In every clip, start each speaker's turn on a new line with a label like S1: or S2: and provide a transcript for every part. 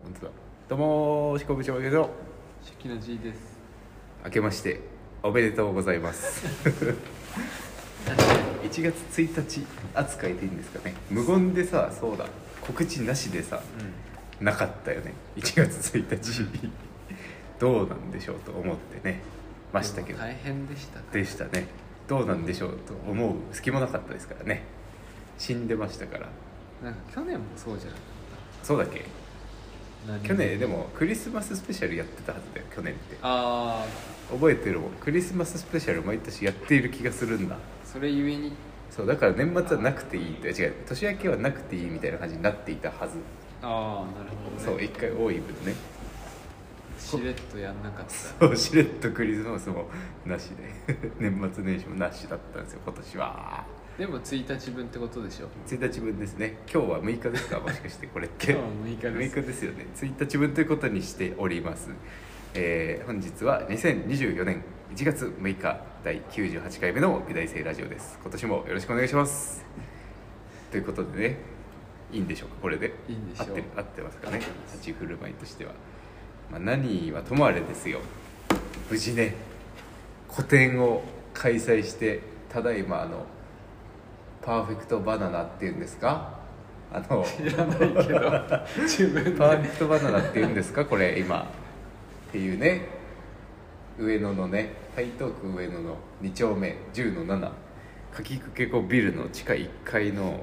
S1: 本当だどうもー四国町けど
S2: 初期の G です
S1: 明けましておめでとうございます 1月1日扱いでいいんですかね無言でさそうだ告知なしでさ
S2: う
S1: なかったよね1月1日どうなんでしょうと思ってねましたけど
S2: 大変でしたね
S1: でしたねどうなんでしょうと思う隙もなかったですからね死んでましたから
S2: なんか去年もそうじゃなか
S1: そうだっけ
S2: った
S1: 去年でもクリスマススペシャルやってたはずだよ去年って
S2: ああ
S1: 覚えてるもんクリスマススペシャル毎年やっている気がするんだ
S2: それゆえに
S1: そうだから年末はなくていいって違う年明けはなくていいみたいな感じになっていたはず
S2: ああなるほ
S1: そ
S2: ど、ね、
S1: う一回多い分ね
S2: しれっとやんなかった
S1: そうしれっとクリスマスもなしで 年末年始もなしだったんですよ今年は
S2: でも1日分ってことでしょ
S1: 1日分ですね今日は6日ですかもしかしてこれって
S2: 今日は6日です
S1: 6日ですよね1日分ということにしております、えー本日は2024年1月6日第98回目の美大生ラジオです今年もよろしくお願いしますということでねいいんでしょうかこれで
S2: いいんでしょう
S1: 合ってる合ってますかね
S2: 合ってます
S1: 立ち振る舞いとしては、まあ、何はともあれですよ無事ね個展を開催してただいまあのパーフェクトバナナっていうんですかあの
S2: 知らないけど自分で
S1: パーフェクトバナナっていうんですかこれ今っていうね上野のね台東区上野の2丁目10の7かきくけこビルの地下1階の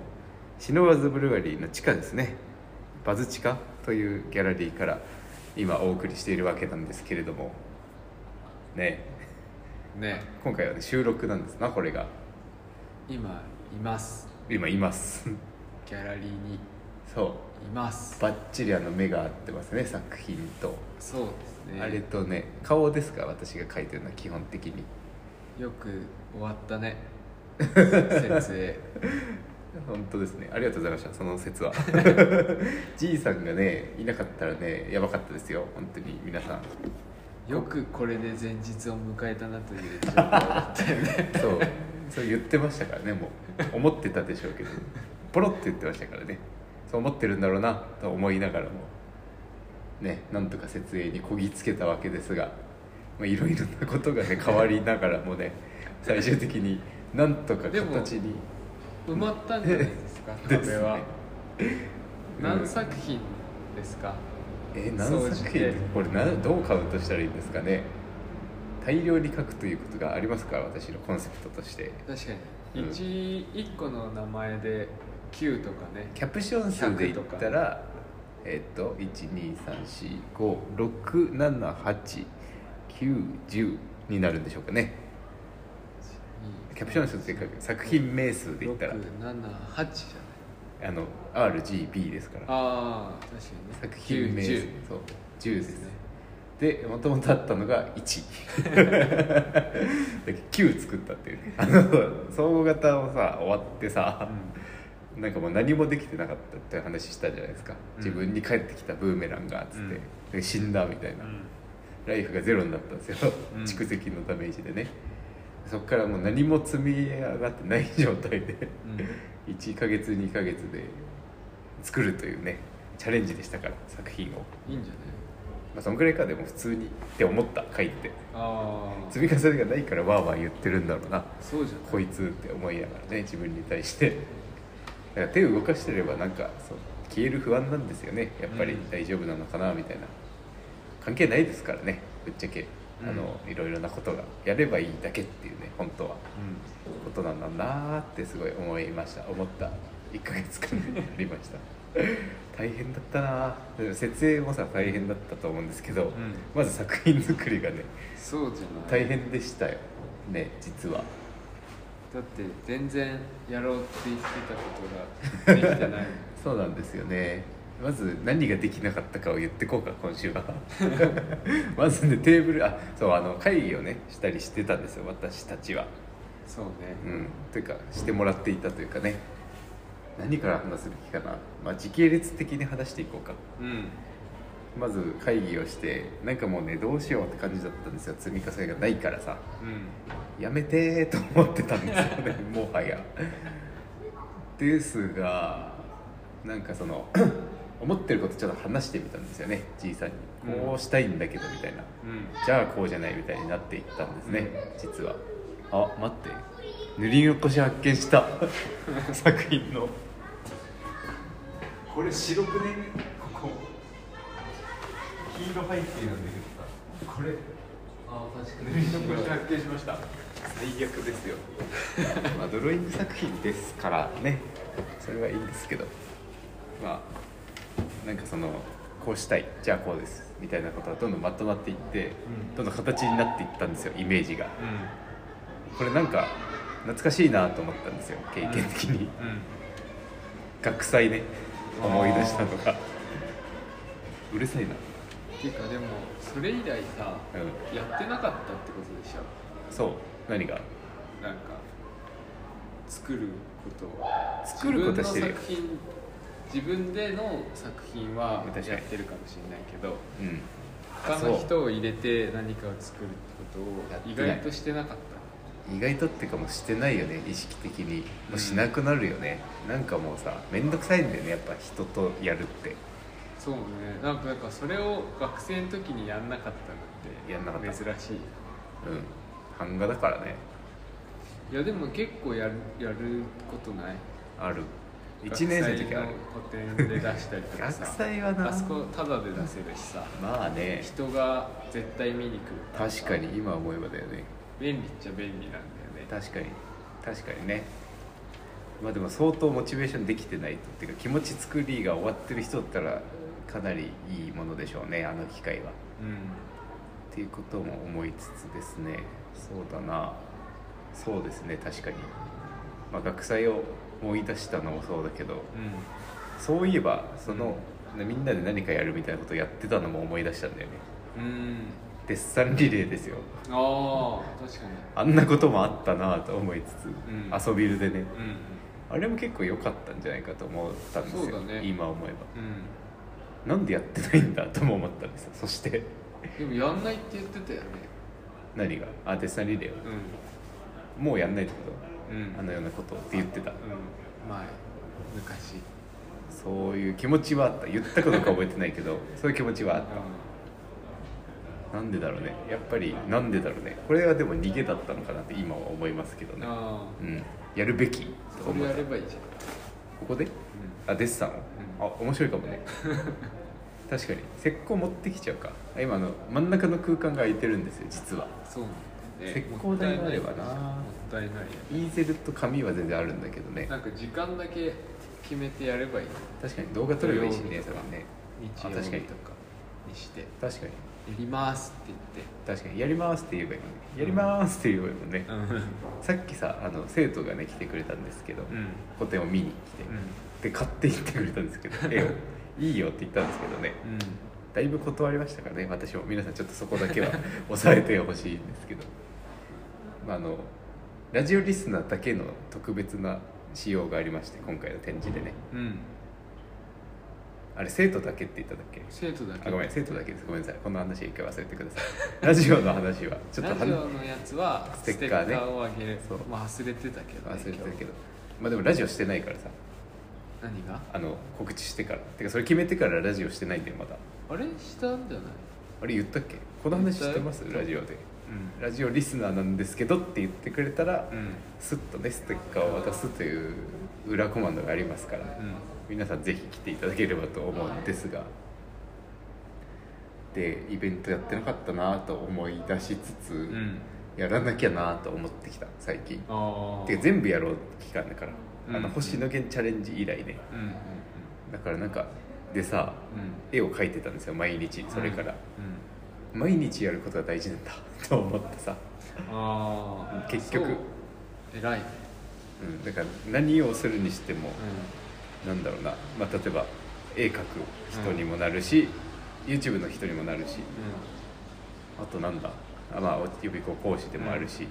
S1: シノワーズブルワリーの地下ですねバズ地下というギャラリーから今お送りしているわけなんですけれどもね
S2: ね
S1: 今回は、ね、収録なんですなこれが
S2: 今います
S1: 今います
S2: ギャラリーにい
S1: そう
S2: ます
S1: バッチリあの目が合ってますね作品と、
S2: そうですね
S1: あれとね顔ですか私が描いてるのは基本的に
S2: よく終わった ね設営
S1: 本当ですねありがとうございましたその 説はじいさんがねいなかったらねやばかったですよ本当に皆 さん
S2: よくこれで前日を迎えたなという状況だったよね
S1: そうそう言ってましたからねもう思ってたでしょうけどポロって言ってましたからねそう思ってるんだろうなと思いながらもねなんとか設営にこぎつけたわけですがまあいろいろなことがね変わりながらもね最終的になんとか
S2: でも
S1: 形に
S2: 埋まったんじゃないですか
S1: です
S2: 壁は
S1: ね
S2: 何作品ですか、
S1: え何
S2: 総
S1: 作
S2: じ
S1: 品
S2: て
S1: これなどうカウントしたらいいんですかね大量に書くということがありますから私のコンセプトとして
S2: 確か
S1: う
S2: に
S1: ん
S2: 1, 一個の名前で9とかね
S1: キャプション数で言ったらえっと12345678910になるんでしょうかねキャプション数っていうか作品名数で言ったら
S2: 678じ
S1: あの RGB ですか
S2: ゃない
S1: ら
S2: ああ確かにね
S1: 作品名数
S2: 9 10
S1: そう10で
S2: ですすね
S1: でもともとあったのが1 だけど9作ったっていうねあの総合型もさ終わってさ、なんかもう何もできてなかったって話したじゃないですか、
S2: ん
S1: 自分に返ってきたブーメランがっつって、で死んだみたいな、ライフがゼロになったんですよ、
S2: うん
S1: 蓄積のダメージでねそっからもう何も積み上がってない状態で
S2: うんうん
S1: 1ヶ月2ヶ月で作るというねチャレンジでしたから作品を、
S2: いいんじゃない
S1: まあ、そのくらいかでも普通にって思った書いて
S2: ああ
S1: 積み重ねがないからわーわー言ってるんだろうな
S2: そうじゃない
S1: こいつって思いながらね自分に対してだから手を動かしてればなんかそう消える不安なんですよねやっぱり
S2: うん
S1: 大丈夫なのかなみたいな関係ないですからねぶっちゃけあの、いろいろなことがやればいいだけっていうね本当はことなんだなーってすごい思いました思った1ヶ月間になりました 大変だったなーでも設営もさ大変だったと思うんですけど、
S2: ん
S1: まず作品作りがね
S2: うんそうじゃない
S1: 大変でしたよね実は
S2: だって全然やろうって言ってたことができて ない
S1: そうなんですよねまず何ができなかったかを言ってこうか今週はまずねテーブルあそうあの会議をねしたりしてたんですよ私たちは
S2: そうね
S1: うんというかしてもらっていたというかね何から話すべきかな、まあ、時系列的に話していこうか
S2: うん
S1: まず会議をしてなんかもうねどうしようって感じだったんですよ積み重ねがないからさ
S2: うん
S1: やめてーと思ってたんですよね もはやですがなんかその 思ってることちょっと話してみたんですよねじいさんに
S2: うん
S1: こうしたいんだけどみたいな、
S2: うん
S1: じゃあこうじゃないみたいになっていったんですね、実はあ待って塗り残し発見した 作品のこれ白くねここ黄色背景なんだけどさこれ
S2: あ確
S1: 塗り残し発見しました最悪ですよ まあドローイング作品ですからねそれはいいんですけどまあなんかそのこうしたいじゃあこうですみたいなことはどんどんまとまっていって、
S2: うん
S1: どんどん形になっていったんですよイメージが
S2: うん
S1: これなんか懐かしいなと思ったんですよ経験的に、
S2: うん
S1: 学祭ね
S2: あー
S1: 思い出したのがうるさいな
S2: っていうかでもそれ以来さ、
S1: う
S2: やってなかったってことでしょ
S1: そう何が
S2: なんか作ることを
S1: 作ることはしてるよ
S2: 自分の作品自分での作品は
S1: 確かに
S2: やってるかもしれないけど
S1: うん
S2: 他の人を入れて何かを作るって
S1: やっ
S2: こと
S1: て
S2: を意
S1: ない
S2: 外としてなかっ
S1: 意外とっていうかもうしてないよね意識的にもうしなくなるよね、なんかもうさ面倒くさいんだよねやっぱ人とやるって
S2: たそうねなんかなんかそれを学生の時にやんなかったのって
S1: やんなかった
S2: 珍し
S1: う
S2: い
S1: ん版画だからね
S2: いやでも結構やるやることない
S1: ある1年生の時ある
S2: 学祭の個展で出したりとかさ
S1: 学祭はな
S2: あそこタダで出せるしさ
S1: まあね
S2: 人が絶対見に来るら
S1: 確かに今思えばだよね
S2: 便利っちゃ便利なんだよね
S1: 確かに確かにねまあでも相当モチベーションできてないとっていうか気持ち作りが終わってる人だったらかなりいいものでしょうねあの機会は
S2: うん
S1: っていうことも思いつつですねそうだなそうですね確かに、まあ、学祭を思い出したのもそうだけどそういえばその、みんなで何かやるみたいなことをやってたのも思い出したんだよね
S2: うんうん
S1: デッサンリレーですよ
S2: ああ確かに
S1: あんなこともあったなと思いつ
S2: ん
S1: つ、遊びるでね
S2: うん
S1: あれも結構良かったんじゃないかと思ったんですよ
S2: そうだね
S1: 今思えば
S2: う
S1: なんでやってないんだとも思ったんですよそして
S2: んでもやんないって言ってたよね
S1: 何があデッサンリレーを
S2: う
S1: もうやんないってこ
S2: んうん
S1: とあのようなことって言ってた
S2: うん前昔
S1: そういう気持ちはあった言ったかどうか覚えてないけど そういう気持ちはあっ
S2: う
S1: たなんでだろうねやっぱりなんでだろうねこれはでも逃げだったのかなって今は思いますけど
S2: ん
S1: ね
S2: あ
S1: うんやるべき
S2: あ
S1: と
S2: それ
S1: 思っ
S2: や
S1: た
S2: れ
S1: こ
S2: ばいいじゃん
S1: こであデッサンを、あ面白いかも ね確かに石膏持ってきちゃうかあ今あの真ん中の空間が空いてるんですよ実は
S2: そうなんだよね
S1: 石膏台があればな
S2: もったいないよ
S1: イーゼルと紙は全然あるんだけどね
S2: なんか時間だけ決めてやればいい
S1: 確かに動画撮ればいいしねそれはね
S2: 日曜
S1: あ確か
S2: 日
S1: に
S2: とかにしてや
S1: 確かに
S2: りますって言って
S1: 確かにやりますって言えばいいもんねやりますって言えばいいもんね、
S2: うん
S1: さっきさあの生徒がね来てくれたんですけど、
S2: うん
S1: 個展を見に来て、で買って行ってくれたんですけ ど絵をいいよって言ったんですけどね
S2: うん
S1: だいぶ断りましたからね私も皆さんちょっとそこだけ は抑えてほしいんですけど、まあ、あのラジオリスナーだけの特別な仕様がありまして今回の展示でね
S2: うん、うん、
S1: あれ生徒だけって言っただっけ
S2: 生徒だけ
S1: あごめん生徒だけですごめんなさいこの話一回忘れてくださいラジオの話はちょっと
S2: ラ
S1: は
S2: ジ
S1: な
S2: オのやつは
S1: ス
S2: ス
S1: テ
S2: テ
S1: ッ
S2: ッ
S1: カ
S2: カ
S1: ーね
S2: ーをあげる
S1: そう
S2: まあ忘れてたけど、ね、
S1: 忘れてたけど
S2: 今
S1: まあでもラジオしてないからさ
S2: 日何が
S1: あの告知してからてかそれ決めてからラジオしてないんだよまだ
S2: あれしたんじゃない
S1: あれ言ったっけこの話
S2: 言
S1: し
S2: ってたよ
S1: ますラジオで
S2: うん
S1: ラジオリスナーなんですけどって言ってくれたら、
S2: うん
S1: スッとねステッカーを渡すという裏コマンドがありますから、
S2: うん
S1: 皆さんぜひ来ていただければと思うんですが、でイベントやってなかったなと思い出しつつ、
S2: うん
S1: やらなきゃなと思ってきた最近
S2: ああ
S1: てか全部やろう期間だから、あ
S2: う
S1: の
S2: ん
S1: 星野源チャレンジ以来ね
S2: うんうんうん
S1: だからなんかでさ
S2: うん
S1: 絵を描いてたんですよ毎日それから、
S2: うん
S1: 毎日やることが大事なんだ と思ってさ、
S2: ああ
S1: 結局
S2: 偉いね
S1: うん、だから何をするにしても、
S2: う
S1: なんだろうな、まあ、例えば絵描く人にもなるし、YouTube の人にもなるし
S2: んうん
S1: あとなんだあまあ予備校講師でもあるし、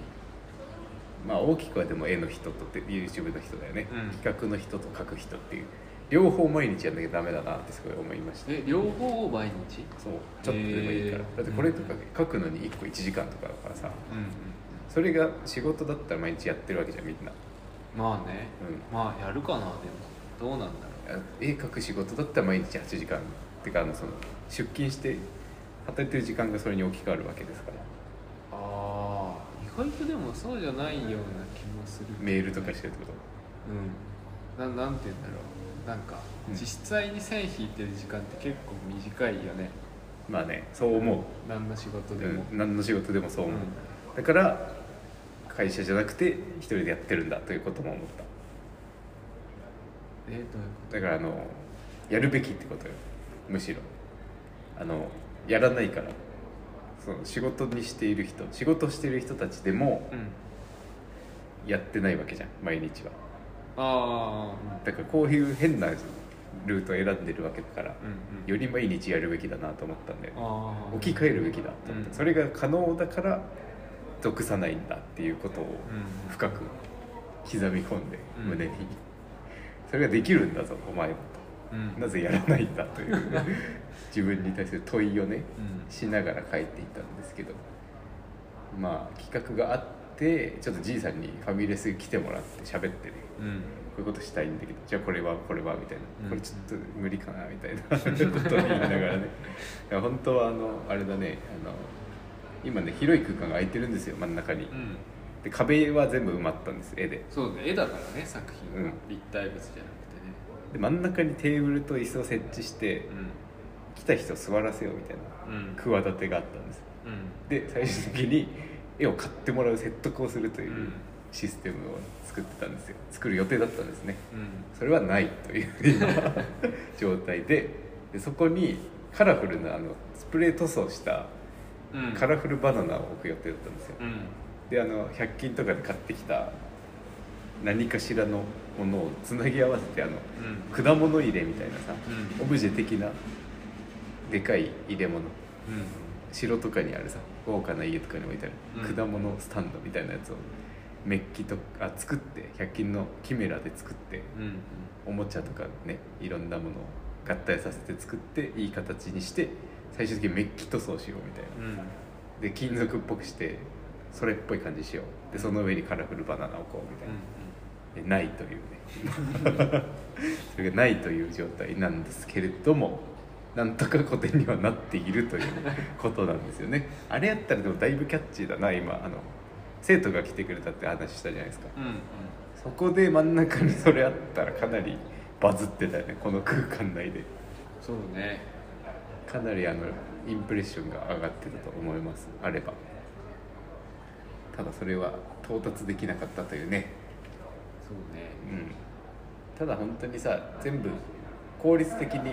S1: まあ大きくはでも絵の人とって YouTube の人だよね、
S2: うん
S1: 企画の人と描く人っていう両方毎日やんなきゃダメだなってすごい思いました
S2: え両方を毎日
S1: そうちょっとでもいいから、
S2: へー
S1: だってこれとか描くのに1個1時間とかだからさ
S2: うんうん
S1: それが仕事だったら毎日やってるわけじゃんみんな
S2: まあね、
S1: う
S2: まあやるかなでもどうなんだろ
S1: あ絵描く仕事だったら毎日8時間ってかあのその出勤して働いてる時間がそれに置き換わるわけですから
S2: ああ意外とでもそうじゃないような気もする
S1: メールとかしてるってこ
S2: うんななんて言うんだろうなんか、
S1: うん
S2: 実際に線引いてる時間って結構短いよね
S1: とまあねそう思う、
S2: 何の仕事
S1: うん
S2: でも、
S1: 何の仕事でもそう思う、だから会社じゃなくて一人でやってるんだということも思っ
S2: えどういうこ
S1: ただからあのやるべきってことよむしろあのやらないからその仕事にしている人仕事してる人たちでも
S2: とうん
S1: やってないわけじゃん毎日は
S2: あ
S1: だからこういう変なルートを選んでるわけだから
S2: あうんうん
S1: より毎日やるべきだなと思ったんで
S2: ああ
S1: 置き換えるべきだと思って、
S2: うん
S1: それが可能だから属さないんだっていうことを
S2: うん
S1: 深く刻み込んで
S2: うん
S1: 胸に、それができるんだぞお前は
S2: うん
S1: となぜやらないんだという 自分に対する問いをね
S2: うん
S1: しながら帰っていったんですけどまあ企画があってちょっとじいさんにファミレス来てもらって喋ってね
S2: うん
S1: こういうことしたいんだけどじゃあこれはこれはみたいな、
S2: うん
S1: これちょっと無理かなみたいなことを言いながらねいや本当はあのあれだねあの今ね広い空間が空いてるんですよ真ん中に、
S2: うん
S1: で壁は全部埋まったんです絵で
S2: そうね絵だからね作品が、
S1: うん
S2: 立体物じゃなくてね
S1: で真ん中にテーブルと椅子を設置して
S2: うん
S1: 来た人を座らせようみたいな
S2: うん
S1: 企てがあったんです
S2: うん
S1: で最終的に絵を買ってもらう説得をするといううんシステムを作ってたんですよ作る予定だったんですね
S2: うん
S1: それはないという今状態ででそこにカラフルなあのスプレー塗装した
S2: うん
S1: カラフルバナナを置く予定だったんですよ
S2: うん
S1: であの100均とかで買ってきた何かしらのものをつなぎ合わせてあの
S2: うん
S1: 果物入れみたいなさ
S2: うん
S1: オブジェ的なでかい入れ物
S2: うん
S1: 城とかにあるさ豪華な家とかに置いてある、
S2: うん
S1: 果物スタンドみたいなやつをメッキとか作って100均のキメラで作って
S2: う
S1: お
S2: ん
S1: もちゃとかねいろんなものを合体させて作っていい形にして最終的にメッキ塗装しようみたいな
S2: うん
S1: で金属っぽくしてそれっぽい感じしようでその上にカラフルバナナを置こうみたいな、でないというね それがないという状態なんですけれどもなんとか古典にはなっているということなんですよねあれやったらでもだいぶキャッチーだな今あの生徒が来てくれたって話したじゃないですか
S2: うんうん
S1: そこで真ん中にそれあったらかなりバズってたよねこの空間内で
S2: そうね
S1: かなりあのインプレッションが上がってたと思いますあればただそれは到達できなかったというね
S2: そうね
S1: うんただ本当にさ全部効率的に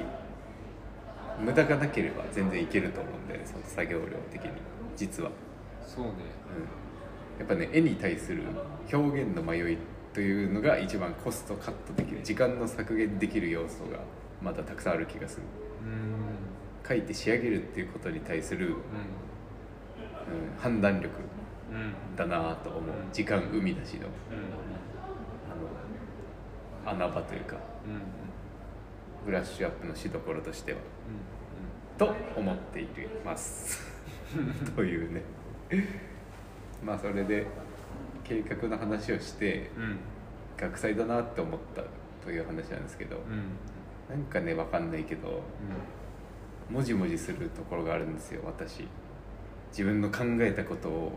S1: 無駄がなければ全然いけると思うんだよねその作業量的に実は、
S2: そうね
S1: うん、やっぱね絵に対する表現の迷いというのが一番コストカットできる時間の削減できる要素がまだたくさんある気がする
S2: うん
S1: 書いて仕上げるっていうことに対する、うん、判断力
S2: うんうん
S1: だなぁと思う時間生み出しの
S2: う
S1: あの穴場というか
S2: んうんうん
S1: ブラッシュアップのしどころとしては
S2: うん
S1: と思っていますというねまあそれで計画の話をして
S2: うん
S1: 学祭だなって思ったという話なんですけど
S2: うん
S1: なんかねわかんないけどもじもじするところがあるんですよ私自分の考えたことを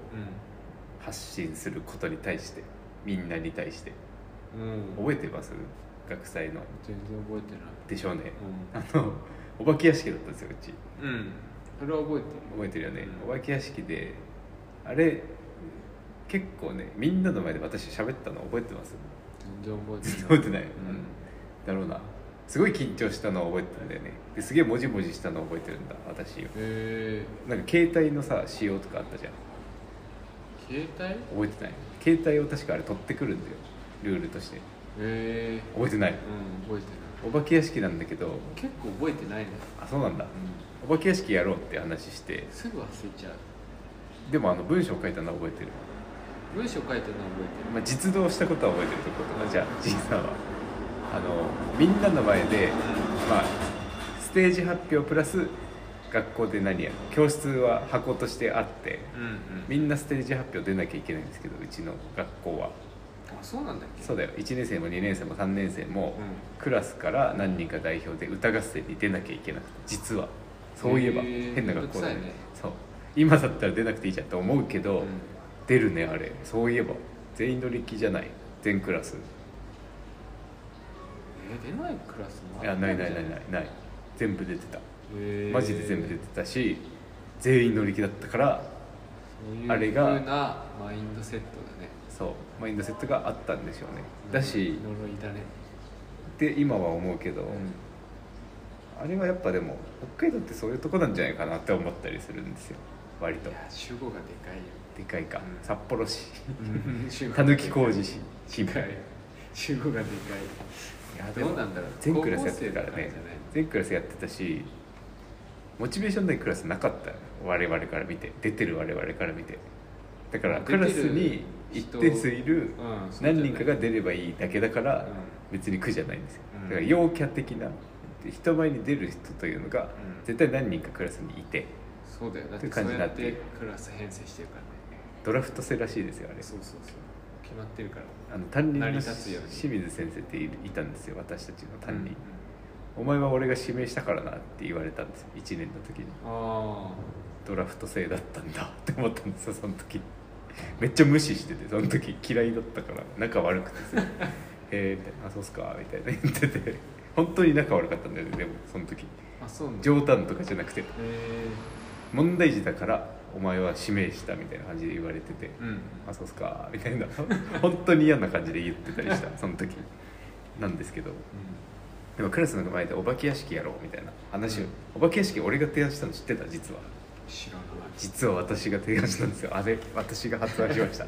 S1: 発信することに対してみんなに対して
S2: うんう
S1: 覚
S2: ん
S1: えてます学祭の
S2: 全然覚えてない
S1: でしょうねあのお化け屋敷だったんですようち
S2: うん、うん、それは覚えて
S1: 覚えてるよね
S2: うん
S1: お化け屋敷であれ結構ねみんなの前で私喋ったの覚えてます
S2: る全然覚えてない
S1: 覚えてない、う
S2: うん
S1: ん、だろうなすごい緊張したのを覚えてるんだよねですげえモジモジしたのを覚えてるんだ私
S2: え
S1: なんか携帯のさ仕様とかあったじゃん
S2: ー、携帯
S1: 覚えてない携帯を確かあれ取ってくるんだよルールとして
S2: え
S1: 覚えてない
S2: ー、うん覚えて
S1: お化け屋敷なんだけど
S2: ない結構覚えてないね、
S1: あそうなんだ
S2: う
S1: お化け屋敷やろうって話して
S2: ん、すぐ忘れちゃう
S1: でもあの文章書いたのは覚えてる
S2: 文章書いてるのは覚えてる
S1: まあ、実動したことは覚えてるってことかじゃあじいさんはあのみんなの前で、まあ、ステージ発表プラス学校で何やる教室は箱としてあって
S2: うんうん
S1: みんなステージ発表出なきゃいけないんですけどうちの学校は
S2: ああそうなんだっけ
S1: そうだよ1年生も2年生も3年生も、
S2: うん
S1: クラスから何人か代表で歌合戦に出なきゃいけなくて実はそういえば
S2: へー
S1: 変な学校だね
S2: めんどくさいね
S1: そう今だったら出なくていいじゃんと思うけど、
S2: うん
S1: 出るねあれそういえば全員乗り気じゃない全クラス
S2: え出ないクラスも
S1: いやないないないないない全部出てたマジで全部出てたし全員乗り気だったから
S2: あ
S1: あ
S2: れ
S1: れ
S2: が
S1: が
S2: そういう風なマインドセットだね
S1: そうマインドセットがあったんでしょうねだし
S2: 呪いだね
S1: って今は思うけど、あれはやっぱでも北海道ってそういうとこなんじゃないかなって思ったりするんですよ割と
S2: いや主語がでかいよ
S1: でかいか、
S2: うん
S1: 札幌市
S2: 主語
S1: た
S2: が
S1: ぬき
S2: でかい
S1: 工事市
S2: でかい主語がでか
S1: いや
S2: いどうなんだろう
S1: 全クラスやってたから
S2: 高校生
S1: ね
S2: だからじゃない
S1: 全クラスやってたしモチベーションないクラスなかったよ我々から見て出てる我々から見てだから
S2: 出て
S1: ク
S2: る
S1: ラスに一定数いる
S2: うんそうじゃない
S1: 何人かが出ればいいだけだから別に苦じゃないんですよ
S2: うん
S1: だから陽キャ的な人前に出る人というのが
S2: うん
S1: 絶対何人かクラスにいて
S2: そうだよだっ
S1: って
S2: て
S1: 感
S2: そ
S1: じ
S2: う
S1: にな
S2: や
S1: っ
S2: って
S1: る
S2: てクラス編成してるからね
S1: ドラフト制らしいですよあれ
S2: そうそうそう決まってるから
S1: あの担任
S2: 成り
S1: の
S2: 立つように
S1: 清水先生っているいたんですよ私たちの担任、
S2: うん
S1: お前は俺が指名したからなって言われたんですよ1年の時に
S2: あ
S1: ドラフト制だったんだって思ったんですよその時めっちゃ無視しててその時嫌いだったから仲悪くてさ「えー」みたいな「あそうっすか」みたいな言ってて本当に仲悪かったんだよねでもその時
S2: ーあそうなんだ
S1: 冗談とかじゃなくて
S2: え
S1: 問題児だからお前は指名したみたいな感じで言われてて
S2: ーうん
S1: あそうっすかみたいな本当に嫌な感じで言ってたりしたその時なんですけどでもクラスの前でお化け屋敷やろうみたいな話を、
S2: うん
S1: お化け屋敷俺が提案したの知ってた実は
S2: 知らない
S1: 実は私が提案したんですよあれ私が発案しま した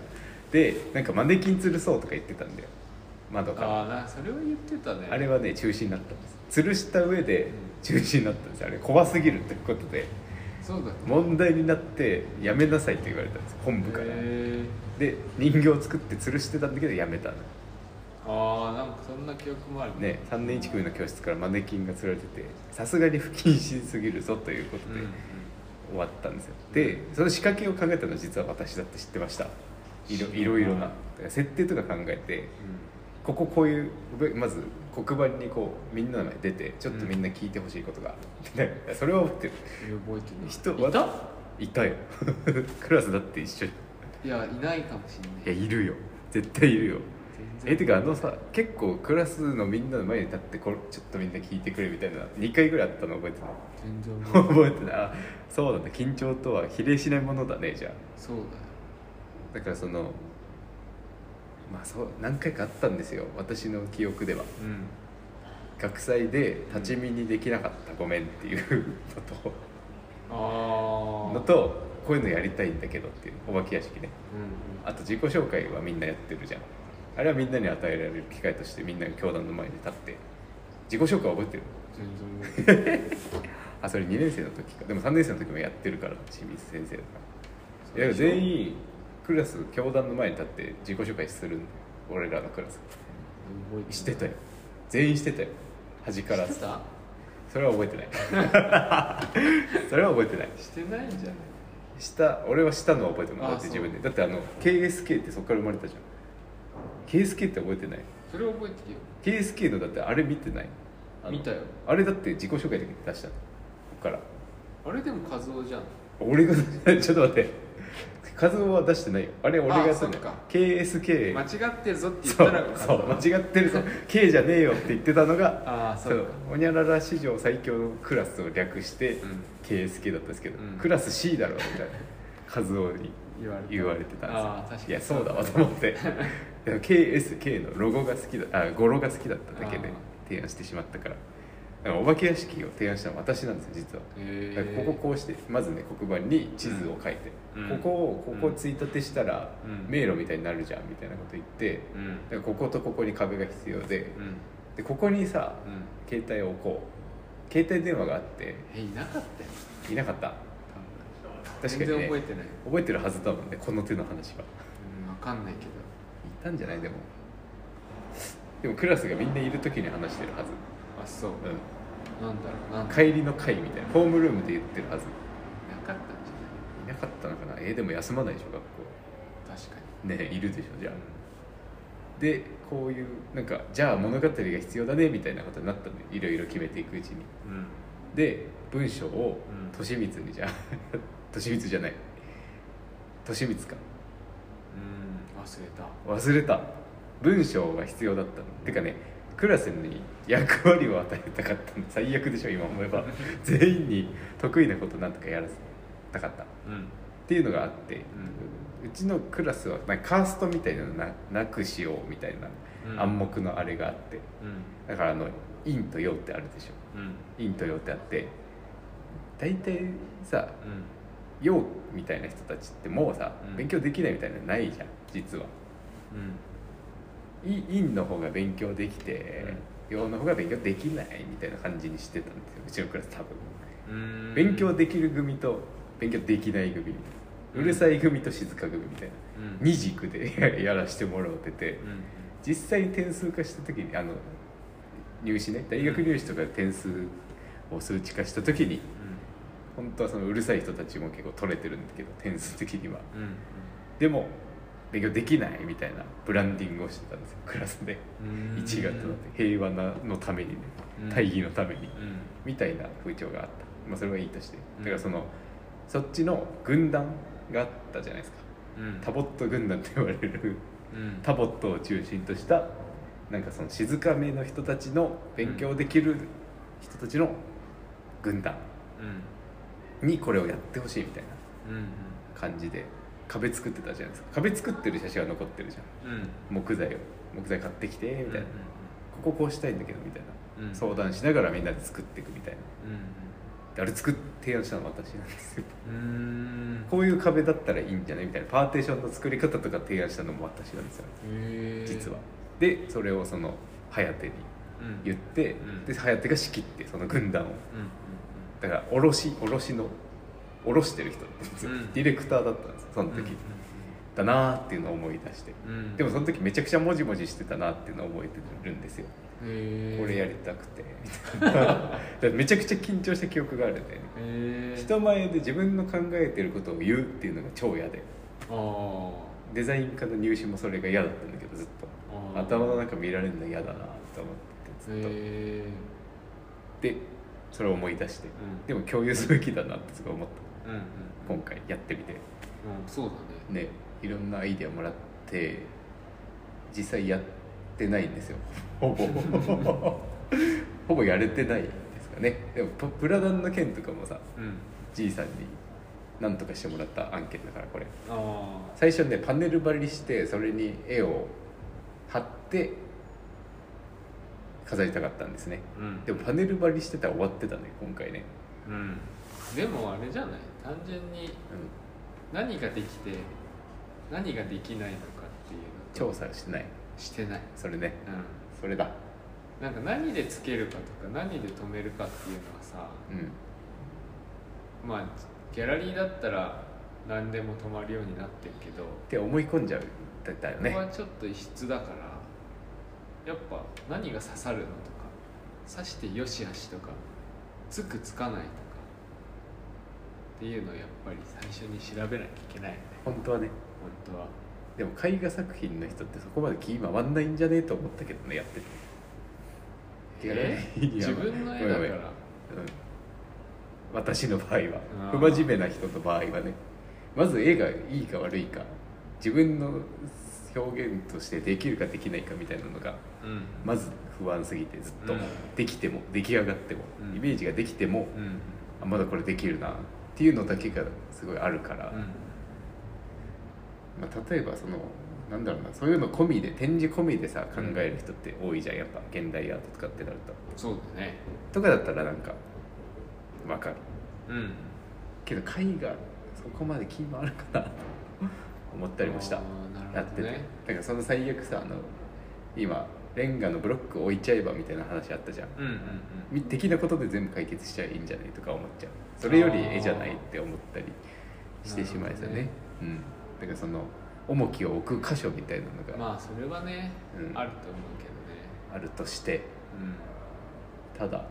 S1: でなんかマネキン吊るそうとか言ってたんだよ窓からあ
S2: ああなそれは言ってたね
S1: れはね中止になったんです吊るした上で
S2: うん
S1: 中止になったんですよあれ怖すぎるってことで
S2: そうだね
S1: 問題になってやめなさいって言われたんです本部から、
S2: へー
S1: で人形を作って吊るしてたんだけどやめたの
S2: ああなんかそんな記憶もある
S1: ね、3年1組の教室からマネキンが釣られててさすがに不謹慎すぎるぞということ
S2: うん
S1: で
S2: うん
S1: 終わったんですよ、でその仕掛けを考えたのは実は私だって知ってましたいろいろいろなだから設定とか考えてこここういうまず黒板にこうみんなの前に出てちょっとみんな聞いてほしいことがある、でそれは覚えてる
S2: うん覚えてない
S1: 人
S2: いた
S1: いたよ クラスだって一緒に
S2: いやいないかもし
S1: いや
S2: れない
S1: いるよ絶対いるよ
S2: 全然
S1: えてかあのさ結構クラスのみんなの前に立ってこれちょっとみんな聞いてくれみたいな2回ぐらいあったの覚えてない
S2: 全然覚えてない
S1: 覚えてないあそうなんだ緊張とは比例しないものだねじゃ
S2: そうだよ
S1: あだからそのまあそう何回かあったんですよ私の記憶では
S2: うん
S1: 学祭で立ち見にできなかったごめんっていう のと
S2: ああ
S1: のとこういうのやりたいんだけどっていうお化け屋敷ね
S2: うんうん
S1: あと自己紹介はみんなやってるじゃんあれはみんなに与えられる機会としてみんなが教団の前に立って自己紹介覚えてる
S2: 全然覚えてない
S1: あそれ2年生の時かでも3年生の時もやってるから清水先生だからいや
S2: そうでしょ
S1: 全員クラス教団の前に立って自己紹介するんだよ俺らのクラス
S2: 覚えてない
S1: してたよ全員してたよ端から
S2: してた
S1: それは覚えてない それは覚えてない
S2: してないんじゃない
S1: した俺はしたのは覚えてないだって
S2: あそう
S1: 自分でだってあの KSK ってそこから生まれたじゃん KSK って覚えてない
S2: それ覚えてるよ
S1: KSK のだってあれ見てないあの
S2: 見たよ
S1: あれだって自己紹介だけ出したのこっから
S2: あれでも和夫じゃん
S1: 俺が ちょっと待って和夫は出してないよあれ俺がやったんだよ
S2: あそっか
S1: KSK
S2: 間違ってるぞって言っ
S1: そ
S2: たら
S1: うそう間違ってるぞ K じゃねえよって言ってたのが
S2: ああそうか
S1: おにゃらら史上最強のクラスを略して、
S2: うん
S1: KSK だったんですけど、
S2: うん
S1: クラス C だろみたいな和夫に
S2: 言われた
S1: 言われてたんですよ
S2: ああ確かに
S1: いやそうだわと思って でも KSK のロゴが好きだあ語呂が好きだっただけで
S2: あー
S1: 提案してしまったからだからお化け屋敷を提案したのは私なんですよ実は、
S2: へ
S1: だからこここうしてまずね黒板に地図を書いて、
S2: うん
S1: ここをここついたてしたら、
S2: うん
S1: 迷路みたいになるじゃんみたいなこと言って、
S2: うん
S1: だからこことここに壁が必要で
S2: うん
S1: でここにさ
S2: うん
S1: 携帯を置こう携帯電話があって
S2: えいなかったよ
S1: いなかった
S2: 多
S1: 確か
S2: 分
S1: に、
S2: 全
S1: ね、
S2: 然覚えてない
S1: 覚えてるはずだもんねこの手の話は
S2: うんわかんないけど
S1: いたんじゃないでもでもクラスがみんないる時に話してるはず、
S2: あそう
S1: う
S2: なんだろうなん
S1: ん、
S2: だ
S1: 帰りの会みたいなホームルームで言ってるはず
S2: なかったんじゃ
S1: いなかったのかなえーでも休まないでしょ学校
S2: ない確かに
S1: ねえいるでしょじゃあ、でこういうなんかじゃあ物語が必要だねみたいなことになったんでいろいろ決めていくうちに
S2: うん
S1: で文章を
S2: うん
S1: 利光にじゃあ 利光じゃない利光か
S2: うん忘れた
S1: 忘れた文章が必要だったのてかねクラスに役割を与えたかったの最悪でしょ今思えば全員に得意なことなんとかやらせたかったっ
S2: うん
S1: ていうのがあって、うちのクラスはなんかカーストみたいなのななくしようみたい
S2: うん
S1: な暗黙のあれがあって
S2: うん
S1: だからあの陰と陽ってあるでしょ
S2: うん
S1: 陰と陽ってあって大体さ
S2: うん
S1: 陽みたいな人たちってもうさ、
S2: うん
S1: 勉強できないみたいなのないじゃん実は
S2: うん
S1: い陰の方が勉強できて、陽の方が勉強できないみたいな感じにしてたんですようちのクラス多分、
S2: うん
S1: 勉強できる組と勉強できない組みたいなうるさい組と静か組みたいな、
S2: うん
S1: 二軸で やらしてもらってて、
S2: うん
S1: 実際に点数化した時にあの入試ね大学入試とかで点数を数値化した時に本当はそのうるさい人たちも結構取れてるんだけど点数的には
S2: うんうん
S1: でも勉強できないみたいなブランディングをしてたんですよクラスで
S2: うん
S1: 一月となって平和なのためにね
S2: うん
S1: 大義のために
S2: うん
S1: みたいな風潮があった、まあ、それはいいとして
S2: うん
S1: だからそのそっちの軍団があったじゃないですか
S2: うん
S1: タボット軍団って言われる
S2: うん
S1: タボットを中心としたなんかその静かめの人たちの勉強できる人たちの軍団
S2: うん
S1: にこれをやってほしいみたいな
S2: うん
S1: 感じで壁作ってたじゃないですか壁作ってる写真は残ってるじゃん
S2: うんうん
S1: 木材を木材買ってきてみたいな、こここうしたいんだけどみたいな、
S2: うん
S1: 相談しながらみんなで作っていくみたいな
S2: うんうん
S1: であれ作っ提案したのは私なん ですよ
S2: うん
S1: こういう壁だったらいいんじゃないみたいなパーテーションの作り方とか提案したのも私なんですよ
S2: へー
S1: 実は、でそれをその颯に
S2: うん
S1: 言って、
S2: うん
S1: で颯が仕切ってその軍団を
S2: うんうん
S1: だから卸し卸の卸してる人だったんですよ、
S2: うん
S1: ディレクターだったんですよその
S2: うん
S1: 時、だなーっていうのを思い出して、
S2: うんうん
S1: でもその時めちゃくちゃモジモジしてたなっていうのを覚えてるんですよ、
S2: へー
S1: これやりたくてみたいな だからめちゃくちゃ緊張した記憶があるんだよね
S2: へー
S1: 人前で自分の考えてることを言うっていうのが超嫌で
S2: あー
S1: デザイン科の入試もそれが嫌だったんだけどずっと
S2: あー
S1: 頭の中見られるの嫌だなと思っててずっと、
S2: へ
S1: でそれを思い出して、
S2: ん
S1: でも共有すべきだなってすごい思っ
S2: ーうんうん
S1: た今回やってみて
S2: うんそうだね
S1: ねいろんなアイデアもらって実際やってないんですよ ほぼ ほぼやれてないですかねでもププラダンの件とかもさ
S2: うん
S1: じいさんに何とかしてもらった案件だからこれ
S2: あ
S1: 最初ねパネル貼りしてそれに絵を貼って飾りたかったんですね
S2: ーうん
S1: でもパネル貼りしてたら終わってたね今回ね
S2: うんでもあれじゃない単純に
S1: うん
S2: 何ができて何ができないのかっていうの
S1: 調
S2: と
S1: 査してない
S2: してない、
S1: それね
S2: う
S1: それだ
S2: ん、なんか何でつけるかとか何で止めるかっていうのはさ
S1: うん
S2: まあギャラリーだったら何でも止まるようになってるけど、
S1: って思い込んじゃうだったよ
S2: ここは
S1: ね
S2: ちょっと異質だからやっぱ何が刺さるのとか刺してよしあしとかつくつかないとかっていうのをやっぱり最初に調べなきゃいけないよね
S1: 本当はね
S2: 本当は
S1: でも絵画作品の人ってそこまで気回んないんじゃねえと思ったけどねやっててギャラ
S2: え
S1: リーには
S2: 自分の絵だ
S1: ごめ
S2: か
S1: んごめん
S2: ら
S1: うん私の場合は
S2: あ
S1: 不
S2: ー
S1: 真面目な人の場合はねまず絵がいいか悪いか自分の表現としてできるかできないかみたいなのが
S2: うん
S1: まず不安すぎてずっと、
S2: うん
S1: できても出来上がっても、
S2: うん
S1: イメージができても、
S2: うん
S1: あまだこれできるなっていうのだけがすごいあるから、まあ、例えばそのなんだろうなそういうの込みで展示込みでさ考える人って多いじゃんやっぱ現代アートとかってなると
S2: そうだね
S1: とかだったらなんかわかる
S2: うん
S1: けど絵画そこまで気もあるかなと思ったりもした
S2: あー
S1: や
S2: なる
S1: っ
S2: ほ
S1: て
S2: ど
S1: て、
S2: ね
S1: だからその最悪さあの今レンガのブロック置いちゃえばみたいな話あったじゃん
S2: うんうんうん
S1: み的なことで全部解決しちゃえばいいんじゃないとか思っちゃうそれより絵じゃないって思ったりしてしまいですよね
S2: なる
S1: うんだからその重きを置く箇所みたいなのが
S2: まあそれはね、
S1: うん
S2: あると思うけど
S1: あるとして、
S2: ね
S1: ただ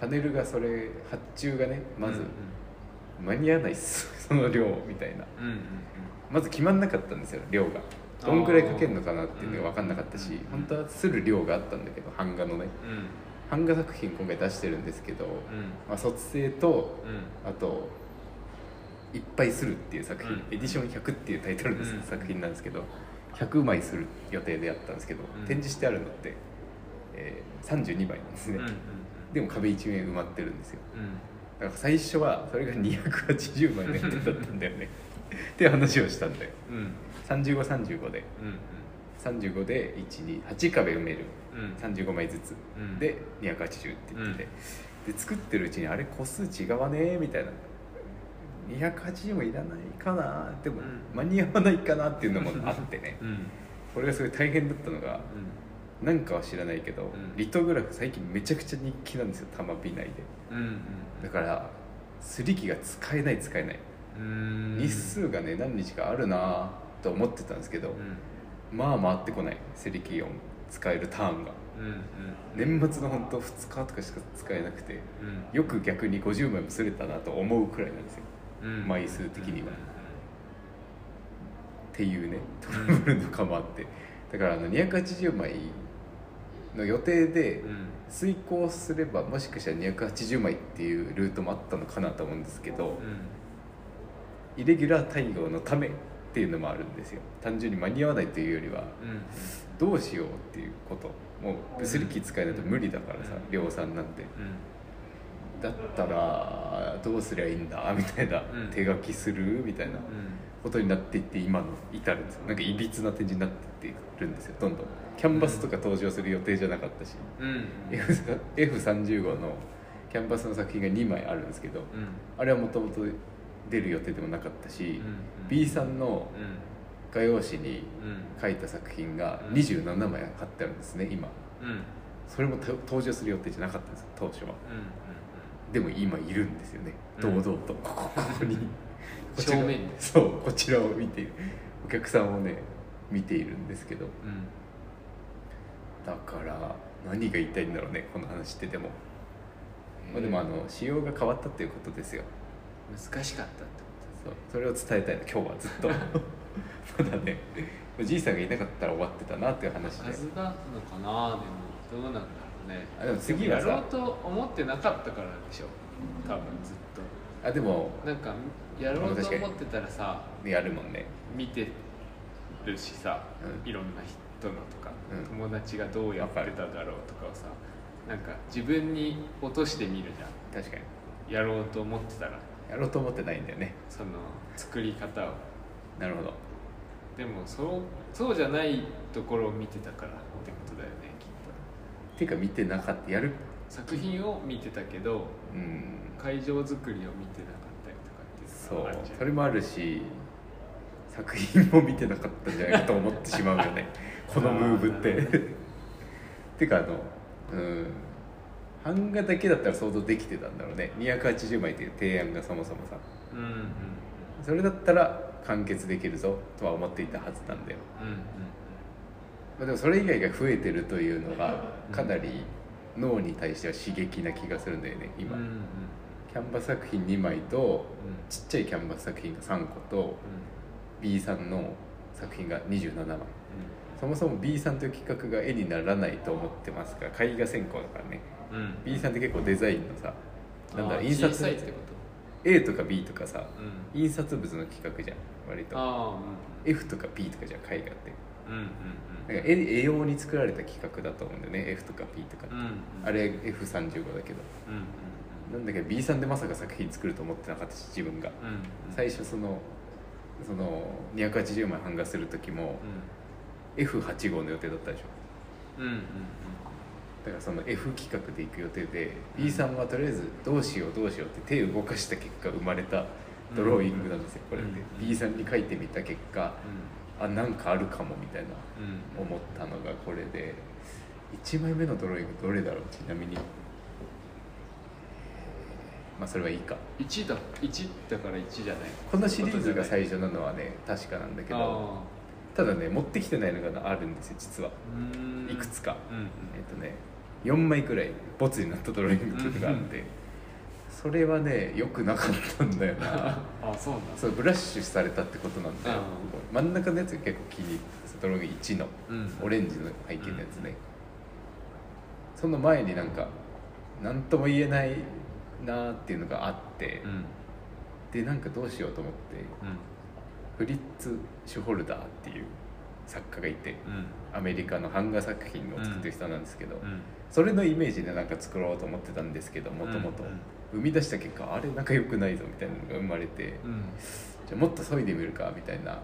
S1: パネルがそれ発注がね
S2: うん
S1: まず
S2: うん
S1: 間に合わないっすその量みたいな
S2: うんうんうんうん
S1: まず決まんなかったんですよ量がどんくらいかけるのかなっていうのが
S2: あ
S1: 分
S2: ー
S1: かんなかったし、
S2: うん
S1: 本当はする量があったんだけど版画のね
S2: うんうん
S1: 版画作品今回出してるんですけど、まあ、卒生とあと「いっぱいする」っていう作品
S2: うん
S1: 「エディション100」っていうタイトルの
S2: うん
S1: 作品なんですけど100枚する予定でやったんですけど、
S2: うん
S1: 展示してあるのって、えー32枚なんですね、
S2: うんうん
S1: でも壁一面埋まってるんですよ
S2: うん
S1: だから最初はそれが280枚の予定だったんだよねって話をしたんだよ
S2: うんうん
S1: 3535で
S2: うん
S1: 35で128壁埋める
S2: うんうん
S1: 35枚ずつ
S2: うん
S1: で280って言ってて、で作ってるうちにあれ個数違わねみたいな280もいらないかなでも
S2: うん
S1: 間に合わないかなっていうのもあって ね
S2: うん
S1: これがすごい大変だったのがなんかは知らないけど、
S2: ん
S1: リトグラフ最近めちゃくちゃ人気なんですよ玉美内で
S2: うんうん
S1: だからすり機が使えない使えない、
S2: うん
S1: 日数がね何日かあるなと思ってたんですけど、
S2: うん
S1: まあ回ってこないセリキオン使えるターンが
S2: うんうん
S1: 年末の本当2日とかしか使えなくて
S2: うん
S1: よく逆に50枚もすれたなと思うくらいなんですよ
S2: うん
S1: 枚数的には
S2: う
S1: っていうねトラブルとかもあってだからあの280枚の予定で
S2: んうんうん
S1: 遂行すればもしかしたら280枚っていうルートもあったのかなと思うんですけどイレギュラー対応のためっていうのもあるんですよ単純に間に合わないというよりは
S2: うん
S1: どうしようっていうこともう物理機使えないと無理だからさ量産なんて
S2: うん
S1: だったらどうすりゃいいんだみたいな、
S2: うん
S1: 手書きするみたいな
S2: うん
S1: ことになっていって今の至るんですよなんかいびつな展示になっていってるんですよどんどんキャンバスとか登場する予定じゃなかったし、
S2: うん
S1: F F35 のキャンバスの作品が2枚あるんですけど
S2: うん
S1: あれはもともと出る予定でもなかったし、
S2: うん
S1: B さんの
S2: うん
S1: 画用紙に
S2: うん
S1: 書いた作品が
S2: うん
S1: 27枚貼ってあるんですね今
S2: うんうん
S1: それもと登場する予定じゃなかったんです当初は
S2: うんうん
S1: でも今いるんですよね堂々と、ここここにこちら
S2: 正面に
S1: そうこちらを見ているお客さんをね見ているんですけど
S2: うん
S1: だから何が言いたいんだろうねこの話してても、ま
S2: え
S1: あ、
S2: ー
S1: でもあの仕様が変わったっていうことですよ
S2: 難しかったってこ
S1: そうそれを伝えたいの今日はずっと まだねおじいさんがいなかったら終わってたなっていう話
S2: と
S1: で
S2: 数があるのかなでもどうなんだろうね
S1: あでも次は
S2: やろ
S1: さ
S2: うと思ってなかったからでしょ多分ずっ
S1: あでも
S2: となんかやろうと思ってたらさ
S1: やるもんね
S2: 見てるしさ、
S1: うん
S2: いろんな人のとか、
S1: うん
S2: 友達がどうやってただろうとかをさなんか自分に落としてみるじゃん
S1: 確かに
S2: やろうと思ってたら
S1: やろうと思ってないんだよね
S2: その作り方を
S1: なるほど
S2: でもそうそうじゃないところを見てたからってことだよねきっと
S1: っていうか見てなかったやる
S2: 作品を見てたけど
S1: うん
S2: 会場作りを見てなかったりとかっていう
S1: そ
S2: のがあ
S1: う
S2: るじゃん
S1: それもあるし作品も見てなかったんじゃないかと思ってしまうよ ねこのムーブっ
S2: あーなるほ
S1: て てかあのうん版画だけだったら想像できてたんだろうね280枚という提案がそもそもさ
S2: うんうんうん
S1: それだったら完結できるぞとは思っていたはずなんだよ、
S2: うんうん
S1: まあ、でもそれ以外が増えてるというのがかなり脳に対しては刺激な気がするんだよね今、
S2: うんうんうん
S1: キャンバス作品2枚とちっちゃいキャンバス作品が3個と B さんの作品が27枚そもそも B さんという企画が絵にならないと思ってますが絵画専攻だからね
S2: うんうんうん
S1: B さんって結構デザインのさなんだ
S2: あー
S1: 印
S2: 小さ
S1: 刷
S2: いってこ
S1: A とか B とかさ
S2: とうん
S1: 印刷物の企画じゃん割と
S2: ああ
S1: F とか P とかじゃん絵画って
S2: うんうんうん
S1: なんか絵絵用に作られた企画だと思うんだよね F とか P とか
S2: うんうん
S1: あれ F35 だけど
S2: うんうん
S1: なんだけど B さんでまさか作品作ると思ってなかったし自分が
S2: うんうん
S1: 最初そのその280枚版画する時も
S2: う
S1: F8 号の予定だったでしょ
S2: んうんうん
S1: だからその F 企画で行く予定で、
S2: うん
S1: B さんはとりあえずどうしようどうしようって手を動かした結果生まれたドローイングなんですよ、
S2: うん
S1: これで、
S2: うん
S1: B さんに書いてみた結果あなんかあるかもみたいな
S2: うんうん
S1: 思ったのがこれで1枚目のドローイングどれだろうちなみにまあそれはいいか
S2: 1だ1だから1じゃない
S1: このシリーズが最初なのはね確かなんだけど
S2: あ
S1: ただね持ってきてないのがあるんですよ実は
S2: あうん
S1: いくつか
S2: うんうん
S1: えっとね4枚くらいボツになったドローイングっていうのがあって、それはね良くなかったんだよ な
S2: あそうなん
S1: そうブラッシュされたってことなんだよ真ん中のやつが結構気に入ってストロング1の
S2: うん
S1: オレンジの背景のやつね、その前になんか何とも言えないなーっていうのがあって、
S2: うんうん
S1: でなんかどうしようと思ってフリッツ・シュホルダーっていう作家がいて
S2: うん
S1: アメリカの版画作品を作ってる人なんですけど、
S2: うん
S1: それのイメージでなんか作ろうと思ってたんですけどもともと
S2: うんうん
S1: 生み出した結果あれなんか良くないぞみたいなのが生まれて、
S2: うん
S1: じゃあもっと削いでみるかみたいな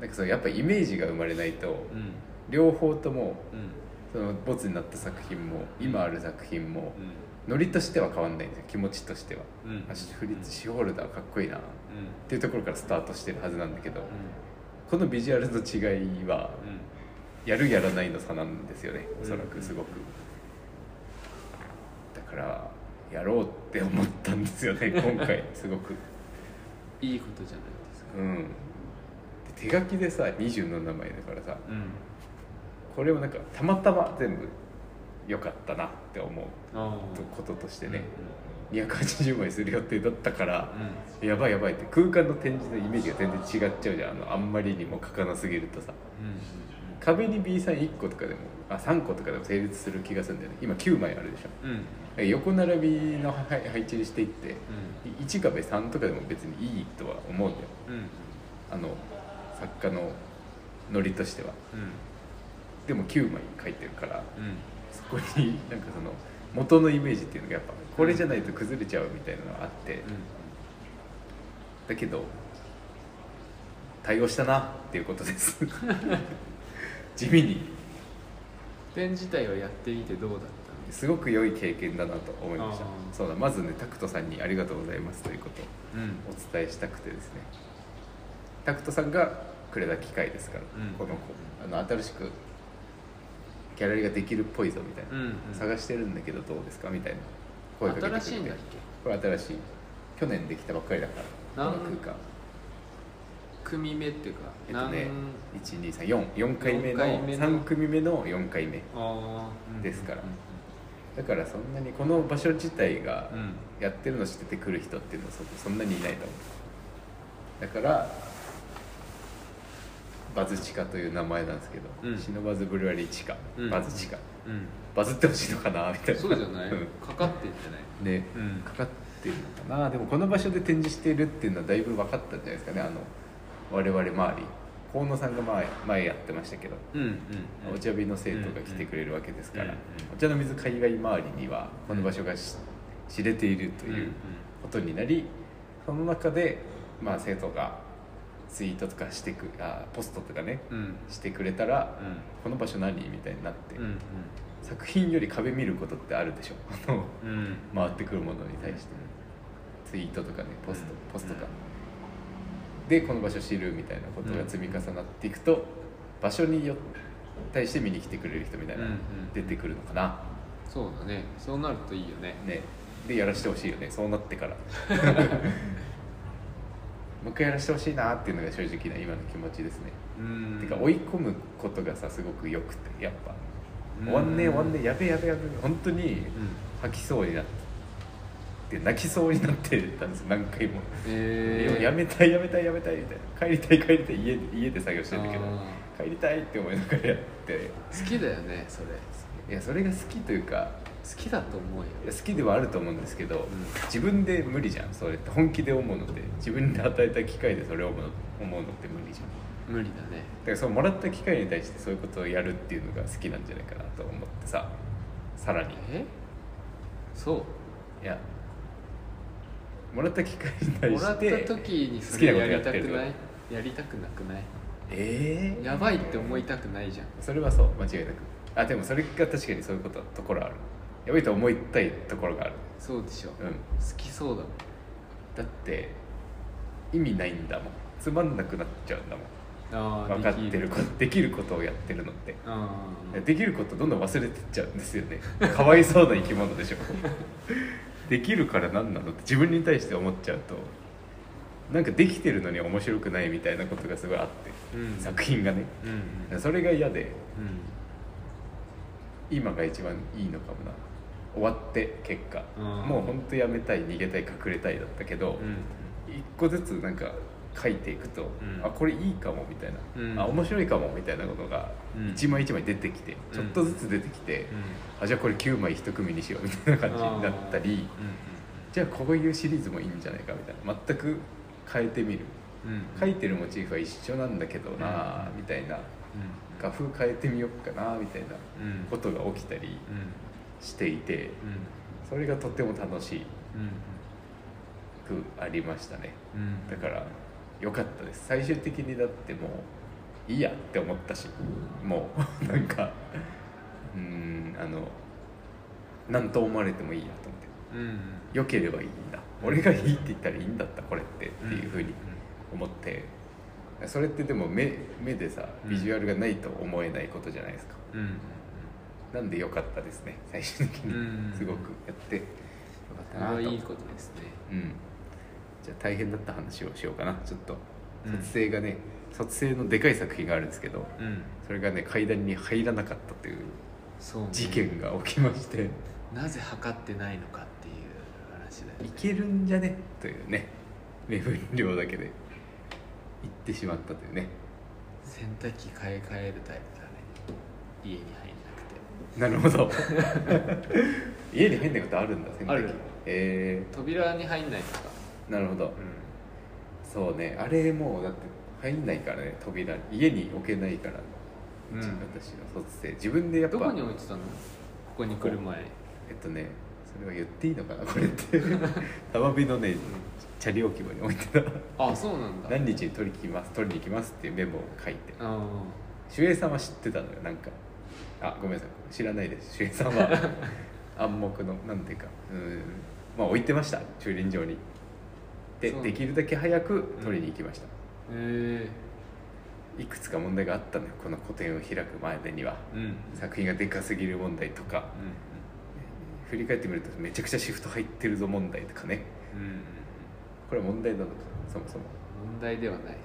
S1: なんかそうやっぱイメージが生まれないと
S2: うん
S1: 両方とも
S2: うん
S1: そのボツになった作品も今ある作品も
S2: うん
S1: ノリとしては変わんないんですよ気持ちとしては、
S2: うん
S1: あフリッツ・シュホルダーかっこいいなっ
S2: うん
S1: ていうところからスタートしてるはずなんだけど、
S2: う
S1: このビジュアルの違いは
S2: んうん
S1: やるやらないの差なんですよね
S2: う
S1: お
S2: ん
S1: そらくすごくだからやろうって思ったんですよ ね今回すごく
S2: いいことじゃないですか
S1: うんで手書きでさ27枚だからさ
S2: うん
S1: これをなんかたまたま全部良かったなって思う
S2: あ
S1: とこととして
S2: あ
S1: ね280枚する予定だったから
S2: うん
S1: やばいやばいって空間の展示のイメージが全然違っちゃうじゃんあのあんまりにも書かなすぎるとさ
S2: うん
S1: 壁に B さん1個とかでもあ3個とかでも成立する気がするんだよね今9枚あるでしょ
S2: うんうん
S1: 横並びの配配置にしていって1壁3とかでも別にいいとは思うんだよ
S2: うんうん
S1: あの作家のノリとしては
S2: うん
S1: でも9枚書いてるから
S2: うん
S1: そこになんかその元のイメージっていうのがやっぱこれじゃないと崩れちゃうみたいなのがあってだけど対応したなっていうことです 地味に
S2: 展自体をやってみてどうだったんです
S1: すごく良い経験だなと思いました
S2: あー
S1: そうだまずねタクトさんにありがとうございますということを
S2: うんうん
S1: お伝えしたくてですねタクトさんがくれた機会ですから、
S2: うん
S1: このこあの新しくギャラリーができるっぽいぞみたいな、
S2: うんうん
S1: 探してるんだけどどうですかみたいな声かけてくれて
S2: 新しいんだっけ
S1: これ新しい去年できたばっかりだから
S2: なん
S1: この空間
S2: 組目っていうか
S1: えっとね
S2: 何
S1: 1234回目の
S2: 四回目の
S1: 3組目の4回目
S2: あーうん
S1: ですから
S2: うん
S1: だからそんなにこの場所自体が
S2: うん
S1: やってるの知っててくる人っていうのはそそんなにいないと思うだからバズチカという名前なんですけど、
S2: うん
S1: シノバズブルワリーチカ、
S2: うん
S1: バズチカ
S2: うん
S1: バズってほしいのかなみたいな
S2: そうじゃない
S1: ん
S2: かかってんじゃない
S1: ね、
S2: うん
S1: かかってるのかなでもこの場所で展示してるっていうのはだいぶ分かったんじゃないですかねあの我々周り河野さんが前前やってましたけど、
S2: うんうん
S1: お茶日の生徒が来てくれるわけですから、
S2: うんうん
S1: お茶の水界隈周りにはこの場所がし知れていると
S2: うんう
S1: いうんことになりその中で、まあ、生徒がツイートとかしてくあポストとかね
S2: うんうん
S1: してくれたら、この場所何みたいになって、
S2: うんうん
S1: 作品より壁見ることってあるでしょ あの
S2: うん
S1: 回ってくるものに対してツイートとかねポスト
S2: うん
S1: ポストか、でこの場所知るみたいなことが積み重なっていくと、場所によ対して見に来てくれる人みたいな、
S2: うんうん
S1: 出てくるのかな
S2: そうだねそうなるといいよね
S1: ねでやらしてほしいよねそうなって からもう一回やらしてほしいなっていうのが正直な今の気持ちですね、
S2: うん
S1: てか追い込むことがさすごくよくてやっぱ
S2: うん
S1: 終わんねえ終わんねえやべえやべえやべえ本当に
S2: うん
S1: 吐きそうになってで泣きそうになってたんですよ何回も、
S2: えー
S1: やめたいやめたいやめたいみたいな帰りたい帰りたい家で家で作業してるんだけど
S2: あ
S1: 帰りたいって思いながらやって
S2: 好きだよねそれ好
S1: いやそれが好きというか
S2: きだと思うよ
S1: いや好きではあると思うんですけど、
S2: ん
S1: 自分で無理じゃんそれって本気で思うのって自分で与えた機会でそれを思うの思うのって無理じゃん
S2: 無理だね
S1: だからそのもらった機会に対してそういうことをやるっていうのが好きなんじゃないかなと思ってささらに
S2: えそう
S1: いやもらった機会に対
S2: もら
S1: し
S2: ってた時にそ
S1: 好きな
S2: れ
S1: ことや
S2: や
S1: ってる
S2: りたく
S1: ってこと
S2: ないやりたくなくない
S1: ええ
S2: やばいって思いたくないじゃん
S1: それはそう間違いなくあでもそれが確かにそういうことところあるやばいと思いたいところがある
S2: そうでしょ、
S1: うん
S2: 好きそうだもん
S1: だって意味ないんだもんつまんなくなっちゃうんだもん
S2: あー
S1: 分かって
S2: でき
S1: ることできることをやってるのって
S2: あー
S1: できることどんどん忘れてっちゃうんですよねかわいそうな生き物でしょできるから何なのって自分に対して思っちゃうとなんかできてるのに面白くないみたいなことがすごいあって、
S2: うん
S1: 作品がね
S2: うん
S1: それが嫌で
S2: うん
S1: 今が一番いいのかもな終わって結果、
S2: うん
S1: もう本当やめたい逃げたい隠れたいだったけど、一個ずつなんか書いていくと、
S2: ん
S1: あこれいいかもみたいな、
S2: うん
S1: あ面白いかもみたいなことが
S2: うん
S1: 一枚一枚出てきて、
S2: ん
S1: ちょっとずつ出てきて、あじゃあこれ9枚1組にしようみたいな感じになったりじゃあこういうシリーズもいいんじゃないかみたいな全く変えてみる書いてるモチーフは一緒なんだけどな
S2: う
S1: みたいな画風変えてみようかなみたいなことが起きたりしていてそれがとても楽しくありましたねだから良かったです最終的にだってもういいやって思ったしもう なんかうーんあの何と思われてもいいやと思って良ければいいんだ俺がいいって言ったらいいんだったこれってっていうふうに思ってそれってでも目目でさビジュアルがないと思えないことじゃないですか、なんで良かったですね最終的
S2: うん
S1: にすごくやってよかったなと
S2: いいことですね。
S1: うんじゃあ大変だった話をしようかなちょっと
S2: うん
S1: 撮影がね、撮影のでかい作品があるんですけど
S2: うん、
S1: それがね階段に入らなかったという
S2: そう、
S1: 事件が起きまして、
S2: なぜ測ってないのかっていう話だよね
S1: いけるんじゃねというね目分量だけで行ってしまったというね
S2: 洗濯機買い替えるタイプだね家に入んなくて
S1: なるほ ど家に入んないことあるんだ洗
S2: あ
S1: 濯
S2: る
S1: 機え
S2: 扉に入んないとか
S1: ー、なるほど、そうねあれもうだって入んないからね扉に家に置けないから、
S2: うん
S1: 私の卒生自分でやっぱ
S2: どこに置いてたのここに来る前
S1: えっとねそれは言っていいのかなこれって たまびのねチャリ置き場に置いてた
S2: あそうなんだ
S1: 何日に取りに来ます取りに行きますっていうメモを書いて
S2: あ
S1: 守衛さんは知ってたのよなんかあごめんなさい知らないです守衛さんは 暗黙のなんていうかうんまあ置いてました駐輪場にで
S2: そう
S1: できるだけ早く取りに行きました、
S2: ーへ
S1: いくつか問題があったのよこの個展を開く前でには
S2: えうんうん
S1: 作品がでかすぎる問題とか振り返ってみるとめちゃくちゃシフト入ってるぞ問題とかね
S2: うんうん
S1: これは問題なのかそもそも
S2: 問題ではないね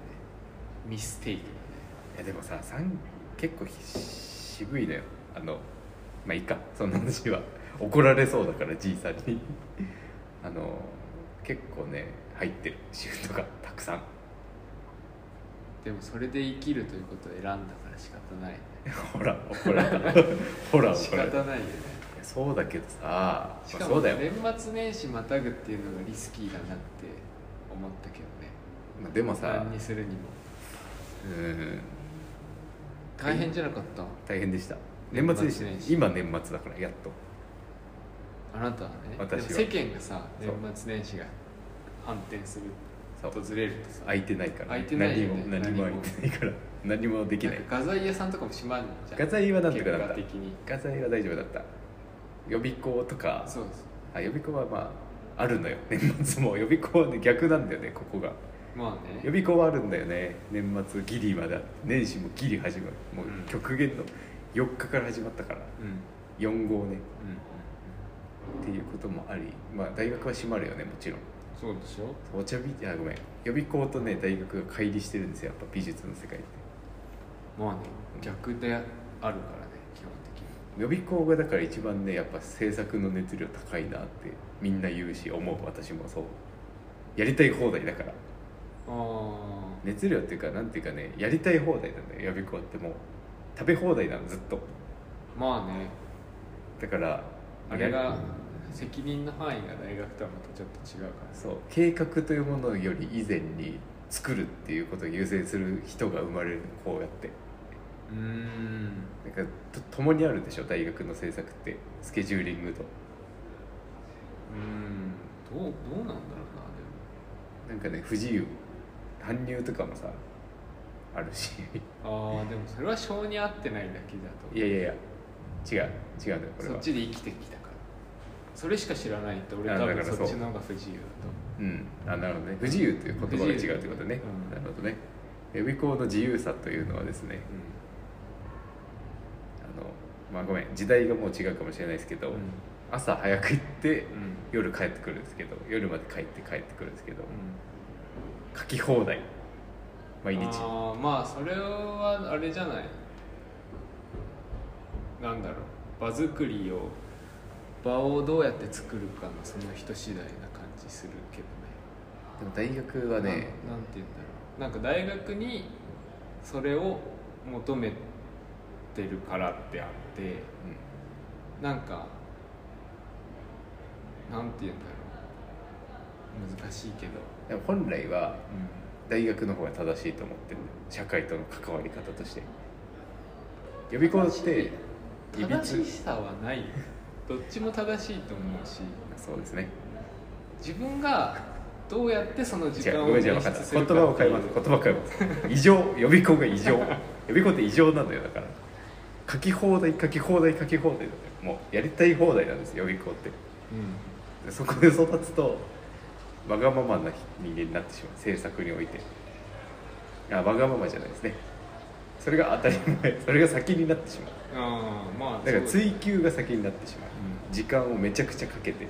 S2: ミステイクだね
S1: いやでもささん結構ひ渋いのよあのまあいいかそんな話は 怒られそうだからじいさんに あの結構ね入ってるシフトがたくさん
S2: でもそれで生きるということを選んだから仕方ないね
S1: ほら怒られた ほら
S2: 仕
S1: 怒られた
S2: 方
S1: い
S2: ないよね
S1: やそうだけどさ、まあ
S2: しか
S1: そ
S2: も
S1: うだよ
S2: 年末年始またぐっていうのがリスキーだなって思ったけどね
S1: まあでもさ
S2: 何にするにも
S1: うーん
S2: 大変じゃなかった
S1: 大変でした年末年始
S2: 年末年始
S1: 今年末だからやっと
S2: あなたはね
S1: 私は
S2: でも世間がさ
S1: そ
S2: 年
S1: う
S2: 末年始が反転する
S1: そう
S2: 訪れるとさ
S1: 空いてないから、
S2: 空いてないよね
S1: 何も何も
S2: 何も
S1: 空いてないから何もできない
S2: んか画材屋さんとかも閉まんじゃん
S1: 画材はなんとかなった
S2: 結果的に
S1: 画材は大丈夫だった予備校とか
S2: そうです
S1: あ予備校はまああるのよ 年末も予備校はね逆なんだよねここが
S2: ま
S1: 予
S2: あね
S1: 備校はあるんだよね年末ギリまであって年始もギリ始まるもう
S2: うん
S1: 極限の4日から始まったから
S2: うんうん
S1: 4号ね
S2: うん
S1: っていうこともありまあ大学は閉まるよねもちろん
S2: そうでしょ
S1: お茶びあごめん予備校とね大学が乖離してるんですよやっぱ美術の世界って
S2: まあね逆であるからね基本的に
S1: 予備校がだから一番ねやっぱ制作の熱量高いなってみんな言うし思う私もそうやりたい放題だから
S2: あ
S1: 熱量っていうかなんていうかねやりたい放題なんだよ予備校ってもう食べ放題なのずっと
S2: あまあね
S1: だから
S2: あれ
S1: や
S2: が責任の範囲が大学とはまたちょっと違うから
S1: そう計画というものより以前に作るっていうことを優先する人が生まれるのこうやって
S2: うーん
S1: なんかと共にあるでしょ大学の制作ってスケジューリングと
S2: うんどうどうなんだろうなでも
S1: なんかね不自由搬入とかもさあるし
S2: ああでもそれは性に合ってないだけだと
S1: いやいやいや違う違うのよこれ
S2: そっ
S1: は
S2: ちで生きてきたからそれしか知らないって俺
S1: あ
S2: 多
S1: だ
S2: 分
S1: からそ
S2: そうっちの方が不自由だ
S1: うんあなるほどね不自由という言葉が違うということね、
S2: うん
S1: なるほどね予備校の自由さというのはですね
S2: と
S1: あのまあごめん時代がもう違うかもしれないですけど、
S2: うんうん
S1: 朝早く行って
S2: うん
S1: 夜帰ってくるんですけど夜まで帰って帰ってくるんですけど書き放題毎日
S2: あーまあそれはあれじゃないなんだろう場作りを場をどうやって作るかのその人次第な感じするけどね
S1: でも大学はね
S2: ななんて言うんだろうなんか大学にそれを求めてるからってあってなんかなんて言うんだろう難しいけど、
S1: うんでも本来は大学の方が正しいと思ってる社会との関わり方として予備校っていびつ
S2: 正しさはないよどっちも正しいと思うし
S1: そうですね
S2: 自分がどうやってその時
S1: 違
S2: 間
S1: う
S2: を
S1: ごめんじゃあ分
S2: 捻
S1: か
S2: 出
S1: った
S2: する
S1: 言
S2: か
S1: 葉を変えます言葉を変えます異常予備校が異常予備校って異常なんだよだから書き放題書き放題書き放題なんだよもうやりたい放題なんですよ予備校って
S2: うん
S1: でそこで育つとわがままな人間になってしまう政策においてあわがままじゃないですねそれが当たり前それが先になってしまう
S2: ああまあ
S1: だから
S2: そう
S1: 追求が先になってしまう時間をめちゃくちゃかけて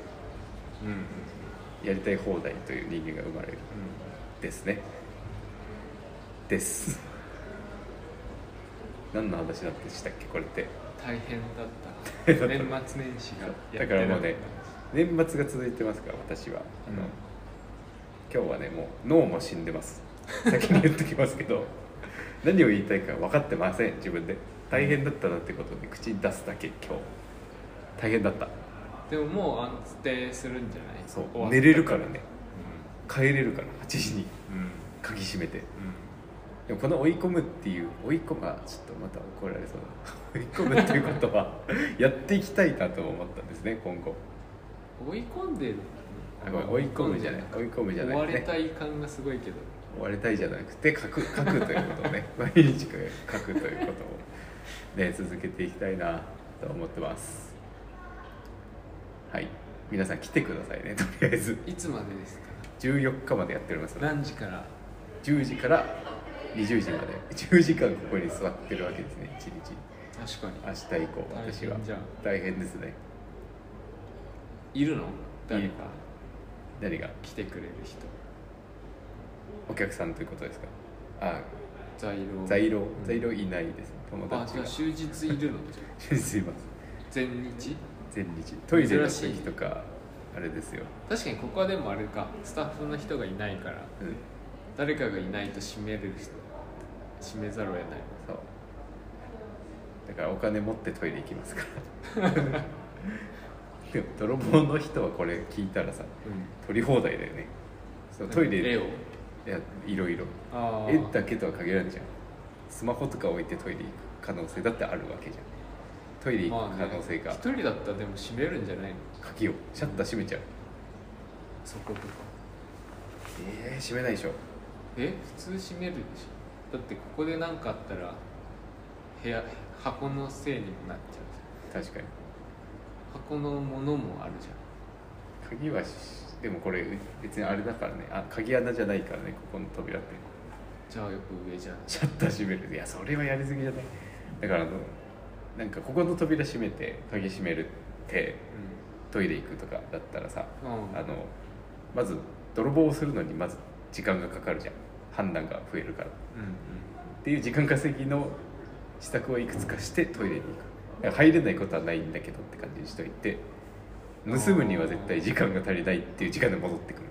S2: うんうんうん
S1: やりたい放題という人間が生まれるですねです何の話だってしたっけこれって
S2: 大変だった 年末年始がやって
S1: だからもうね
S2: なかった
S1: 年末が続いてますから私はあの、
S2: うん
S1: 今日はねもう脳も死んでます先に言っときますけ ど何を言いたいか分かってません自分で大変だったなってことで口に出すだけ今日大変だった
S2: でももう安定するんじゃない
S1: そ
S2: 終わ
S1: う
S2: った
S1: 寝れるからね帰れるから8時に
S2: うんうん
S1: 鍵閉めてでもこの追い込むっていう追い込むあちょっとまた怒られそうだ 追い込むっていうことは やっていきたいなと思ったんですね今後
S2: うん追い込んでる
S1: あごめん追い込むじゃない追い込むじゃない
S2: 追わ
S1: ね
S2: れたい感がすごいけど
S1: 終わりたいじゃなくて書く 書くということをね 毎日書くということをね続けていきたいなと思ってますはい皆さん来てくださいねと りあえず
S2: いつまでですか
S1: 14日までやっておりますので
S2: 何時から
S1: 10時から20時まで10時間ここに座ってるわけですね一日
S2: 確か
S1: 明日以降
S2: 大変
S1: 私は
S2: じゃん
S1: 大変ですね
S2: にいるの誰か
S1: 何が
S2: 来てくれる人
S1: お客さんということですかあ
S2: 在労
S1: 在労
S2: ん
S1: 在労いないです友
S2: あ
S1: 達
S2: じゃ
S1: が
S2: あ終日いるのじゃ
S1: すいません
S2: あ全日
S1: 全日トイレの
S2: 珍しい
S1: 時とかあれですよ、
S2: 確かにここはでもあれかスタッフの人がいないから
S1: うん、
S2: 誰かがいないと閉める人閉めざるを得ない
S1: そうだからお金持ってトイレ行き ますからでも泥棒の人はこれ聞いたらさ
S2: うん
S1: 取り放題だよねそうトイレ
S2: 絵を
S1: いやいろいろ
S2: ああ
S1: 絵だけとは限らないじゃんスマホとか置いてトイレ行く可能性だってあるわけじゃんトイレ行
S2: ま
S1: く
S2: あ
S1: 可
S2: ね
S1: 能性が、
S2: 一人だったらでも閉めるんじゃないの
S1: 鍵をシャッター閉めちゃう、
S2: そことか
S1: えー、閉めないでしょ
S2: え普通閉めるでしょだってここで何かあったら部屋箱のせいにもなっちゃうじ
S1: 確かに
S2: ゃん箱のものもあるじ
S1: 鍵はしでもこれ別にあれだからねあ鍵穴じゃないからねここの扉って
S2: ゃんじゃあよく上じゃん
S1: シャッター閉めるいやそれはやりすぎじゃないだからあのなんかここの扉閉めて鍵閉めるってトイレ行くとかだったらさ
S2: うん、うん、
S1: あのまず泥棒をするのにまず時間がかかるじゃん判断が増えるからっ
S2: うんうん
S1: ていう時間稼ぎの施策をいくつかしてトイレに行くだから入れないことはないんだけどって感じにしといて盗むには絶対時間が足りないっていう時間で戻ってくる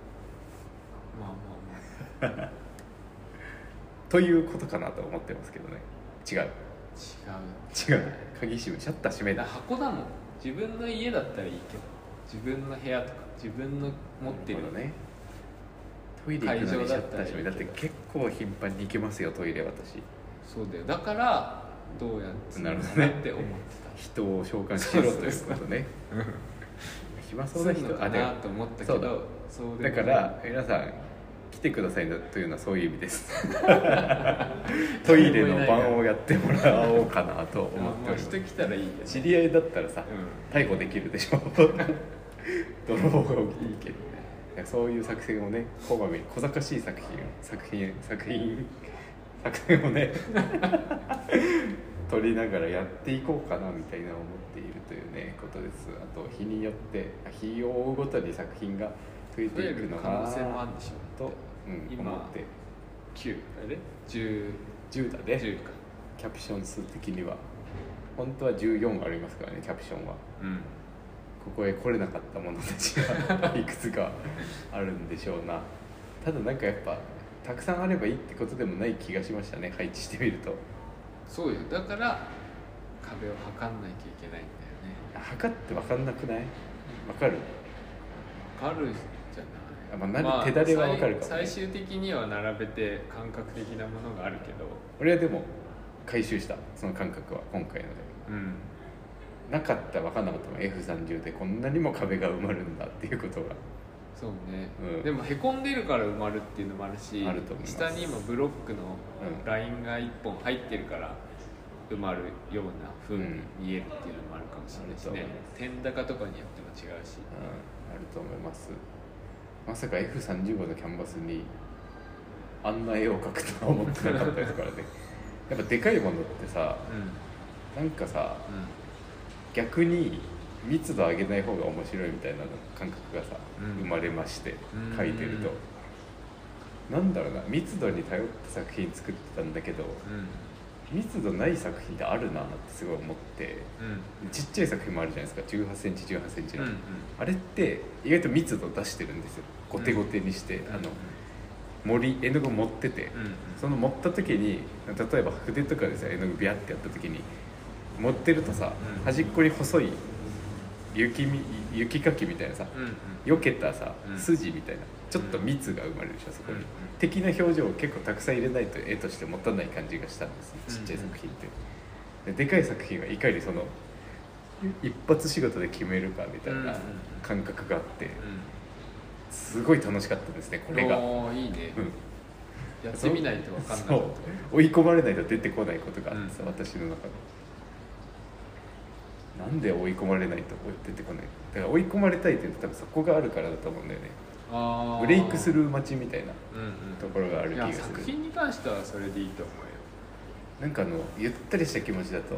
S2: まあまあま
S1: ということかなと思ってますけどね違う
S2: あ
S1: 違う鍵閉めシャッター閉め
S2: 違う
S1: ない
S2: 箱だもん自分の家だったらいいけど自分の部屋とか自分の持ってる
S1: なほどねトイレ行くのに
S2: 会場
S1: シャ
S2: だ
S1: ッ
S2: っ
S1: タ
S2: た
S1: ー
S2: らいい
S1: 閉
S2: け
S1: め
S2: ど
S1: だって結構頻繁に行けますよトイレ私
S2: そうだよだからどうやって
S1: なるほどね
S2: って思って
S1: 人を召喚しろということね暇
S2: た
S1: そうな
S2: すんの
S1: 人
S2: か
S1: あでも
S2: なと思ったけ
S1: そうだ
S2: どそう
S1: だ
S2: でも
S1: か
S2: ない
S1: ら皆さん来てくださいというのはそういう意味です トイレの番をやってもらおうかなと思っており
S2: あ
S1: ます
S2: 人来たらいいよ、ね、
S1: 知り合いだったらさ逮捕できるでし ょ泥棒が起きていけるいやそういう作戦をねこまめに小賢しい作品作品作品作戦をね 取りながらやっていこうかなみたいな思っているというねことですあと日によってあ日を追うごとに作品が増え
S2: うん、増
S1: て
S2: え
S1: いく
S2: る
S1: の
S2: 可
S1: かな
S2: 能性もあるんでしょ
S1: と、うん、
S2: 今
S1: 思って
S2: 9あれ10
S1: 10だね
S2: 10か
S1: キャプション数的には本当は14ありますからねキャプションは
S2: うん
S1: ここへ来れなかった者たちがいくつかあるんでしょうなただなんかやっぱたくさんあればいいってことでもない気がしましたね配置してみると
S2: そうよだから壁を測んなきゃいけないんだよね
S1: 測って分かんなくない分かる
S2: わかるじゃ
S1: あ
S2: な
S1: まあ
S2: い
S1: なる手だれはわかるかもね
S2: さい最終的には並べて感覚的なものがあるけど
S1: 俺はでも回収したその感覚は今回ので
S2: うん
S1: なかった分かんなかったもん F30 でこんなにも壁が埋まるんだっていうことが
S2: そうね、
S1: うん
S2: でもへこんでるから埋まるっていうのもあるし
S1: あると思います
S2: 下に今ブロックの
S1: うん
S2: ラインが1本入ってるから埋まるような風に見えるっていうのもあるかもしれないしね、点高とかによっても違うし
S1: うんあると思いますまさか F35 のキャンバスにあんな絵を描くとは思ってなかったですからねやっぱでかいものってさ
S2: う
S1: なんかさ
S2: んうん
S1: 逆に密度上げない方が面白いみたいな感覚がさ、
S2: うん
S1: 生まれまして
S2: うん
S1: 描いてるとなんだろうな密度に頼った作品作ってたんだけど
S2: う
S1: 密度ない作品ってあるなってすごい思って
S2: んうん
S1: ちっちゃい作品もあるじゃないですか1 8センチ1 8センチの、
S2: うんうん
S1: あれって意外と密度出してるんですよゴテゴテにして、あの森絵の具持ってて、
S2: うんうん
S1: その持った時に例えば筆とかでさ絵の具ビャってやった時に持ってるとさ、
S2: うん
S1: 端っこに細い雪み雪かきみたいなさ、
S2: うんうん
S1: 避けたさ、
S2: うん
S1: 筋みたいなちょっと蜜が生まれるでしょそこに、
S2: うんうん
S1: 的な表情を結構たくさん入れないと絵としてもったいない感じがしたんですね
S2: うん
S1: ちっちゃい作品って、ででかい作品はいかにその一発仕事で決めるかみたい
S2: うんうんう
S1: なん感覚があって
S2: う
S1: すごい楽しかったんですねこ
S2: ん
S1: れが、うん、
S2: おーいいね、やってみないと分かんな
S1: そ
S2: かっ
S1: う追い込まれないと出てこないことがあってさ、
S2: うん
S1: 私の中でなんで追い込まれないと出てこないだから追い込まれたいっていうのは多分そこがあるからだと思うんだよね
S2: たあー
S1: ブレイクスルー待ちみたいな
S2: うんうん
S1: ところがある
S2: い
S1: 気が
S2: や
S1: す
S2: 作
S1: る
S2: 品に関してはそれでいいと思う
S1: な
S2: よ
S1: んかあのゆったりした気持ちだと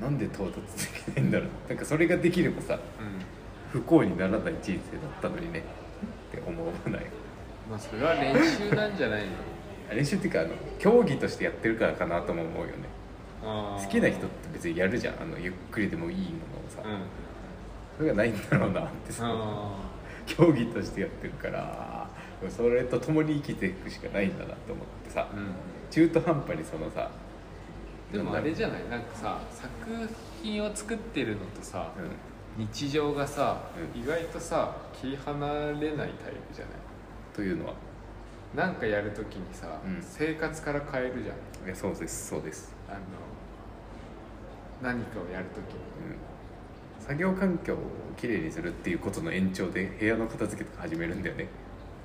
S1: なんで到達できないんだろうなんかそれができればさ
S2: うん
S1: 不幸にならない人生だったのにねって思わない
S2: まあそれは練習なんじゃないの
S1: 練習っていうかあの競技としてやってるからかなとも思うよね
S2: あー
S1: 好きな人って別にやるじゃんあのゆっくりでもいいものをさ、
S2: うん
S1: それがないんだろうなってさ、
S2: あ
S1: 競技としてやってるからそれと共に生きていくしかないんだなと思ってさ、
S2: ーうん
S1: 中途半端にそのさ
S2: でもあれじ
S1: ゃ
S2: ゃないなんかさ作品を作ってるのとさ、
S1: うん
S2: 日常がさ、
S1: う
S2: 意外とさ切り離れないタイプじゃない
S1: というのは
S2: なんかやるときにさ、
S1: うん
S2: 生活から変えるじゃん
S1: いやそうですそうです、
S2: あの何かをやるときに
S1: うん、作業環境をきれいにするっていうことの延長で部屋の片付けとか始めるんだよね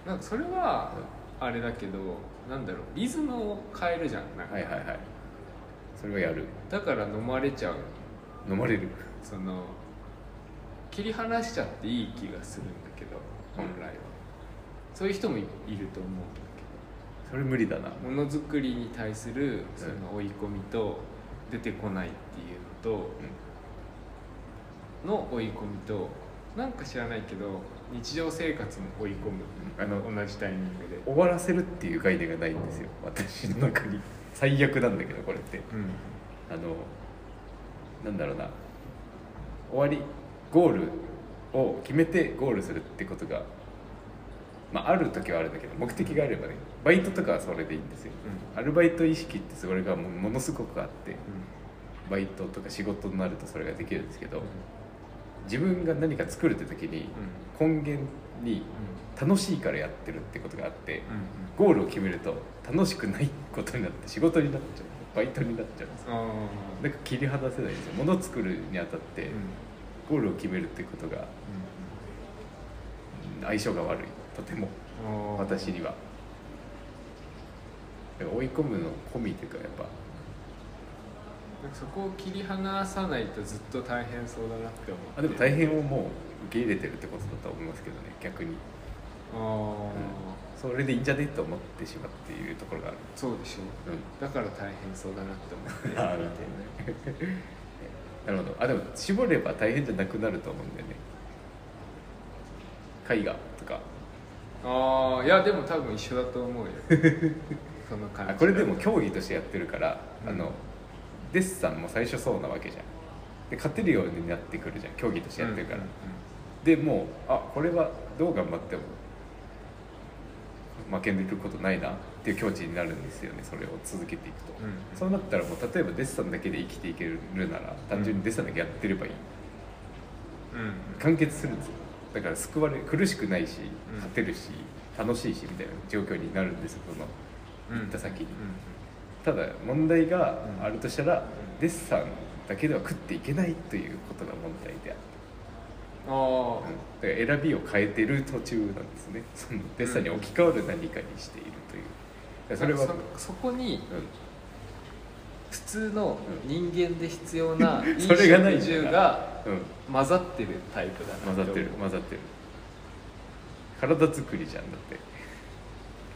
S2: なんかそれはあれだけどなんだろうリズムを変えるじゃんなんか、
S1: はいはいはいそれはやる
S2: だから飲まれちゃう
S1: 飲まれる
S2: その切り離しちゃっていい気がするんだけど本来は、そういう人もいいると思うんだ
S1: それ無理だな
S2: けどものづくりに対するその追い込みと出てこないっていうのと、の追い込みとなんか知らないけど日常生活も追い込む
S1: あの
S2: 同じタイミングで、
S1: 終わらせるっていう概念がないんですよ私の中に最悪なんだけどこれって
S2: うん、
S1: あのなんだろうな終わりゴールを決めてゴールするってことが、まあ、ある時はあるんだけど目的があればねバイトとかはそれでいいんですよ、アルバイト意識ってそれがもうものすごくあってバイトとか仕事になるとそれができるんですけど自分が何か作るって時に根源に楽しいからやってるってことがあってゴールを決めると楽しくないことになって仕事になっちゃうバイトになっちゃうんですよなんか切り離せないんですよもの作るにあたってゴールを決めるってことがうん相性が悪いとても私にはだから追い込むの込みというかやっぱ
S2: なんかそこを切り離さないとずっと大変そうだなって思って
S1: あでも大変をもう受け入れてるってことだと思いますけどね逆に
S2: あー、
S1: それでいいんじゃねと思ってしまっているところがある
S2: そうでしょ
S1: うん
S2: だから大変そうだなって 思って
S1: あーなるほどあでも絞れば大変じゃなくなると思うんだよね絵画とか
S2: ああいやでも多分一緒だと思うよその
S1: あ
S2: 感じだと
S1: これでも競技としてやってるから、
S2: うん
S1: あのデッサンも最初そうなわけじゃんで勝てるようになってくるじゃん競技としてやってるから、
S2: うんうん
S1: でもうあこれはどう頑張っても負けることないなっていう境地になるんですよねそれを続けていくと、
S2: うん
S1: そうなったらもう例えばデッサンだけで生きていけるなら単純にデッサンだけやってればいい、
S2: うんうん
S1: 完結するんですよだから救われ苦しくないし
S2: うん
S1: 勝てるし、楽しいしみたいな状況になるんですよその
S2: うん
S1: 行った先に、
S2: う
S1: ただ問題があるとしたら、
S2: ん
S1: デッサンだけでは食っていけないということが問題である
S2: んああ
S1: だから選びを変えてる途中なんですねそのデッサンに置き換わる何かにしているというだからそれは、うん
S2: そそこに普通の人間で必要な飲
S1: それがないん
S2: 食
S1: だよ
S2: 住
S1: な
S2: が
S1: うん、
S2: 混ざってるタイプだな
S1: 混ざってる
S2: 思う
S1: 混ざってる体作りじゃんだって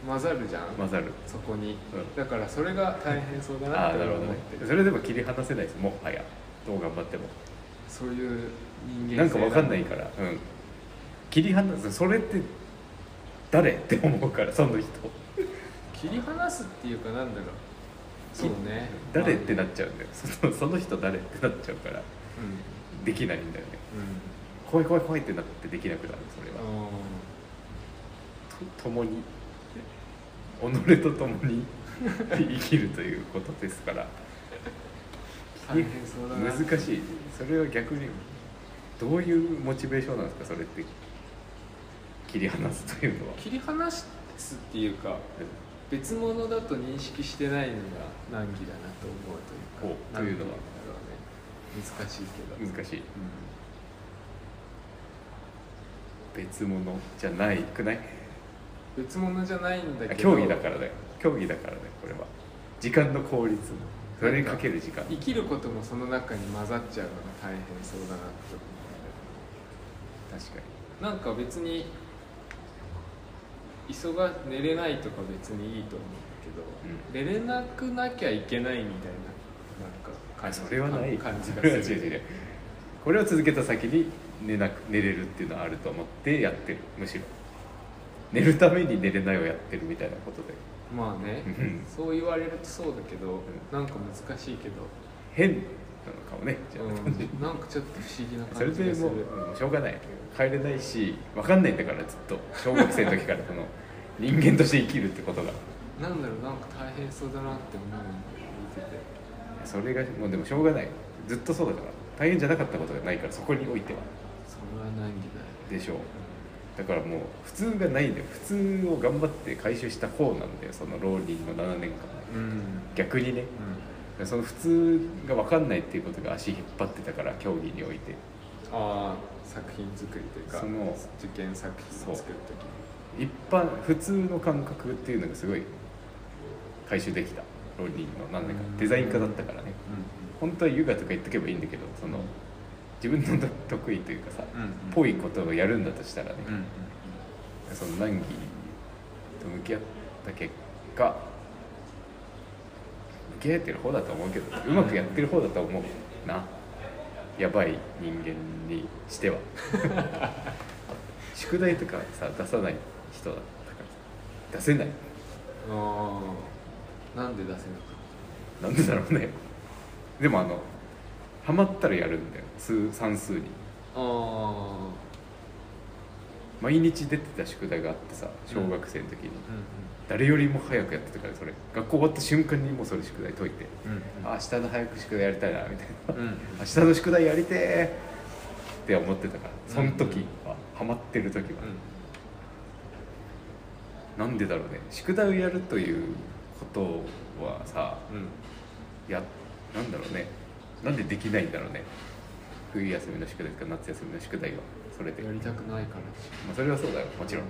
S2: 混ざるじゃん
S1: 混ざる
S2: そこに、
S1: うん
S2: だからそれが大変そうだな
S1: あ
S2: っ
S1: あ
S2: て
S1: なる
S2: 俺
S1: ほ
S2: は
S1: ど
S2: 思
S1: ね
S2: ってる
S1: それでも切り離せないですもはやどう頑張っても
S2: そういう人間
S1: なんかわかんない
S2: ら
S1: から、うん、切り離すそれって誰 って思うからその人
S2: 切り離すっていうかなんだろうそうね
S1: 誰ってな
S2: う
S1: っちゃうんだよそのその人誰ってなっちゃうから
S2: ん
S1: できないんだよね
S2: うん
S1: 怖い怖い怖いってなってできなくなるそれはと
S2: あ
S1: 共に己と共に生きるということですから
S2: ー大変そうだな
S1: 難しいそれは逆にどういうモチベーションなんですかそれって切り離すというのは、
S2: 切り離すっていうか別物だと認識してないのが難儀だなと思うという
S1: お
S2: か
S1: というのは
S2: なんて言うんだろうね難しいけど、
S1: 難しい別物じゃないくない
S2: うん別物じゃないんだけど
S1: 競技だからだよ競技だからだよこれは時間の効率それにかける時間
S2: 生きることもその中に混ざっちゃうのが大変そうだなって思
S1: 確か
S2: うなんか別に急が寝れないとか別にいいと思うんだけど、寝れなくなきゃいけないみたいななんか
S1: にあ
S2: 感じ
S1: それはない
S2: 感じが
S1: そ
S2: す
S1: れは
S2: る
S1: 違う違う違うこれを続けた先に寝なく寝れるっていうのはあると思ってやってるむしろ寝るために寝れないをやってるみたいなことで
S2: まあね
S1: うん
S2: そう言われるとそうだけど、なんか難しいけど、
S1: 変なのかもねじ ゃあ、
S2: うん、なんかちょっと不思議な
S1: それ
S2: 感じ
S1: で
S2: がす
S1: も
S2: る
S1: ううんしょうがない帰れないし分かんないんだからずっと小学生の時からその人間として生きるってことが
S2: なんだろうなんか大変そうだなって思うんだよ見てて
S1: それがもうでもしょうがないずっとそうだから大変じゃなかったことがないからそこにおいては
S2: それは難儀だよ
S1: でしょうだからもう普通がないんだよ普通を頑張って回収した方なんだよその浪人の7年間
S2: うん、うん
S1: 逆にねその普通が分かんないっていうことが足引っ張ってたから競技において
S2: ああ作品作りというか
S1: その
S2: 受験作品を作る時に
S1: 一般普通の感覚っていうのがすごい回収できた浪人の7年間デザイン科だったからね本当は優雅とか言っとけばいいんだけどその自分の得意というかさ、
S2: うんうん
S1: ぽいことをやるんだとしたらね、
S2: うんうん
S1: その難儀と向き合った結果向き合えてる方だと思うけどうまくやってる方だと思うなやばい人間にしては宿題とかさ出さない人だったから出せない
S2: ああなんで出せなか
S1: なんでだろうねでもあのハマったらやるんだよ数算数に
S2: ったああ
S1: 毎日出てた宿題があってさ小学生の時に、
S2: う
S1: 誰よりも早くやってたからそれ学校終わった瞬間にもうそれ宿題解いて
S2: んうん
S1: あ明日の早く宿題やりたいなみたいな、
S2: うん
S1: 明日の宿題やりてーって思ってたからその時は、ハマってる時は、なんでだろうね宿題をやるということはさ
S2: うんうん
S1: やなんだろうねなんでできないんだろうね冬休みの宿題とか夏休みの宿題はそれで、ま
S2: やりたくないからでし
S1: あ、それはそうだよもちろん、
S2: ょ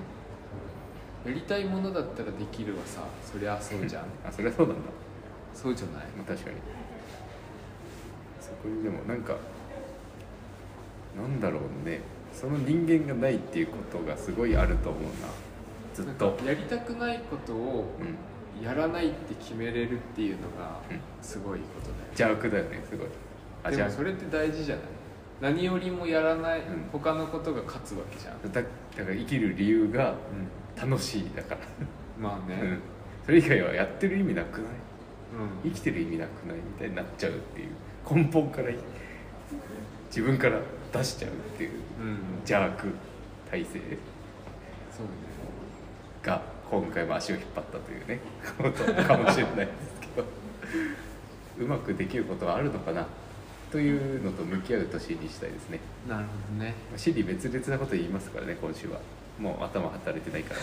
S2: やりたいものだったらできるはさそりゃそうじゃん
S1: あそれはそうなんだ
S2: そうじゃない
S1: まあ、確かにそこにでもなんかなんだろうねその人間がないっていうことがすごいあると思うなずっ
S2: なん
S1: と
S2: かやりたくないことを
S1: うん
S2: やらないって決めれるっていうのが
S1: うん
S2: すごいことだよ
S1: 邪悪だよねすごいあ
S2: で
S1: 邪
S2: も
S1: 悪
S2: それって大事じゃない何よりもやらない、
S1: うん
S2: 他のことが勝つわけじゃん、
S1: だだから生きる理由が楽しいだから、
S2: まあね、
S1: うんそれ以外はやってる意味なくない
S2: う
S1: 生
S2: ん
S1: きてる意味なくないみたいになっちゃうっていう根本から自分から出しちゃうっていう
S2: うん
S1: 邪悪体制
S2: そうね
S1: が今回も足を引っ張ったというねことかもしれないですけどうまくできることはあるのかなというのと向き合う年にしたいですね
S2: なるほどね
S1: 私利滅裂なこと言いますからね今週はもう頭働いてないか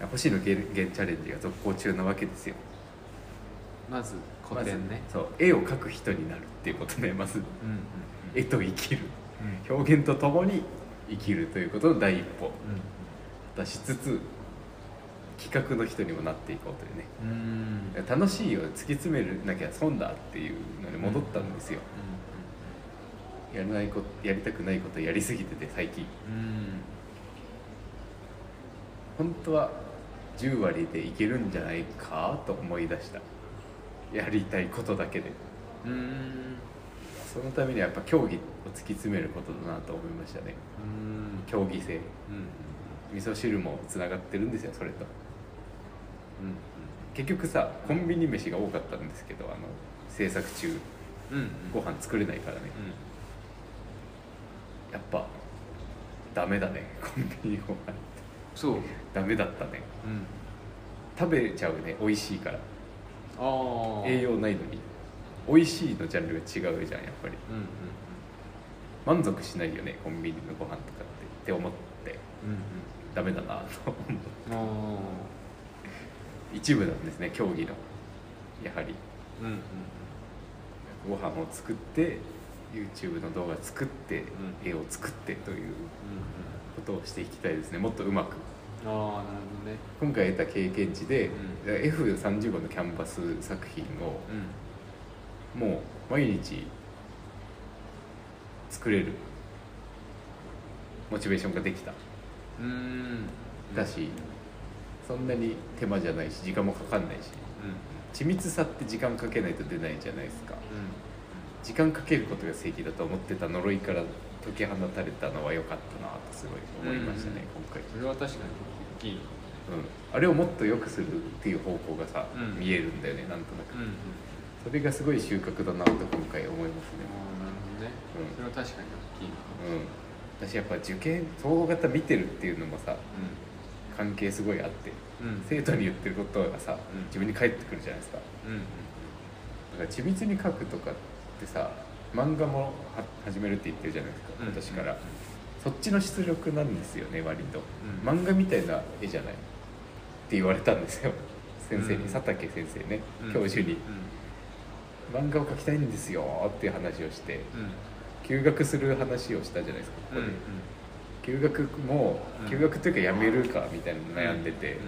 S1: ら星野源チャレンジが続行中なわけですよ
S2: まず古典ね
S1: ま、ずそう絵を描く人になるっていうことねまず
S2: うんうん
S1: 絵と生きる
S2: うん
S1: 表現とともに生きるということの第一歩
S2: う
S1: 出しつつ企画の人にもなっていこうというね
S2: んうんうん
S1: 楽しいを突き詰めなきゃ損だっていうのに戻ったんですよ、やらないことやりたくないことやりすぎてて最近
S2: うん
S1: 本当は10割でいけるんじゃないかと思い出したやりたいことだけで
S2: うんうん
S1: そのためにはやっぱ競技を突き詰めることだなと思いましたね
S2: うん
S1: 競技性
S2: うん
S1: 味噌汁もつながってるんですよそれと
S2: うん
S1: 結局さコンビニ飯が多かったんですけどあの制作中
S2: うんうん
S1: ご飯作れないからね
S2: うん
S1: やっぱダメだねコンビニご飯って
S2: そううん
S1: ダメだったね食べちゃうね美味しいから
S2: ああ
S1: 栄養ないのに美味しいのジャンルが違うじゃんやっぱり
S2: うんうん
S1: 満足しないよねコンビニのご飯とかってって思って
S2: うん
S1: ダメだなと思う
S2: うんうんあ
S1: 一部なんですね競技のやはり
S2: あうんうん
S1: ご飯を作って YouTube の動画作って、
S2: う
S1: 絵を作ってという
S2: う
S1: ことをしていきたいですねもっとうまく
S2: んうんああなるほどね
S1: 今回得た経験値で、
S2: う
S1: F35 のキャンバス作品を
S2: うん
S1: もう毎日作れるモチベーションができた
S2: うーん
S1: だしそんなに手間じゃないし時間もかかんないし
S2: うんうん
S1: 緻密さって時間かけないと出ないじゃないですか時間かけることが正義だと思ってた呪いから解き放たれたのは良かったなとすごい思いましたね、今回、
S2: それは確かに大きい
S1: うん、あれをもっと良くするっていう方向がさ、
S2: うん
S1: 見えるんだよねなんとなく、
S2: うんうん
S1: それがすごい収穫だなと今回思いますね
S2: ああなるほどね
S1: うん
S2: それは確かに大きいな
S1: うん私やっぱ受験総合型見てるっていうのもさ関係すごいあって
S2: うんうん
S1: 生徒に言ってることがさ、
S2: うん
S1: 自分に返ってくるじゃないですか
S2: うんうん
S1: だから緻密に書くとかってさ漫画もは始めるって言ってるじゃないですか
S2: うん
S1: 今年から、そっちの出力なんですよね割と、
S2: うん
S1: 漫画みたいな絵じゃないって言われたんですよ先生に、
S2: うん
S1: 佐竹先生ね
S2: うん
S1: 教授に、
S2: う
S1: 漫画を描きたいんですよっていう話をして
S2: んうん
S1: 休学する話をしたじゃないですかここ
S2: う
S1: で、
S2: んうん
S1: 休学も
S2: うん
S1: 休学というかやめるかみたいなの悩んでて、
S2: うん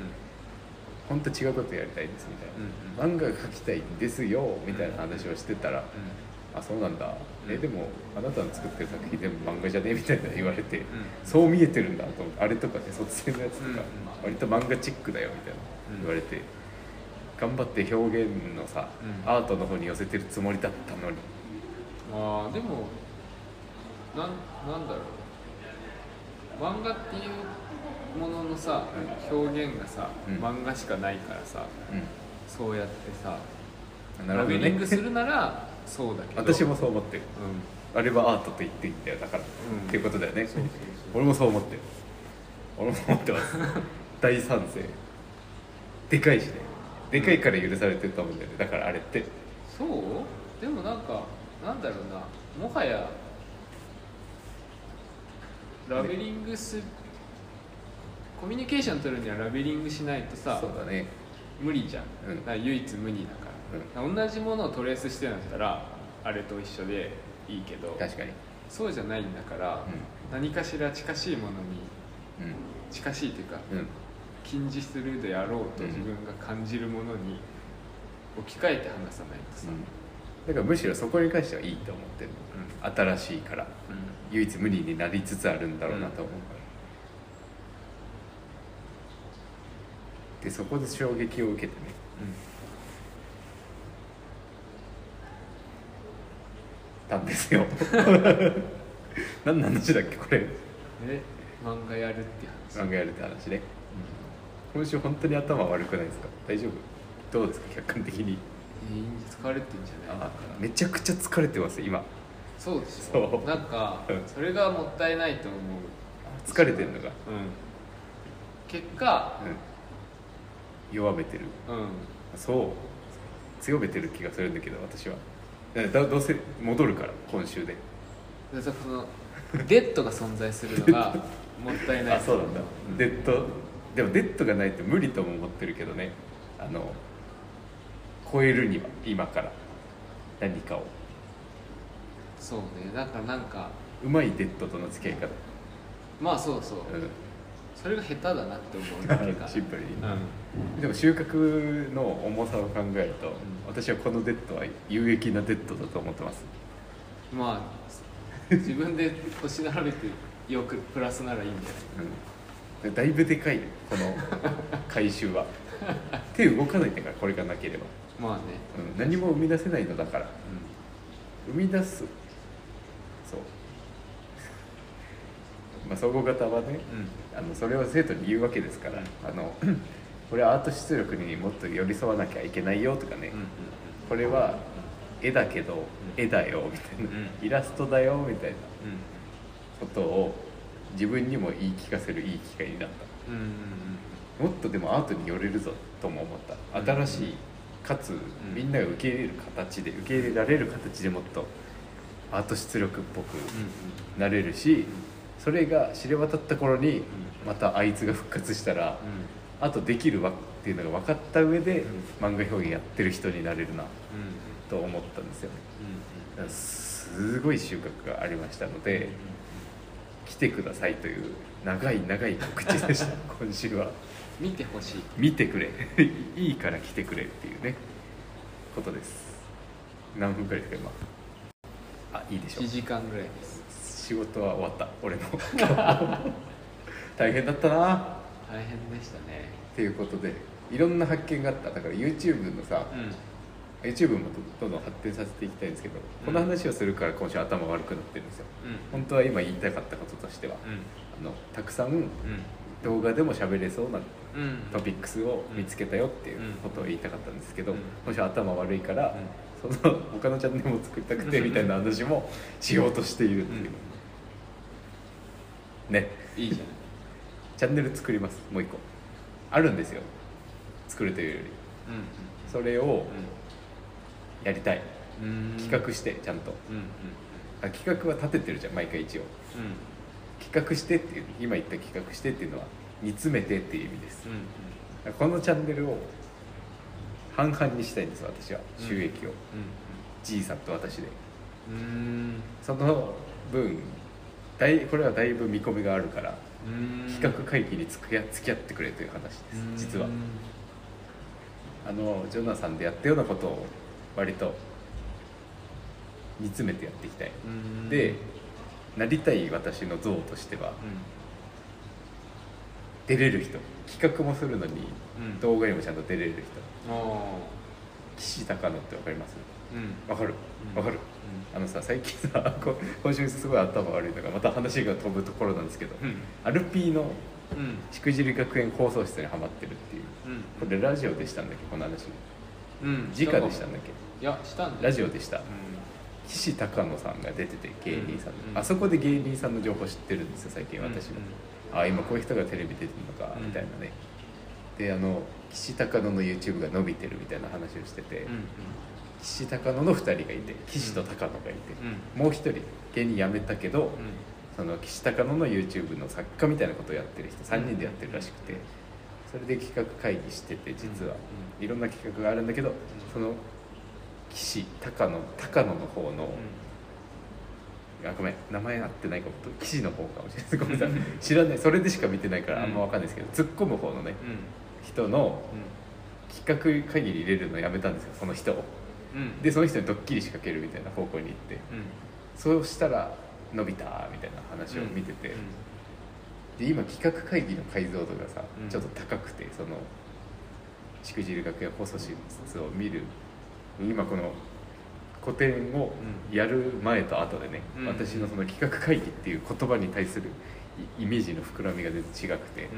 S1: 本当違うことやりたいんですみたいな、漫画が描きたいんですよみたいな話をしてたら、あそうなんだえ
S2: うん
S1: でもあなたの作ってる作品全部漫画じゃねみたいな言われて、
S2: うん
S1: そう見えてるんだと思ってあれとかね卒戦のやつとか、
S2: うんうん
S1: 割と漫画チックだよみたいな
S2: うん
S1: 言われて、頑張って表現のさ、
S2: うん
S1: アートの方に寄せてるつもりだったのに
S2: ああでもなんなんだろう漫画っていうもののさ、表現がさ、
S1: うん
S2: 漫画しかないからさそうやってさ
S1: うんなる
S2: ラ
S1: ほど
S2: ベリングす
S1: ね
S2: るならそうだけど
S1: 私もそう思ってる
S2: うん
S1: あれはアートと言っていいんだよだから、
S2: うん
S1: っていうことだよね
S2: そうそうそう
S1: 俺もそう思ってる俺も思ってます大賛成でかいしねでかいから許されてると思うんだよねだからあれって
S2: そうでもなんかなんだろうなもはやラベリングすコミュニケーション取るにはラベリングしないとさ
S1: そうだね
S2: 無理じゃん、
S1: うん
S2: だから唯一無二だから,、同じものをトレースしてるんだったらあれと一緒でいいけど
S1: 確かに
S2: そうじゃないんだから、何かしら近しいものに
S1: う
S2: 近しいというか
S1: んうん
S2: 禁止するであろうと
S1: うん
S2: 自分が感じるものに置き換えて話さないとさ、
S1: だからむしろそこに関してはいいと思ってる、新しいから
S2: う
S1: 唯一無二になりつつあるんだろうなと思う、でそこで衝撃を受けてね
S2: ん
S1: たんです よ何の話だっけこれ
S2: え漫画やるって話
S1: 漫画やるって話ね今週本当に頭悪くないですか大丈夫どうですか客観的に
S2: えー疲れてんじゃないだ
S1: あ
S2: から
S1: めちゃくちゃ疲れてます今
S2: そうでしょ
S1: そう
S2: なんか
S1: うん
S2: それがもったいないと思う、
S1: 疲れてんのが、
S2: うん、結果
S1: うん、弱めてる
S2: うん
S1: そう強めてる気がするんだけど私はうんだどうせ戻るから今週で
S2: でそのデッドが存在するのがもったいない
S1: あそうなんだデッドでもデッドがないと無理とも思ってるけどねあの超えるには今から何かを
S2: そうねだからなんか
S1: うまいデッドとの付き合い方
S2: まあそうそう、
S1: う
S2: それが下手だなって思うだけか
S1: シンプルに
S2: うん、うん
S1: でも収穫の重さを考えると、私はこのデッドは有益なデッドだと思ってます
S2: まあ自分で腰並べてよくプラスならいいんじゃない
S1: うん、だいぶでかいよこの回収 は手動かないんだからこれがなければ、
S2: まあね
S1: うん、何も生み出せないのだから生み出すそうまあ総合型はね
S2: うん、
S1: あのそれを生徒に言うわけですからあの これはアート出力にもっと寄り添わなきゃいけないよとかね、
S2: うんうん
S1: これは絵だけど絵だよみたいな、イラストだよみたいなことを自分にも言い聞かせるいい機会になった
S2: うんうんうん
S1: もっとでもアートに寄れるぞとも思った
S2: うん
S1: 新しいかつ
S2: ん
S1: みんなが受け入れる形で受け入れられる形でもっとアート出力っぽ
S2: うんう
S1: く
S2: ん
S1: なれるしそれが知れ渡った頃にまたあいつが復活したら
S2: うんうん
S1: あとできるわっていうのが分かった上で
S2: う
S1: 漫画表現やってる人になれるな
S2: うんうん
S1: と思ったんですよね
S2: う
S1: だからすごい収穫がありましたので
S2: ん
S1: 来てくださいという長い長い告知 でした今週は。
S2: 見てほしい
S1: 見てくれ いいから来てくれっていうねことです何分くらいですか今あいいでしょう
S2: 1時間ぐらいです
S1: 仕事は終わった俺の 大変だったなっ
S2: 大変でしたね
S1: ていうことでいろんな発見があっただから YouTube のさ
S2: うん
S1: YouTube もどんどん発展させていきたいんですけど、この話をするから今週頭悪くなってるんですよ
S2: う
S1: 本当は今言いたかったこととしては
S2: ん
S1: あのたくさん
S2: うん
S1: 動画でも喋れそうな
S2: うんうん
S1: トピックスを見つけたよっていうことを言いたかったんですけど、
S2: うん
S1: もし頭悪いから、その他のチャンネルも作りたくてみたいな話もしようとしているっ
S2: う
S1: て
S2: ん
S1: いう、ね
S2: いいじゃ
S1: チャンネル作りますもう一個あるんですよ作るというより
S2: ない
S1: それを
S2: う
S1: やりたい
S2: んうんうん
S1: 企画してちゃんと
S2: うんうん
S1: あ企画は立ててるじゃん毎回一応
S2: うん
S1: 企画してっていう今言った企画してっていうのは煮詰めてっていう意味です
S2: うんうん
S1: このチャンネルを半々にしたいんです私は
S2: うん
S1: 収益を、じいさんと私で
S2: うんうん
S1: その分だいこれはだいぶ見込みがあるから
S2: うん
S1: 企画会議につくや付き合ってくれという話です
S2: うん
S1: 実はあのジョナサンでやったようなことを割と煮詰めてやっていきたい
S2: うん
S1: でなりたい私の像としては出れる人企画もするのに
S2: うんうん
S1: 動画にもちゃんと出れる人
S2: ああ
S1: 岸高野ってわかります
S2: うん
S1: わかる
S2: うん
S1: わかる、あのさ最近さ こ今週すごい頭悪いのがまた話が飛ぶところなんですけど、
S2: うん
S1: アルピーの
S2: うん
S1: しくじり学園放送室にはまってるっていう
S2: うん
S1: これラジオでしたんだっけこの話
S2: う
S1: 直
S2: ん
S1: でしたんだっ
S2: いやしたん
S1: け
S2: だ
S1: ラ
S2: よ
S1: ジオでした
S2: う
S1: 岸高野さんが出てて芸人さん、
S2: うん
S1: あそこで芸人さんの情報知ってるんですよ最近
S2: ん
S1: 私も、あ今こういう人がテレビ出てるのか
S2: うん
S1: みたいなね、であの岸高野の YouTube が伸びてるみたいな話をしてて、
S2: うんうん
S1: 岸高野の2人がいて岸と高野がいて、
S2: うん
S1: もう一人芸人辞めたけど、
S2: うん
S1: その岸高野の YouTube の作家みたいなことをやってる人3人でやってるらしくてそれで企画会議してて実は
S2: う
S1: いろんな企画があるんだけどその岸高野高野の方のあごめん名前合ってないかも岸の方かもしれないですごめんなさい 知らないそれでしか見てないからあんま分かんないですけど突っ込む方のね
S2: うん
S1: 人の
S2: う
S1: 企画会議に入れるのやめたんですよその人を
S2: んうん
S1: でその人にドッキリ仕掛けるみたいな方向に行って
S2: うん
S1: そうしたら伸びたみたいな話を見てて、で今企画会議の解像度がさ、
S2: うん
S1: ちょっと高くてそのしくじる学園放送室を見る今この古典をやる前と後でね、
S2: うん
S1: 私のその企画会議っていう言葉に対するイイメージの膨らみが全然違くて、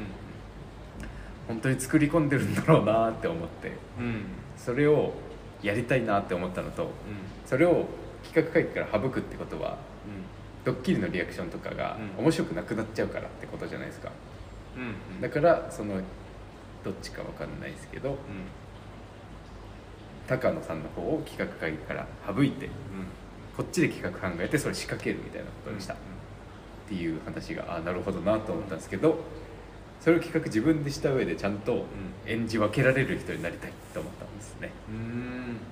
S1: 本当に作り込んでるんだろうなって思って
S2: うんうんうん
S1: それをやりたいなって思ったのとそれを企画会議から省くってことはドッキリのリアクションとかが
S2: うん
S1: 面白くなくなっちゃうからってことじゃないですか、
S2: うんうんうん
S1: だからそのどっちかわかんないですけど高野さんの方を企画会議から省いて
S2: うんうん
S1: こっちで企画考えてそれ仕掛けるみたいなことにした、っていう話があなるほどなと思ったんですけどそれを企画自分でした上でちゃんと演じ分けられる人になりたいと思ったんですね
S2: うんうん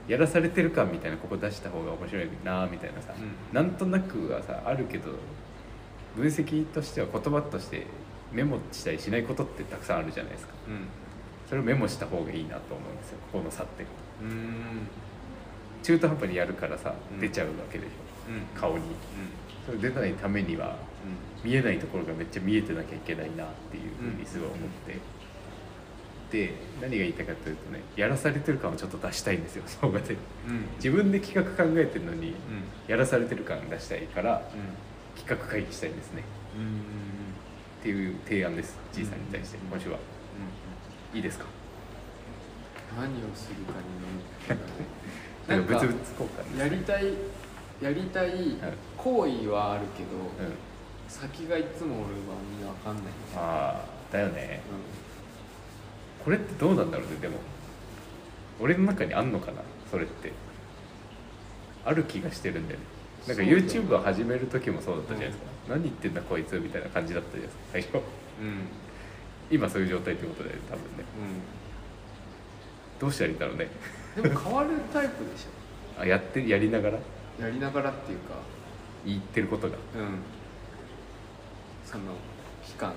S1: やらされてる感みたいなここ出した方が面白いなみたいなさ、
S2: うん
S1: なんとなくはさあるけど分析としては言葉としてメモしたりしないことってたくさんあるじゃないですか
S2: うん
S1: それをメモした方がいいなと思うんですよここの差って
S2: うんうん
S1: 中途半端にやるからさ、
S2: うん
S1: 出ちゃうわけでし
S2: うん
S1: ょ顔に
S2: うん
S1: それ出ないためには見えないところがめっちゃ見えてなきゃいけないなっていうふうにすごい思って、で何が言いたいかというとねやらされてる感をちょっと出したいんですよ動画で
S2: うんうん
S1: 自分で企画考えてるのに
S2: うん
S1: やらされてる感出したいから
S2: うん
S1: 企画会議したいんですね
S2: うんうんう
S1: っ
S2: ん
S1: ていう提案ですじいさんに対して
S2: うん
S1: 今週は
S2: う
S1: いいですか
S2: ん何をするかに
S1: な
S2: よ
S1: ん
S2: る
S1: か
S2: けど
S1: 物
S2: ね
S1: 々交換です
S2: やりたいやりたい行為はあるけど、
S1: うん
S2: 先がいつも俺はみんな分かんない、
S1: ああだよね
S2: う
S1: これってどうなんだろうねでも俺の中にあんのかなそれってある気がしてるんだよねなんか
S2: そうだよ
S1: YouTube を始める時もそうだったじゃないですか、何言ってんだこいつみたいな感じだったじゃないですか最初
S2: んうん
S1: 今そういう状態ってことで多分ねどうしたらいいんだろうね
S2: でも変わるタイプでし
S1: あやってやりながら
S2: ょやりながらっていうか
S1: 言ってることが
S2: うんその期間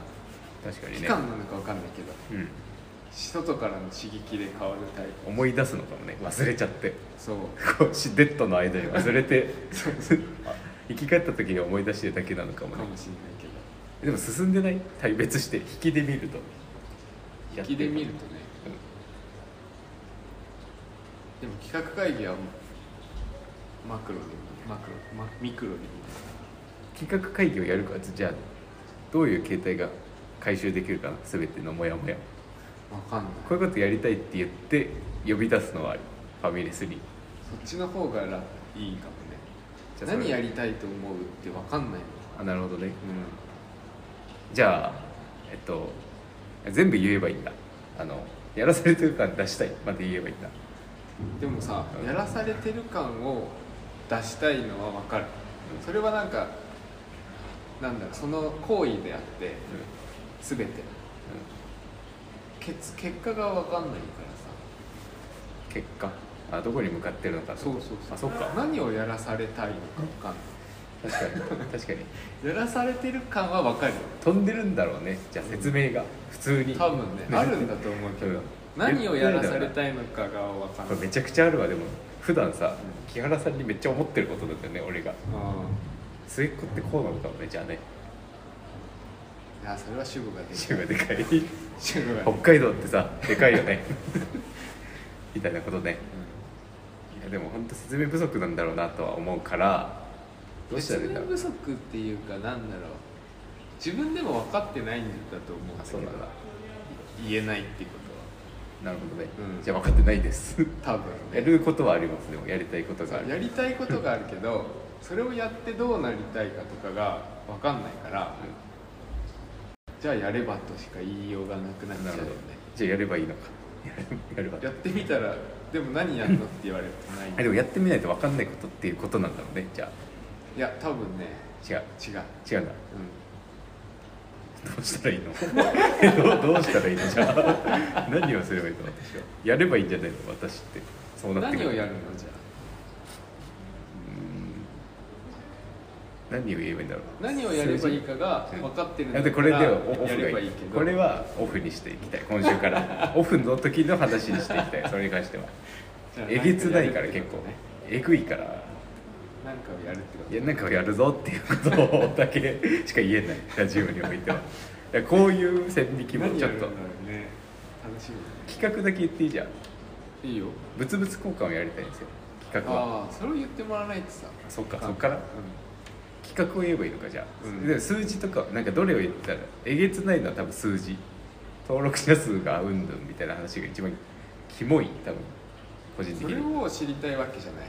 S1: 確かに
S2: 期
S1: ね、
S2: 間なのか分かんないけど
S1: うん、
S2: 外からの刺激で変わるタイプ
S1: 思い出すのかもね忘れちゃって
S2: そう
S1: こうしデッドの間に忘れ てあ生き返った時に思い出してるだけなのかも
S2: か
S1: ね
S2: もしれないけど
S1: でも進んでない対別して引きで見るとやって
S2: 引き
S1: る
S2: で見るとねでも企画会議はもうマクロでマクロマミクロで見る
S1: 企画会議をやるかじゃあどういう形態が回収できるかな全てのモヤモヤを
S2: 分かんない
S1: こういうことやりたいって言って呼び出すのはありファミレスに
S2: そっちの方が楽いいかもね
S1: じゃあそれ
S2: 何やりたいと思うって分かんないもん
S1: あなるほどね
S2: う
S1: じゃあえっと全部言えばいいんだあのやらされてる感出したいまで言えばいいんだ
S2: ん、でもさ
S1: うん
S2: やらされてる感を出したいのは分かる
S1: うん
S2: それはなんかなんだろうその行為であって全て結結果が分かんないから
S1: 結果あどこに向かってるのか
S2: さ
S1: と
S2: そうそうそう
S1: あそっか
S2: 何をやらされたいのか分かんな
S1: 確かに確かに
S2: いやらされてる感は分かるよ
S1: 飛んでるんだろうねじゃあ説明が普通に
S2: 多分ねあるんだと思うけど、
S1: うん
S2: 何をやらされたいのかが分かん
S1: こ
S2: な
S1: れ
S2: い
S1: めちゃくちゃあるわでも普段さ
S2: う
S1: 木原さんにめっちゃ思ってることなんだよね俺が
S2: うん
S1: 末っ子ってこうなのかもねじゃあね
S2: いやそれは主語がで
S1: 週
S2: かい
S1: がでかい
S2: 主語がでか
S1: 北
S2: い
S1: 海道ってさでかいよね みたいなことね
S2: うん
S1: いやでも本当説明不足なんだろうなとは思うからどうしたらいいんだ
S2: 説
S1: ろ
S2: 明
S1: う
S2: 不足っていうかなんだろう自分でも分かってないんだと思うん
S1: あ
S2: だけ
S1: そ
S2: ど
S1: うなんだ
S2: 言えないっていうこ
S1: なるほどね、
S2: うん
S1: じゃあ分かってないです
S2: とは多
S1: や
S2: 分ね
S1: ることはありますでもやりたいことがあ
S2: や
S1: る
S2: りたいことがあるけどそれをやってどうなりたいかとかが分かんないから、じゃあやればとしか言いようがなくなっち
S1: な
S2: ゃう
S1: るほ
S2: よ
S1: ど
S2: ね
S1: じゃあやればいいのかやれば
S2: やってみたらでも何やるのって言われるとない
S1: あでもやってみないと分かんないことっていうことなんだろうねじゃ
S2: いや多分ね
S1: あ違う
S2: 違
S1: 違
S2: う、
S1: うんだ
S2: う、
S1: どうしたらいいのえどうどうしたらいいの じゃあ 何をすればいいの私はやればいいんじゃないの私ってそうんなってく
S2: 何をやる
S1: う
S2: のじゃあ
S1: ーん何を言えばいいんだろう
S2: 何をやればいいかが分かってるん
S1: だ
S2: だ
S1: っ
S2: か
S1: てこれ
S2: ら
S1: ではオ
S2: や
S1: フ
S2: れば
S1: が
S2: い
S1: い
S2: い
S1: い
S2: けど
S1: これはオフにしていきたい今週から オフの時の話にしていきたいそれに関しては
S2: じゃあ
S1: えげつないから結構
S2: ね
S1: えぐいから
S2: なんかをやるってこと
S1: いやなんかをやるぞっていうことだけしか言えないラジオにおいてはだからこういう線引きも
S2: 何
S1: ち
S2: や
S1: ょっ
S2: るんだ
S1: と
S2: ろうね楽しみだ
S1: 企画だけ言っていいじゃん
S2: ねいいよ
S1: 物々交換をやりたいんですよ企画は
S2: ああそれを言ってもらわないとさ
S1: あそっか
S2: あ
S1: そっから
S2: う
S1: 企画を言えばいいのかじゃあ、
S2: うん
S1: でも数字とかなんかどれを言ったらえげつないのは多分数字登録者数がうんぬんみたいな話が一番キモい多分個人
S2: ん
S1: 的
S2: それ
S1: に
S2: を知りたいわけじゃない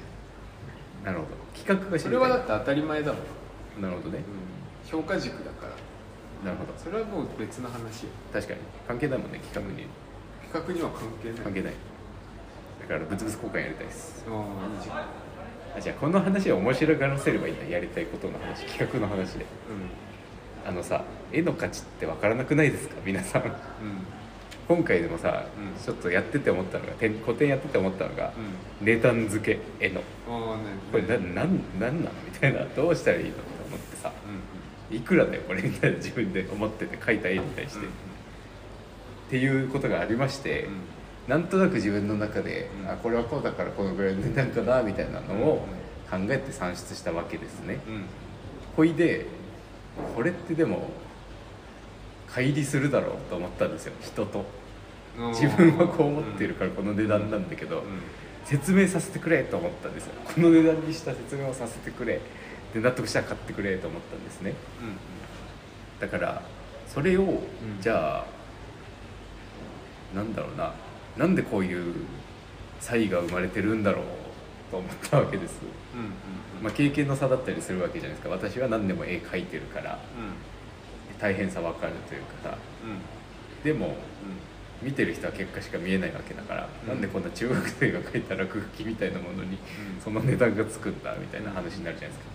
S1: なるほど企画が知
S2: そ
S1: り
S2: れ
S1: た
S2: はいだって当たり前だもん、
S1: なるほどね
S2: 評価軸だから
S1: なるほど
S2: それはもう別の話よ
S1: 確かに関係ないもんね企画に
S2: 企画には関係ない
S1: 関係ないだから物々交換やりたいです
S2: ああいいじゃん
S1: あじゃあこの話を面白がらせればいいんだやりたいことの話企画の話であのさ絵の価値って分からなくないですか皆さん
S2: うんうん
S1: 今回でもさ、
S2: うん
S1: ちょっとやってて思ったのがてん個展やってて思ったのが、
S2: うん
S1: ネタン付け絵の
S2: ああね
S1: これななんなんなのみたいなどうしたらいいのって思ってさ
S2: うんう
S1: い
S2: ん
S1: くらだよこれみたいな自分で思ってて描いた絵に対して、
S2: うん
S1: っていうことがありまして、
S2: うん
S1: なんとなく自分の中で、
S2: うん
S1: あこれはこうだからこのぐらいの値段かなみたいなのを考えて算出したわけですね
S2: うんうん
S1: ほいでこれってでも乖離するだろうと思ったんですよ人と
S2: うん
S1: 自分はこう思ってるからこの値段なんだけど、
S2: うんうん
S1: 説明させてくれと思ったんですよこの値段にした説明をさせてくれで納得したら買ってくれと思ったんですねだからそれを、じゃあなんだろうななんでこういう差異が生まれてるんだろうと思ったわけです、
S2: うんうんうん
S1: まあ、経験の差だったりするわけじゃないですか私は何でも絵描いてるから大変さ分かるというかさ
S2: うんうん
S1: でも見てる人は結果しか見えないわけだから、
S2: うん
S1: なんでこんな中学生が描いた落書きみたいなものに
S2: うん
S1: その値段がつくんだみたいな話になるじゃないですか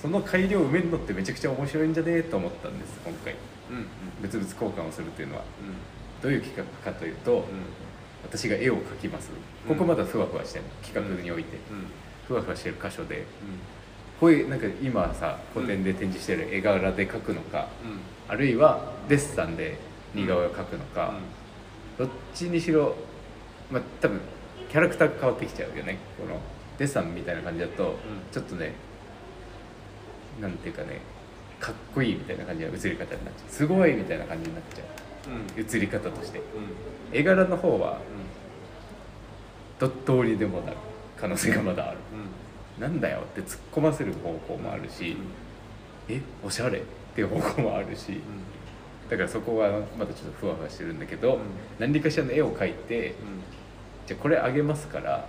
S1: その改良を埋めるのってめちゃくちゃ面白いんじゃねえと思ったんです今回
S2: うんうん
S1: 物々交換をするっていうのはどういう企画かというと、
S2: うんうん
S1: 私が絵を描きます
S2: う
S1: こ
S2: ん
S1: こまだふわふわしてる企画において、
S2: うん
S1: ふわふわしてる箇所で
S2: うん
S1: こういうなんか今さ古典で展示してる絵柄で描くのか、
S2: うん
S1: あるいはデッサンで似顔絵を描くのか、どっちにしろまあ多分キャラクターが変わってきちゃうよねこのデッサンみたいな感じだと、ちょっとねなんていうかねかっこいいみたいな感じの映り方になっちゃうすごいみたいな感じになっちゃ
S2: うんうん
S1: う映り方として
S2: うん
S1: 絵柄の方は
S2: うん
S1: どどうにでもなる可能性がまだある
S2: うん
S1: なんだよって突っ込ませる方向もあるし、えおしゃれっていう方向もあるし
S2: うん
S1: だからそこはまだちょっとふわふわしてるんだけど、
S2: うん
S1: 何かしらの絵を描いて
S2: うん
S1: じゃあこれあげますから
S2: うん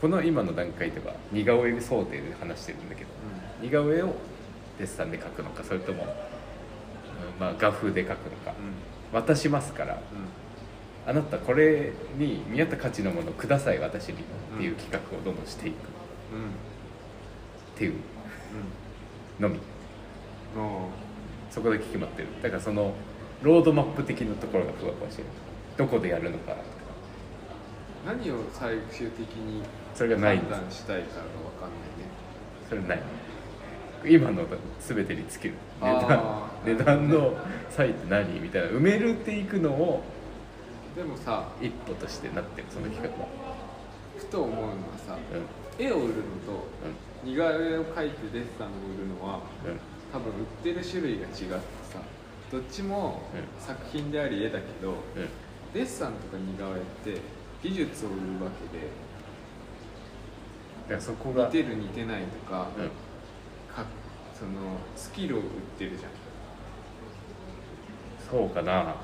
S1: この今の段階では似顔絵想定で話してるんだけど
S2: う
S1: 似顔絵をデッサンで描くのかそれとも、うんまあ、画風で描くのか
S2: ん
S1: 渡しますから
S2: うん
S1: あなたこれに見合った価値のものをください私にっていう企画をどんどんしていく
S2: うん
S1: っていうのみ
S2: うんおー
S1: そこだけ決まってるだからそのロードマップ的なところがふわふわしてるどこでやるのかとか
S2: 何を最終的に
S1: それがないん
S2: 判
S1: です
S2: 断したいかが分かんないね
S1: それない今の全てにつける値段
S2: あー
S1: 値段の差異って何みたいな埋めるっていくのを
S2: でもさ
S1: 一歩としてなってるその企画は
S2: ふと思うのはさ
S1: うんうん
S2: 絵を売るのと似顔絵を描いてデッサンを売るのは
S1: うん
S2: 多分売ってる種類が違ってさどっちも
S1: う
S2: 作品であり絵だけど、
S1: うん
S2: デッサンとか似顔絵って技術を売るわけで
S1: だからそこが
S2: 似てる似てないとか,、
S1: うん
S2: かそのスキルを売ってるじゃん
S1: そうかな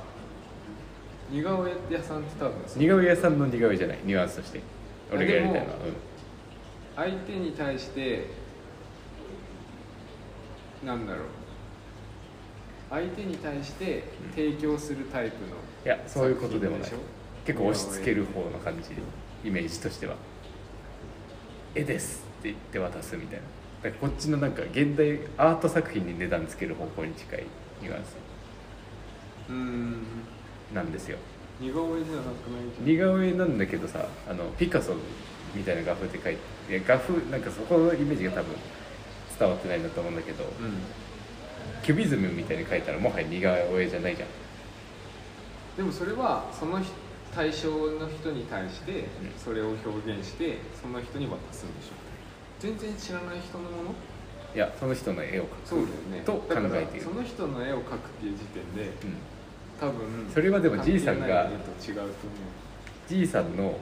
S2: 似顔絵屋さんって多分そう
S1: 似顔絵屋さんの似顔絵じゃないニュアンスとして俺がやりたいのは
S2: で相手に対してなんだろう相手に対して提供するタイプ
S1: うん、
S2: の、
S1: いやそういうことでもな
S2: 作
S1: い
S2: 品しょ
S1: 結構押し付ける方の感じイメージとしては「絵です」って言って渡すみたいなだからこっちのなんか現代アート作品に値段つける方向に近いニュアンス
S2: うーん
S1: なんですよ
S2: 似顔絵じゃなくない
S1: 似顔絵なんだけどさあのピカソみたいな画風って書いていや画風なんかそこのイメージが多分伝わってないんだと思うんだけど、
S2: うん
S1: キュビズムみたいに書いたらもはや似顔絵じゃないじゃん
S2: でもそれはその人対象の人に対して
S1: ん
S2: それを表現してその人に渡すんでしょ全然知らない人のもの
S1: いやその人の絵を描く
S2: そうだよね
S1: と考
S2: だから
S1: えている
S2: その人の絵を描くっていう時点で
S1: うん
S2: 多分
S1: それはでもじいさんが
S2: 関係ない絵と違うと思う、
S1: じいさんの、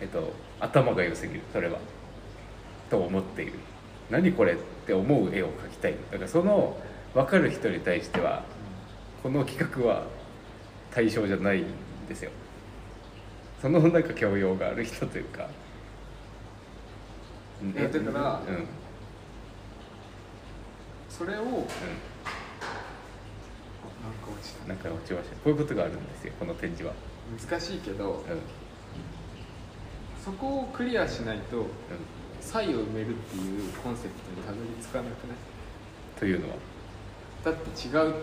S1: えっと、頭が良すぎるそれはと思っている何これって思う絵を描きたいだからその分かる人に対してはこの企画は対象じゃないんですよそのなんか教養がある人というかうん
S2: いやだから
S1: うんうん
S2: それをなんか落ち
S1: なんか落ちましたこういうことがあるんですよこの展示は
S2: た難しいけど
S1: うんうん
S2: そこをクリアしないと差異を埋めるっていうコンセプトにたどり着かなくない
S1: というのは
S2: だって違うだもんって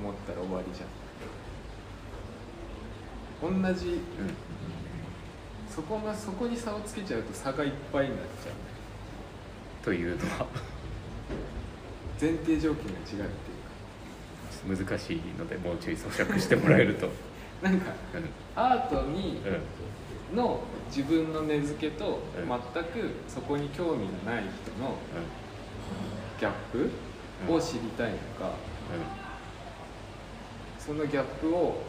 S2: 思ったら終わりじゃん同じそこがそこに差をつけちゃうと差がいっぱいになっちゃう
S1: というのは
S2: 前提条件が違うっていうか
S1: 難しいのでもうちょい咀嚼してもらえると
S2: なんか
S1: うん
S2: アートに
S1: うん
S2: の自分の根付けと
S1: うん
S2: 全くそこに興味のない人のギャップ
S1: うん
S2: を知りたいのかそのギャップを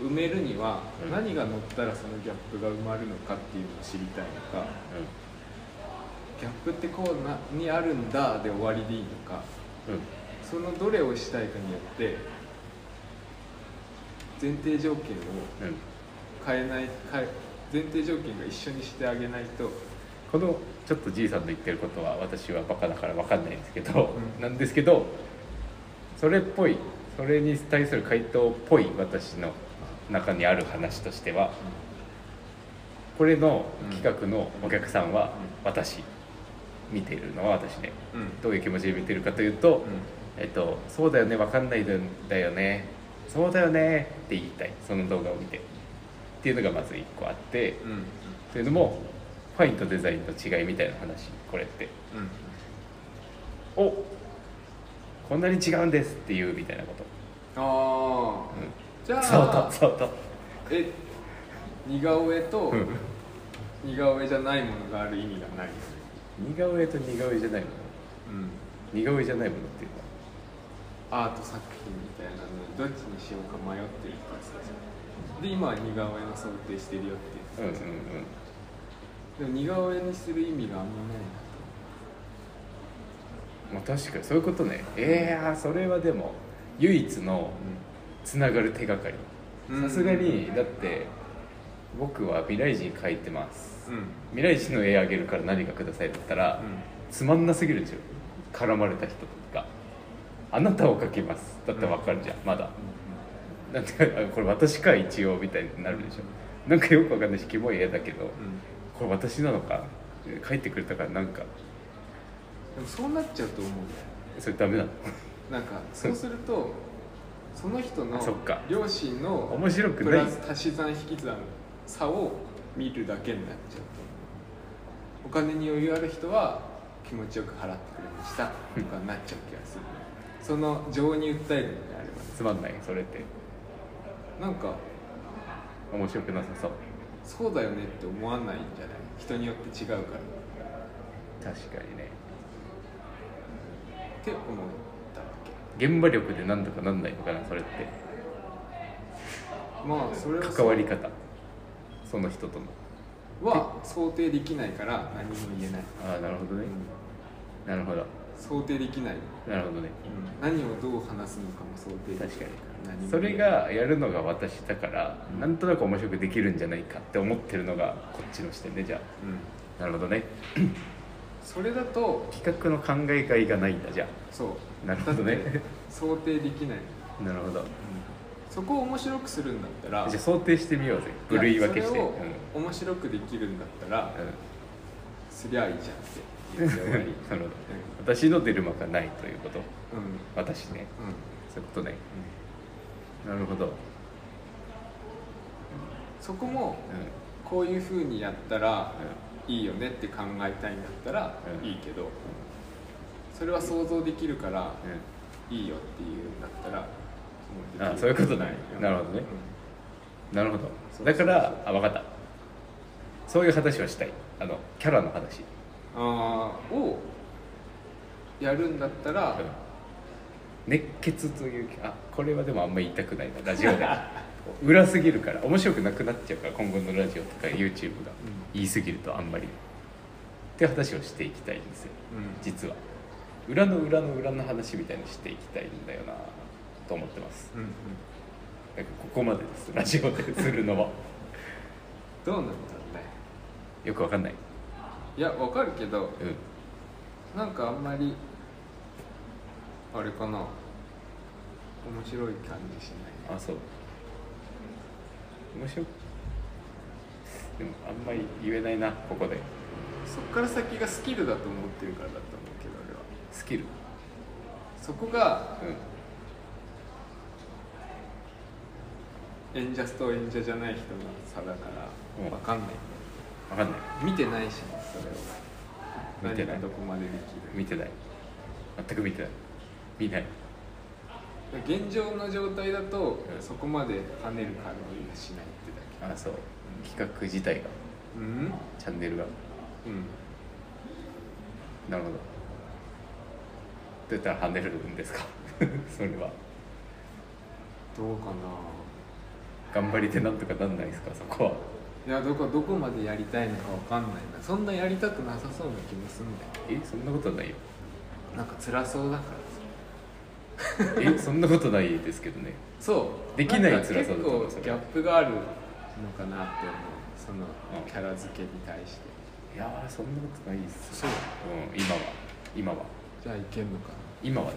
S2: 埋めるには
S1: うん
S2: 何が乗ったらそのギャップが埋まるのかっていうのを知りたいのかギャップってこうなにあるんだで終わりでいいのか
S1: うんうんうん
S2: そのどれをしたいかによって前提条
S1: う
S2: 件を
S1: ん
S2: 変えない変え前提条件が一緒にしてあげないと
S1: このちょっとじいさんの言ってることは私はバカだから分かんないんですけど、
S2: うん
S1: なんですけどそれっぽいそれに対する回答っぽい私の中にある話としてはこれの企画のお客さんは私見ているのは私ね
S2: うんうん
S1: どういう気持ちで見てるかというと、えっと、そうだよね分かんないんだよねそうだよねって言いたいその動画を見てっていうのがまず1個あって
S2: うんうん
S1: というのもファインとデザインの違いみたいな話これって
S2: うん
S1: おこんなに違うんですっていうみたいなこと、
S2: ああ
S1: う
S2: じゃ
S1: ん、伝わ
S2: あ
S1: った伝わった
S2: え似顔絵と
S1: うん
S2: 似顔絵じゃないものがある意味がない、
S1: 似顔絵と似顔絵じゃないもの
S2: うん、
S1: 似顔絵じゃないものっていうのは
S2: アート作品みたいなのどっちにしようか迷ってる人たちですで今は似顔絵の想定してるよって
S1: うん
S2: いう
S1: うん
S2: 人たちでも似顔絵にする意味があんまないな
S1: うんまあ確かにそういうことねえー、あーそれはでも唯一のつながる手がかり
S2: うん
S1: さすがにだって僕は未来人描いてます
S2: うんうん
S1: 未来人の絵あげるから何かくださいだったら、つまんなすぎるんですよ絡まれた人とかあなたを描きますだったらわかるじゃん、まだなんてあこれ私か一応みたいになるでしょなんかよくわかんないしキモい絵だけど
S2: うんうん
S1: これ私なのか書いてくれたからなんか
S2: でもそうなっちゃうと思うんだよ
S1: それダメなの
S2: なんかそうするとその人の
S1: そっか
S2: 両親の
S1: 面白くな
S2: プ
S1: い
S2: ラス足し算引き算差を見るだけになっちゃうとお金に余裕ある人は気持ちよく払ってくれましたとかになっちゃう気がするその情に訴えるのであればね
S1: つまんないそれって
S2: なんか
S1: 面白くなさそう
S2: そうだよねって思わないんじゃない人によって違うからっ
S1: 確かにね
S2: て思ったわけ
S1: 現場力でなんとかなんないのかなそれって
S2: まあそれは
S1: 関わり方その人との
S2: は想定できないから何も言えない
S1: ああなるほどねなるほど
S2: 想定できない
S1: なるほどね
S2: 何をどう話すのかも想定でき
S1: 確か
S2: ない何も
S1: にそれがやるのが私だからなんとなく面白くできるんじゃないかって思ってるのがこっちの視点でじゃ
S2: うん
S1: あなるほどね
S2: それだと
S1: 企画の考えがいがないんだじゃ
S2: そう
S1: なるほどね
S2: だって想定できない、
S1: あ なるほど
S2: そこを面白くするんだったら
S1: じゃあ想定してみようぜ部類分けして
S2: いや
S1: うん
S2: それを面白くできるんだったら、すりゃいいじゃんって
S1: う
S2: 言
S1: ん
S2: って終わり
S1: なるほど私の出る幕がないということ
S2: うんうん
S1: 私ねそういうことねなるほど、うん、
S2: そこもこういうふうにやったらいいよねって考えたいんだったら
S1: うん
S2: いいけど、それは想像できるから
S1: うんうん
S2: いいよっていうんだったらその
S1: あそういうことねなるほどねなるほどだからあ分かったそういう話をしたいあのキャラの話
S2: あーをやるんだったら、
S1: うん熱血というあこれはでもあんまり言いたくないなラジ オで裏すぎるから面白くなくなっちゃうから今後のラジオとか YouTube が言いすぎるとあんまりって話をしていきたいんですよ
S2: う
S1: 実は裏の裏の裏の話みたいにしていきたいんだよなと思ってます
S2: んうん、
S1: なんかここまでですラジオでするのは
S2: どうなんだろうね
S1: よくわかんない
S2: いやわかるけど
S1: うん
S2: なんかあんまりあれかな面白い感じしない
S1: あそう面白いでもあんまり言えないなここで
S2: そっから先がスキルだと思ってるからだと思うけど俺は
S1: スキル
S2: そこが
S1: うん
S2: 演者と演者じゃない人の差だか
S1: うん
S2: らわかんない、
S1: 分かんない
S2: 見てないしねそれを
S1: 見てない
S2: 何がどこまででき
S1: 見てない全く見てない見ない
S2: る現状の状態だと、
S1: うん
S2: そこまで跳ねる可能がしないってだけ
S1: あそう企画自体が
S2: うん
S1: チャンネルが
S2: うん
S1: なるほどどうやったら跳ねるんですか それは
S2: どうかな
S1: 頑張りでなんとかなんないですかそこはい
S2: やどこどこまでやりたいのかわかんないなそんなやりたくなさそうな気もすんだよ
S1: えそんなことないよ
S2: なんか辛そうだから
S1: えそんなことないですけどね
S2: さそう
S1: できない
S2: んか
S1: 辛さだと思う
S2: 結
S1: それ
S2: 構ギャップがあるのかなって思うその
S1: うん
S2: キャラ付けに対して
S1: いやーそんなことないです
S2: そう
S1: うん今は今は
S2: じゃあいけんのかな
S1: 今はね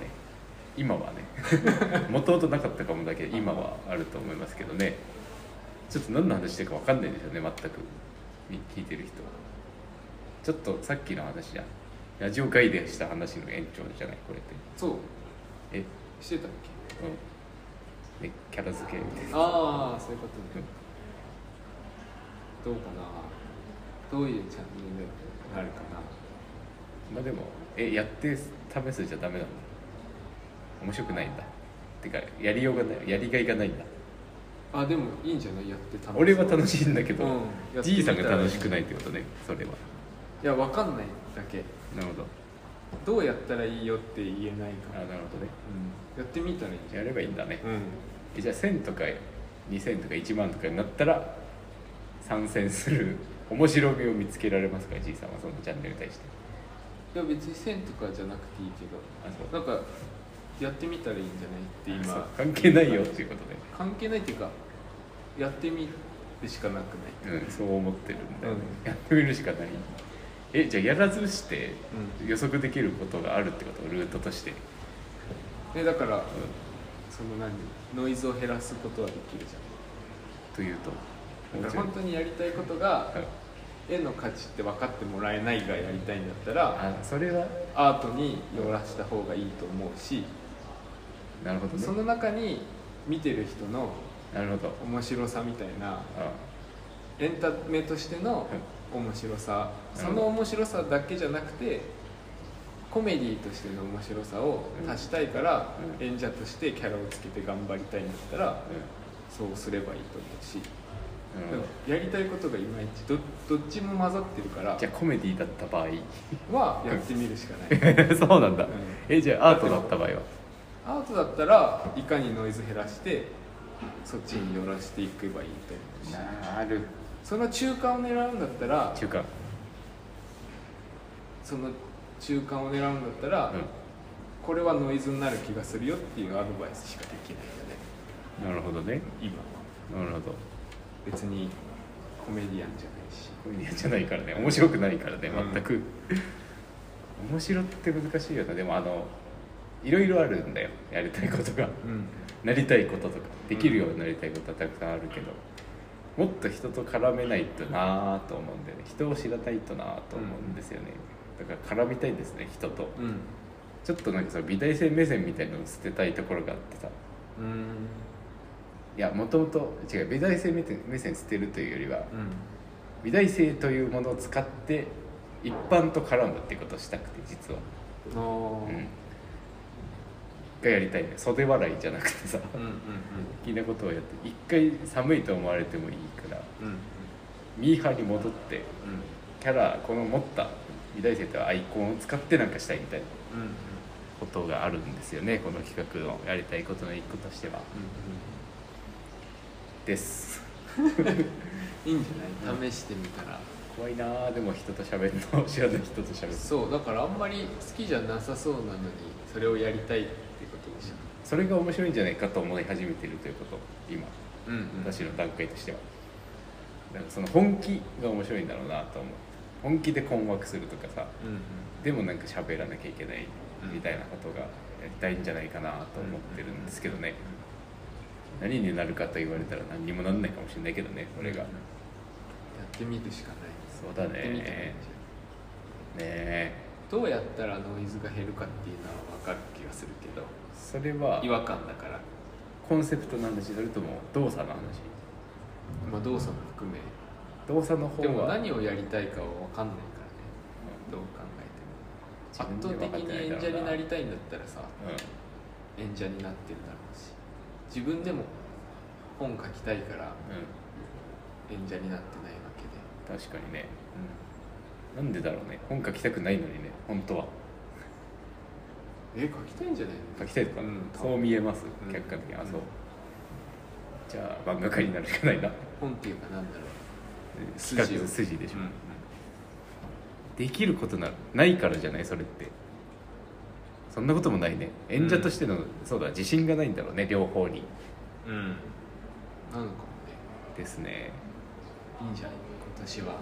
S1: 今 はねもともとなかったかもだけど今はあると思いますけどねちょっと何の話してるか分かんないですよね全くみ聞いてる人ちょっとさっきの話じゃんラジオ外でした話の延長じゃないこれって
S2: そう
S1: えうん
S2: してたっけ
S1: ねキャラ付けみたいな
S2: ああそういうことねどうかなどういうチャンネルになるかな
S1: まあでもえやって試すじゃダメなんだ面白くないんだてかやりようがないやりがいがないんだ
S2: あでもいいんじゃないやって楽しい
S1: 俺は楽しいんだけど、
S2: うんやってみたら
S1: じいさんが楽しくないってことねそれはい
S2: やわかんないだけ
S1: なるほど
S2: どうやったらいいよって言えない
S1: あ
S2: か
S1: な
S2: ら、
S1: るほどね
S2: やってみたらいいじゃ
S1: やればいいんだね
S2: ん、うん、
S1: えじゃあ1000とか2000とか1万とかになったら参戦する面白みを見つけられますからじいさんはそのチャンネルに対して
S2: いや別に線とかじゃなくていいけど
S1: あそう
S2: なんかやってみたらいいんじゃないって
S1: あそう関
S2: 今
S1: 係ないよっていうこと
S2: 関係ないっていうかやってみるしかなくない
S1: で、うん、そう思ってるんだよね、
S2: う
S1: やってみるしかないえじゃあやらずして
S2: う
S1: 予測できることがあるってことルートとして、
S2: でだから
S1: うん
S2: その何ノイズを減らすことはできるじ
S1: というと
S2: ゃん
S1: も
S2: だか
S1: ち
S2: ら
S1: ろ
S2: 本
S1: ん
S2: 当にやりたいことが
S1: うん
S2: 絵の価値って分かってもらえないがやりたいんだったら
S1: あそれは
S2: アートに寄らした方がいいと思うし
S1: なるほどね
S2: その中に見てる人の
S1: なるほど
S2: 面白さみたいな
S1: あ
S2: エンタメとしての面白さ
S1: なる
S2: そ
S1: ほど
S2: の面白さだけじゃなくてコメディとしての面白さを足したいから
S1: う
S2: 演者としてキャラをつけて頑張りたいんだったら
S1: う
S2: そうすればいいと思うし
S1: んなるほど
S2: やりたいことがいまいちどどっちも混ざってるから
S1: じゃあコメディだった場合
S2: はやってみるしかな い
S1: そうなんだ、
S2: うん
S1: えじゃあアートだった場合は
S2: アートだったらいかにノイズ減らしてそっちに寄らしていけばいいと思うし
S1: なる
S2: その中間を狙うんだったら
S1: 中間
S2: その中間を狙うんだったら、
S1: う
S2: これはノイズになる気がするよっていうアドバイスしかできないよね
S1: んなるほどね
S2: 今は
S1: なるほど
S2: 別にコメディアンじゃないし
S1: コメディアンじゃないからね面白くないからね
S2: うん
S1: 全く、面白って難しいよなでもあのいろいろあるんだよやりたいことが
S2: うん
S1: なりたいこととかできるようになりたいことはたくさんあるけどもっと人と絡めないとなぁと思うんだよね人を知らないとなぁと思うんですよね、だから絡みたいんですね人と
S2: うん
S1: ちょっとなんかその美大生目線みたいなのを捨てたいところがあってさ
S2: うん
S1: いやもともと違う美大生目線目線捨てるというよりは
S2: うん
S1: 美大生というものを使って一般と絡むっていうことをしたくて実は、
S2: あー
S1: うん、がやりたいね袖笑いじゃなくてさ
S2: うんうん
S1: 粋なことをやって一回寒いと思われてもいいから
S2: うんうん
S1: ミーハーに戻ってキャラこの持った美大生というアイコンを使ってなんかしたいみたいな
S2: うんうんうんうん
S1: ことがあるんですよねこの企画のやりたいことの一個としてはです
S2: いいんじゃない試してみたら、
S1: 怖いなあでも人と喋るの知らない人と喋る
S2: そうだからあんまり好きじゃなさそうなのにそれをやりたいってことでしょ
S1: それが面白いんじゃないかと思い始めてるということ今
S2: うんうん
S1: 私の段階としては、なんかその本気が面白いんだろうなと思う本気で困惑するとかさ
S2: うんうん
S1: でもなんか喋らなきゃいけないみたいなことがやりたいんじゃないかなと思ってるんですけどね何になるかと言われたら何にもなんないかもしれないけどね俺が
S2: やってみるしかないです
S1: そうだね
S2: やってみてもいいんじゃない
S1: ねえ
S2: どうやったらノイズが減るかっていうのは分かる気がするけど
S1: それは
S2: 違和感だから、
S1: コンセプトの話それとも動作の話
S2: まあ、動作も含め
S1: 動作の方
S2: でも
S1: は
S2: 何をやりたいかは分かんないからねどう考えても圧
S1: 自分で分
S2: 倒
S1: かっ
S2: 的
S1: てない
S2: に
S1: だろう
S2: 演者
S1: な
S2: になりたいんだったらさ演者になってるだろうし自分でも本書きたいから
S1: うん、うん、
S2: 演者になってないわけで、
S1: 確かにねなんでだろうね本書きたくないのにね本当は
S2: え書きたいんじゃないの
S1: 書きたいとか、
S2: うん
S1: そう見えます
S2: うん
S1: 客観的に、あ
S2: うん
S1: そうじゃあ漫画家になるしか ないな
S2: 本っていうかなんだろう
S1: 企画筋でしょ、できることなないからじゃないそれってそんなこともないね演者としての、そうだ自信がないんだろうね両方に
S2: うん、うん、なのかもね
S1: ですね
S2: いいんじゃない今年は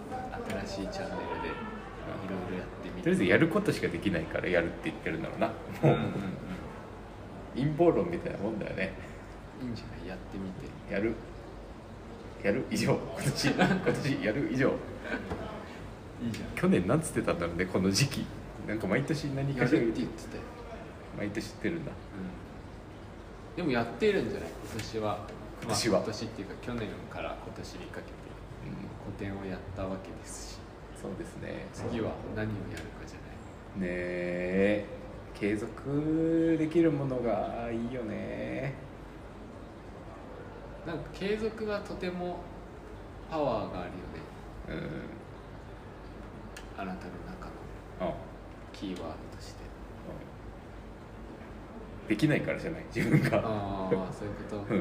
S2: 新しいチャンネルでいろいろやってみ
S1: とりあえ
S2: る
S1: ずやることしかできないからやるって言ってるんだろうな
S2: うん
S1: も
S2: う
S1: うん
S2: うん
S1: 陰謀論みたいなもんだよね
S2: いいんじゃないやってみて
S1: やるやる以上今 年今年やる以上
S2: いいじゃん
S1: 去年なんつってたんだろうねこの時期なんか毎年何
S2: や
S1: かしら
S2: るって言ってたよ、
S1: 毎年言ってるんだ
S2: うん、でもやってるんじゃない今年は
S1: 今年は
S2: まあ今年っていうか去年から今年にかけて
S1: うん
S2: 個展をやったわけですし
S1: そうですね
S2: 次は何をやるかじゃな
S1: ね
S2: い
S1: え継続できるものがいいよね
S2: なんか継続がとてもパワーがあるよね
S1: うん
S2: あなたの中の
S1: ああ
S2: キーワードとして
S1: できないからじゃない自分が
S2: ああそういうこと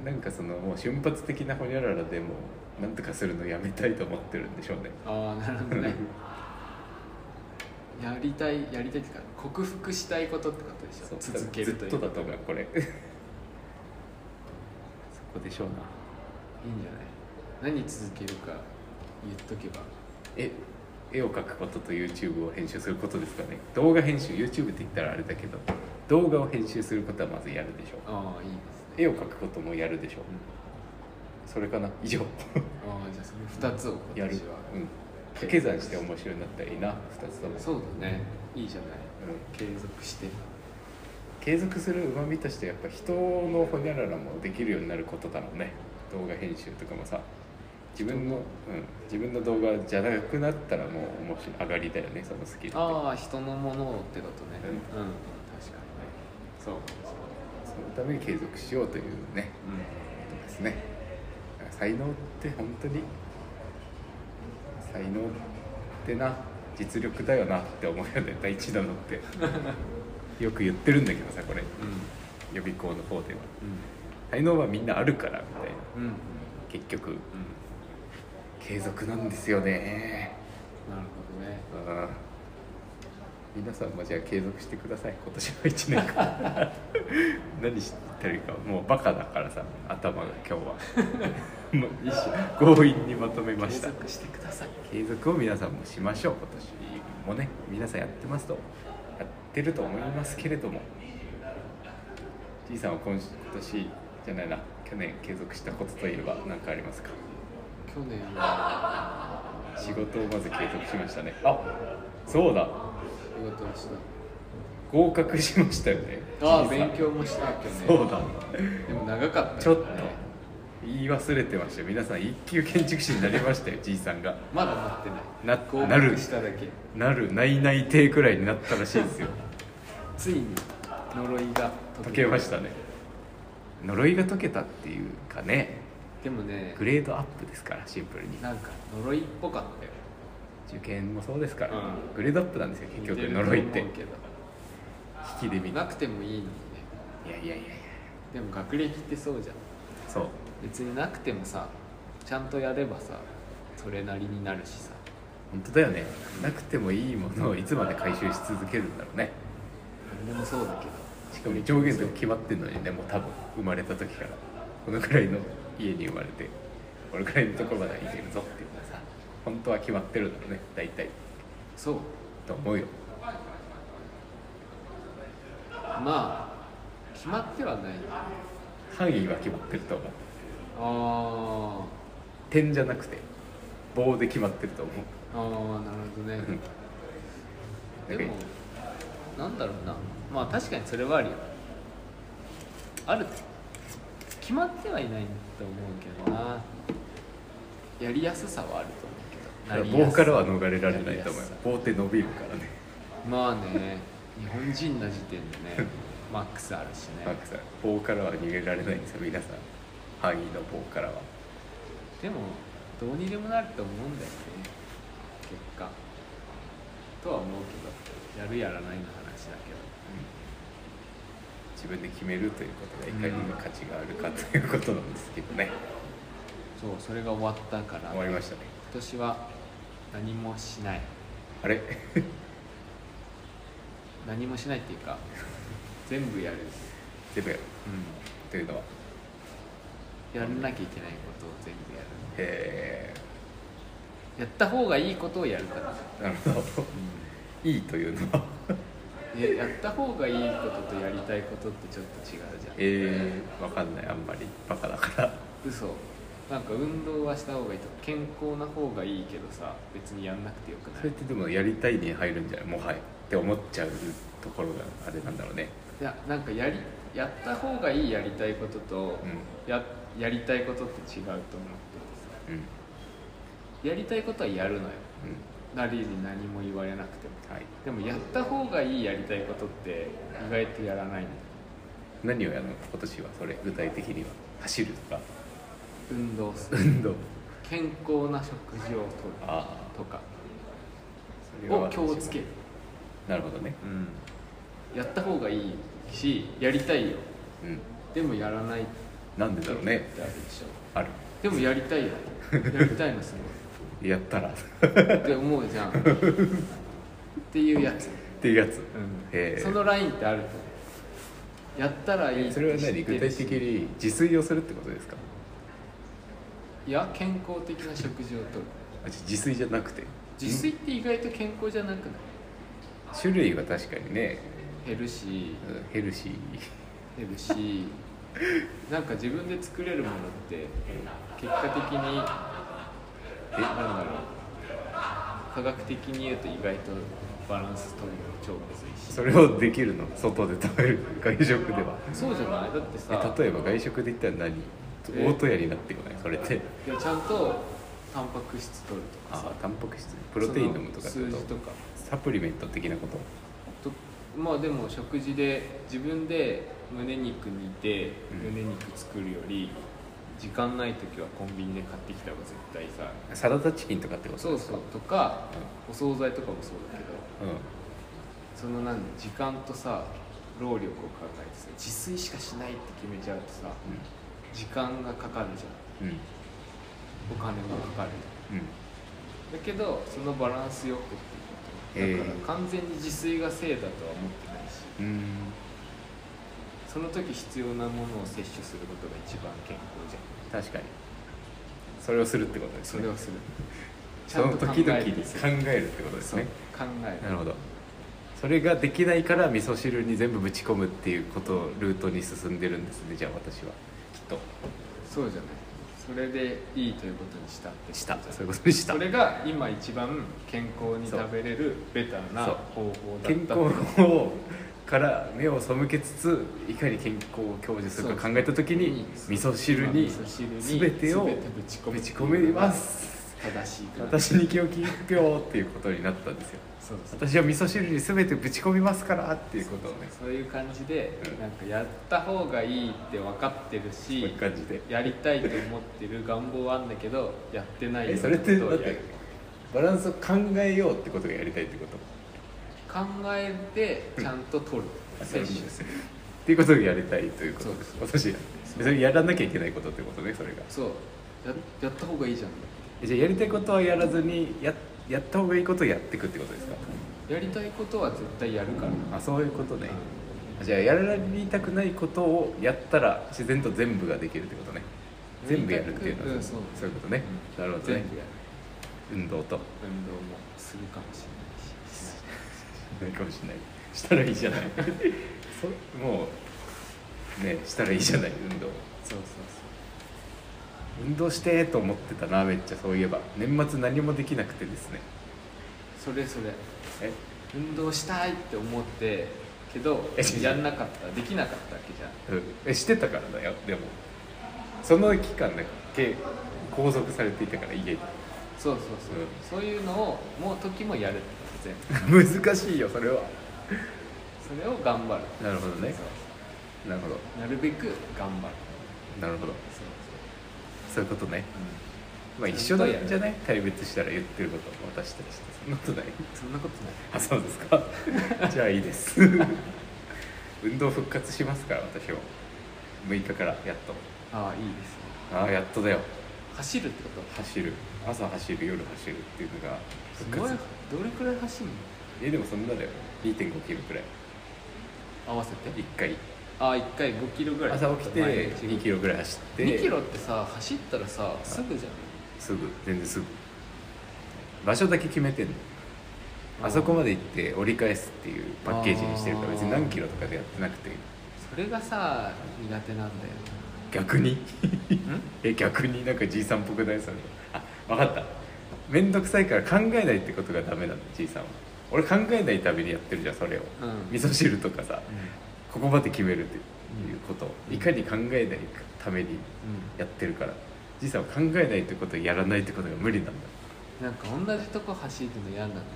S1: うんなんかそのもう瞬発的なほにゃららでもなんとかするのやめたいと思ってるんでしょうね
S2: ああなるほどねやりたいやりたいっていうか克服したいことってことでしょ続けるという
S1: ずっとだと思うこ れそこでしょうない
S2: いんじゃない何続けるか言っとけば
S1: え絵を描くことと YouTube を編集することですかね動画編集 YouTube って言ったらあれだけど動画を編集することはまずやるでしょう
S2: ああいいですね
S1: 絵を描くこともやるでしょうそれかな 以上
S2: ああじゃあその2つを
S1: や
S2: 今
S1: るうん
S2: 年は
S1: 掛け算して面白いなったらいいな2つとも、うん、
S2: そうだねいいじゃない継続して
S1: 継続するうまみとしてやっぱ人のほにゃららもできるようになることだろうね動画編集とかもさ自分の、うん、自分の動画じゃなくなったらもう面白い上がりだよねそのスキルって
S2: ああ人のものをってことね
S1: うん
S2: うん、確かにねそうそう
S1: そのために継続しようというねことですねなんか才能って本当に才能ってな実力だよなって思うよね第一なのってよく言ってるんだけどさこれ
S2: う
S1: 予備校の方では
S2: ん
S1: 才能はみんなあるからみたいな
S2: うんうんうん
S1: 結局
S2: うん
S1: 継続なんですよね
S2: なるほどね
S1: うん皆さんもじゃあ継続してください今年の1年間 何してるかもうバカだからさ頭が今日は もう強引にまとめま
S2: 継
S1: した
S2: 続してください
S1: 継続を皆さんもしましょう今年もね皆さんやってますとやってると思いますけれどもじいさんは今今年じゃないな去年継続したことといえば何かありますか
S2: 去年は
S1: 仕事をまず継続しましたねあそうだ
S2: 仕事をし
S1: 合格しましたよね
S2: たああ
S1: じいさん
S2: 勉強もした去年
S1: そうだ
S2: でも長かったよね
S1: ちょっと言い忘れてましたよ皆さん一級建築士になりましたよじいさんが
S2: まだなってな
S1: な
S2: い合
S1: なる
S2: 格しただけ
S1: なるないない亭くらいになったらしいですよ
S2: ついに呪いが
S1: 解けましたね呪いが解けたっていうかね
S2: でもね
S1: グレードアップですからシンプルに
S2: なんか呪いっぽかったよ
S1: 受験もそうですから、
S2: うん
S1: グレードアップなんですよ結局呪いって
S2: 似ると思う
S1: 引きで見
S2: け
S1: る
S2: どなくてもいいのにね
S1: いやいやいやいや
S2: でも学歴ってそうじゃん
S1: そう
S2: 別になくてもさちゃんとやればさそれなりになるしさ
S1: 本当だよねなくてもいいものをいつまで回収し続けるんだろうね
S2: 何でもそうだけど
S1: しかも上限とか決まってんのにねもう多分生まれた時からこのくらいの家に生まれてこれくらいのところまで行けるぞっていうのがさ本当は決まってるんだろうね大体
S2: そう
S1: と思うよ
S2: まあ決まってはない
S1: 範囲は決まってると思う
S2: あー
S1: 点じゃなくて棒で決まってると思う
S2: あーなるほどね
S1: うん
S2: でもなんだろうなまあ確かにそれはあるよある決まってはいないと思うけどなやりやすさはあると思うけどなりや
S1: 棒
S2: す
S1: からは逃れられないと思う
S2: なりや
S1: よ
S2: すさ
S1: 棒って伸びるからね
S2: まあね日本人の時点でねマックスあるし
S1: マッ
S2: ね
S1: クさん棒からは逃げられないんですよ皆さん範囲の棒からは
S2: でもどうにでもなると思うんだよね結果とは思うけどやるやらないの話だけど
S1: 自分で決めるということがいか
S2: うん
S1: に価値があるかということなんですけどね
S2: そうそれが終わったから
S1: 終わりましたね
S2: 今年は何もしない
S1: あれ
S2: 何もしないっていう か全部やる、
S1: 全部やる
S2: う
S1: というのは
S2: ん、やらなきゃいけないことを全部やる
S1: え
S2: やった方がいいことをやるから、
S1: ー、なるほどいいというのは
S2: えやった方がいいこととやりたいことってちょっと違うじゃん
S1: えー、わかんないあんまりバカだから
S2: 嘘なんか運動はした方がいいと健康な方がいいけどさ別にやんなくてよく
S1: そ
S2: な
S1: れっ
S2: い
S1: てでもやりたいに入るんじゃないもはやって思っちゃうところがあれなんだろうね
S2: いやなんかやりやった方がいいやりたいことと、
S1: う
S2: ややりたいことって違うと思ってて
S1: んうん
S2: さやりたいことはやるのよ
S1: う
S2: なりに何も言われなくて
S1: ん
S2: も
S1: はい
S2: でもやった方がいいやりたいことって意外とやらないの
S1: 何をやるの今年はそれ具体的には走るとか
S2: 運動する
S1: 運動
S2: 健康な食事をとる
S1: ああ
S2: とか
S1: そ
S2: を気をつける、
S1: なるほどね
S2: うん、やった方がいいしやりたいよ
S1: うん
S2: でもやらないって
S1: なんでだろうね
S2: あるでしょ
S1: ある
S2: でもやりたいよやりたいのす
S1: やったらっ
S2: ごいって思うじゃんっていうやつ、
S1: ていうやつへえ
S2: そのラインってあると思うやったらいいって
S1: それは何
S2: 知って
S1: 具
S2: る
S1: 体
S2: し
S1: 的に自炊をするってことですか
S2: いや健康的な食事をとる
S1: あじ自炊じゃなくて
S2: 自炊って意外と健康じゃなくない
S1: 種類は確かにね
S2: 減るし
S1: うんヘルシー
S2: 減るし なんか自分で作れるものって結果的にえなんだろう科学的に言うと意外とバランス取るの超むずいし
S1: それをできるの外で食べる外食では
S2: そうじゃないだってさ
S1: え例えば外食で言ったら何
S2: え
S1: 大戸屋になってこないそれって
S2: いやちゃんとタンパク質取ると
S1: あ
S2: かさ
S1: あタンパク質プロテイン飲むとかっ
S2: そ
S1: てこ
S2: の
S1: と
S2: 数字とか
S1: サプリメント的なこと
S2: とまあでも食事で自分で胸肉煮て
S1: うん
S2: 胸肉作るより時間ない時はコンビニで買ってきた方が絶対さ
S1: サラダチキンとかってこと
S2: そうそうとかお惣菜とかもそうだけど
S1: うん、
S2: そのなん時間とさ労力を考えてさ自炊しかしないって決めちゃうとさ時間がかかるじゃ
S1: うんうん
S2: んお金もかかる
S1: うん
S2: だけどそのバランスよくっていう
S1: へ
S2: ことだ
S1: え
S2: から完全に自炊がせいだとは思ってないし
S1: うーん
S2: その時必要なものを摂取することが一番健康じゃん
S1: 確かにそれをするってことです
S2: そ
S1: ね
S2: れをする
S1: その時々に考
S2: する
S1: えるってことです
S2: そう
S1: ね
S2: 考え
S1: な
S2: る
S1: るほどそれができないから味噌汁に全部ぶち込むっていうことをルートに進んでるんですねじゃあ私はきっと
S2: そうじゃないそれでいいということにしたって
S1: した
S2: ことじゃん
S1: そういうことにした
S2: それが今一番健康に
S1: そう
S2: 食べれるベターな
S1: そう
S2: 方法だった
S1: 健康をから目を背けつついかに健康を享受するか考えた時に
S2: そう
S1: 味噌汁に
S2: 味噌汁に
S1: 全てを
S2: 全てぶち込む
S1: ぶち込めます
S2: 正しいから
S1: 私に気を利くよっていうことになったんですよ
S2: そうそう
S1: 私は味噌汁に全てぶち込みますからっていうことをね
S2: そういう感じで
S1: うん
S2: なんかやった方がいいって分かってる
S1: こうい
S2: し
S1: う感じで
S2: やりたいと思ってる願望はあんだけどやってない
S1: え
S2: よ
S1: それって
S2: こ
S1: だ
S2: と
S1: っ
S2: をや
S1: て
S2: る
S1: バランスを考えようってことがやりたいってこと
S2: 考えてちゃんと取る
S1: うん
S2: 摂取する
S1: っていうことをやりたいということです
S2: そう
S1: 私それやらなきゃいけないことってことねそれが
S2: そうややった方がいいじゃん
S1: えじゃあやりたいことはやらずにややった方がいいことをやっていくってことですか
S2: やりたいことは絶対やるから
S1: あそういうことねじゃあやられたくないことをやったら自然と全部ができるってことね全部やるっていうのは
S2: うんそう
S1: そういうことね、なるほど
S2: 全
S1: ね
S2: 部やる
S1: 運動と
S2: 運動もするかもしれないししない
S1: ないかもしれないしたらいいじゃないそもうねしたらいいじゃない運動
S2: そうそう
S1: 運動してと思ってたなめっちゃそういえば年末何もできなくてですね
S2: そうそれそれ
S1: え
S2: 運動したいって思ってけど
S1: え違う
S2: やんなかったできなかったわけじゃん
S1: うんえしてたからだよでもその期間だけ拘束されていたから家に
S2: そうそうそう、そういうのをもう時もやるってこと全部
S1: 難しいよそれは
S2: それを頑張る
S1: なるほどね
S2: そう
S1: なるほど
S2: なるべく頑張る
S1: なるほど
S2: そう
S1: そういうことね
S2: そう、
S1: まあ一緒なんじゃない対別したら言ってること私たちとそんなことない
S2: うん、そんなことない
S1: あそうです かじゃあいいです運動復活しますから私も6日からやっと
S2: ああいいですね
S1: ああやっとだよ
S2: 走るってこ
S1: 走る朝走る夜走るっていうのが
S2: とす
S1: 復
S2: ごい
S1: 活
S2: どれくらい走るの
S1: えでもそんなだよ2 5キロくらい
S2: 合わせて
S1: 1回
S2: ああ1回5キロぐらい
S1: 朝起きて2キ
S2: ロ
S1: ロぐらい走って
S2: 2キロってさ走ったらさすぐじゃん
S1: すぐ全然すぐ場所だけ決めてんのあそこまで行って折り返すっていうパッケージにしてるから別に何キロとかでやってなくて
S2: それがさ苦手なんだよ
S1: 逆に
S2: ん
S1: え逆になんかじいさんっぽくないそれあ分かった面倒くさいから考えないってことがダメなんだじいさんは俺考えないためにやってるじゃんそれを
S2: うん
S1: 味噌汁とかさここまで決めるっていうことを
S2: うん
S1: いかに考えないために
S2: う
S1: やってるからじいさんは考えないってことをやらないってことが無理なんだ
S2: んなんか同じとこ走るの嫌なんだね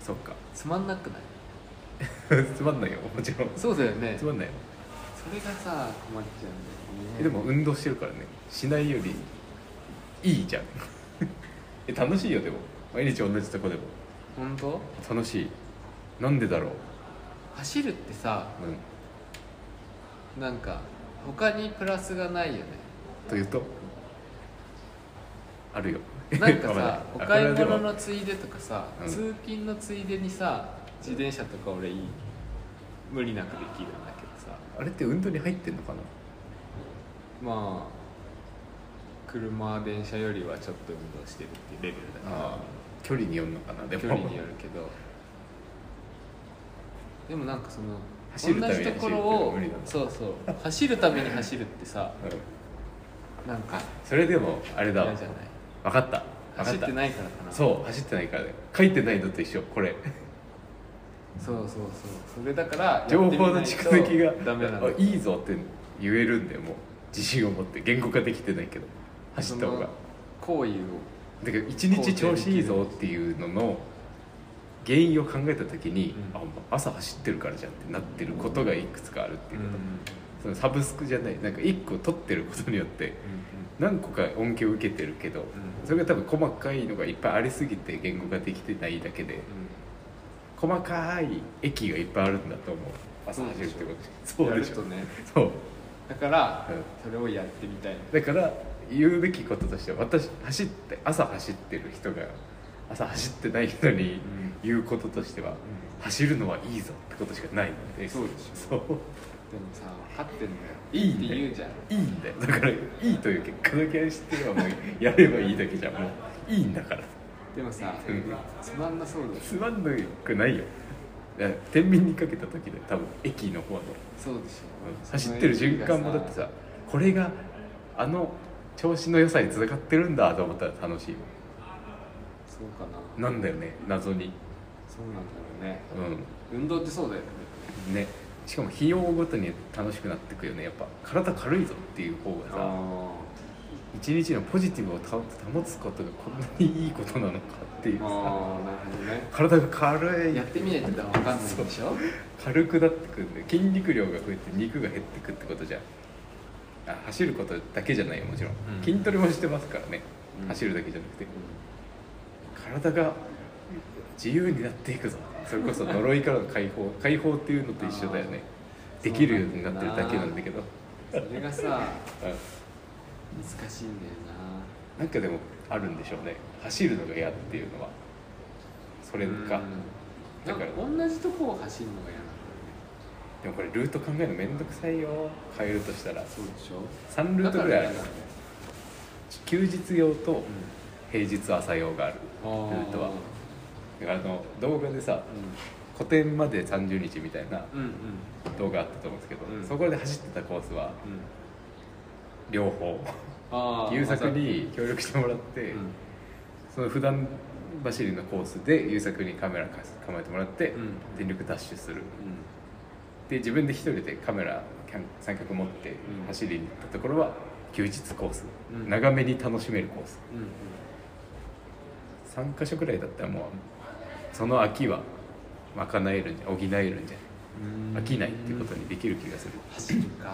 S1: そっか
S2: つまんなくない
S1: つまんないよもちろん
S2: そうだよね
S1: つ
S2: それ
S1: まんないよ
S2: がさ困っちゃうんだよね
S1: えでも運動してるからねしないよりいいじゃん え楽しいよでも毎日同じとこでも
S2: 本当
S1: 楽しいなんでだろう
S2: 走るってさ
S1: うん
S2: なんか他にプラスがないよ ね
S1: というとあるよ
S2: なんか
S1: わ
S2: さお
S1: んない
S2: 買い
S1: あこれは
S2: 物
S1: でも
S2: のついでとかさ、
S1: うん
S2: 通勤のついでにさ自転車とか俺いい無理なくできるんだけどさ
S1: あれって運動に入ってんのかな
S2: まあ車電車よりはちょっと運動してるっていうレベルだ
S1: あ
S2: か
S1: ー距離によるのかなで
S2: ら
S1: も
S2: 距離によるけどでもなんかその
S1: 走るため
S2: 同
S1: に走
S2: じ
S1: る
S2: と
S1: って
S2: ころを
S1: 無理なんだ
S2: そうそう走るために走るってさ
S1: うん
S2: なんか
S1: それでもあれだわ
S2: 嫌じゃない
S1: 分かった
S2: 走
S1: 分
S2: って
S1: かっ
S2: ないからかな
S1: たそう走ってないからね書いてないのと一緒これ
S2: そうそうそうそれだから
S1: 情報の近づき
S2: やっ
S1: が
S2: てみないとダメなの
S1: あいいぞって言えるんだよもう自信を持って言語化できてないけど走った方が
S2: その行為を
S1: だけど一日調子いいぞっていうのの原因を考えた時に、
S2: うん
S1: あ朝走ってるからじゃんってなってることがいくつかあるっていうこと、そのサブスクじゃないなんか1個取ってることによって何個か恩恵を受けてるけど、それが多分細かいのがいっぱいありすぎて言語ができてないだけで細かい駅がいっぱいあるんだと思う朝走るってこと
S2: や
S1: そうで
S2: る
S1: しょ
S2: とね
S1: そう
S2: だから、
S1: うん
S2: それをやってみたいの
S1: だから言うべきこととしては私走って朝走ってる人が朝走ってない人に言うこととしては、走るのはいいぞってことしかないので
S2: そうでし
S1: そ
S2: ょ
S1: う
S2: でもさ分かってんだよ
S1: いい
S2: って
S1: んだよ
S2: 言うじゃん
S1: いいんだよだからいいという結果だけ知ってればもうやればいいだけじゃんもういいんだから
S2: でもさ、
S1: うん
S2: つまんなそうだよ
S1: つまんなくないよだから天秤にかけた時で多分駅の方の
S2: そうでしょ
S1: 走ってる瞬間もだってさこれがあの調子の良さにつながってるんだと思ったら楽しいもん
S2: そうかな
S1: なんだよね謎に
S2: そうなんだろうね
S1: う
S2: 運動ってそうだよね
S1: んねしかも費用ごとに楽しくなってくよねやっぱ体軽いぞっていう方がさ
S2: あ
S1: 一日のポジティブを保つ保つことがこんなにいいことなのかっていう
S2: ーあーなる
S1: さ
S2: ほど
S1: 体
S2: ね
S1: が軽い
S2: やってみないと分かんないでしょ
S1: 軽くなってくんで筋肉量が増えて肉が減ってくってことじゃんあ走ることだけじゃないよもちろん、
S2: うん
S1: 筋トレもしてますからね、
S2: うん
S1: 走るだけじゃなくて体が自由になっていくぞそれこ そ呪いからの解放解放っていうのと一緒だよね
S2: あー
S1: できるようになってるだけなんだけど
S2: それがさ
S1: うん
S2: 難しいんだよな
S1: なんかでもあるんでしょうね走るのが嫌っていうのはそれ
S2: うん
S1: か
S2: な
S1: だ
S2: ん
S1: から
S2: か同じとこを走るのが嫌なんだよね
S1: でもこれルート考えるのめんどくさいよ変えるとしたら
S2: そうでしょ
S1: 3ルートぐらいある
S2: だから嫌なんだよ
S1: 休日用と
S2: う
S1: 平日朝用がある
S2: あー
S1: ルートはあの動画でさ古典まで30日みたいな
S2: うんうんうん
S1: 動画あったと思うんですけど、
S2: うん
S1: そこで走ってたコースは
S2: うん
S1: 両方
S2: ああ
S1: 優作に協力してもらって、
S2: うん
S1: その普段走りのコースで優作にカメラか構えてもらって、
S2: うん
S1: 全力ダッシュする
S2: うん
S1: で自分で一人でカメラキャン三脚持って
S2: うん
S1: 走りに行ったところは休日コース、
S2: うん
S1: 長めに楽しめるコース
S2: うん
S1: 3か所くらいだったらもうその秋は賄えるんじゃ補えるんじ
S2: うん
S1: ゃない飽きないっていうことにできる気がする
S2: 走るか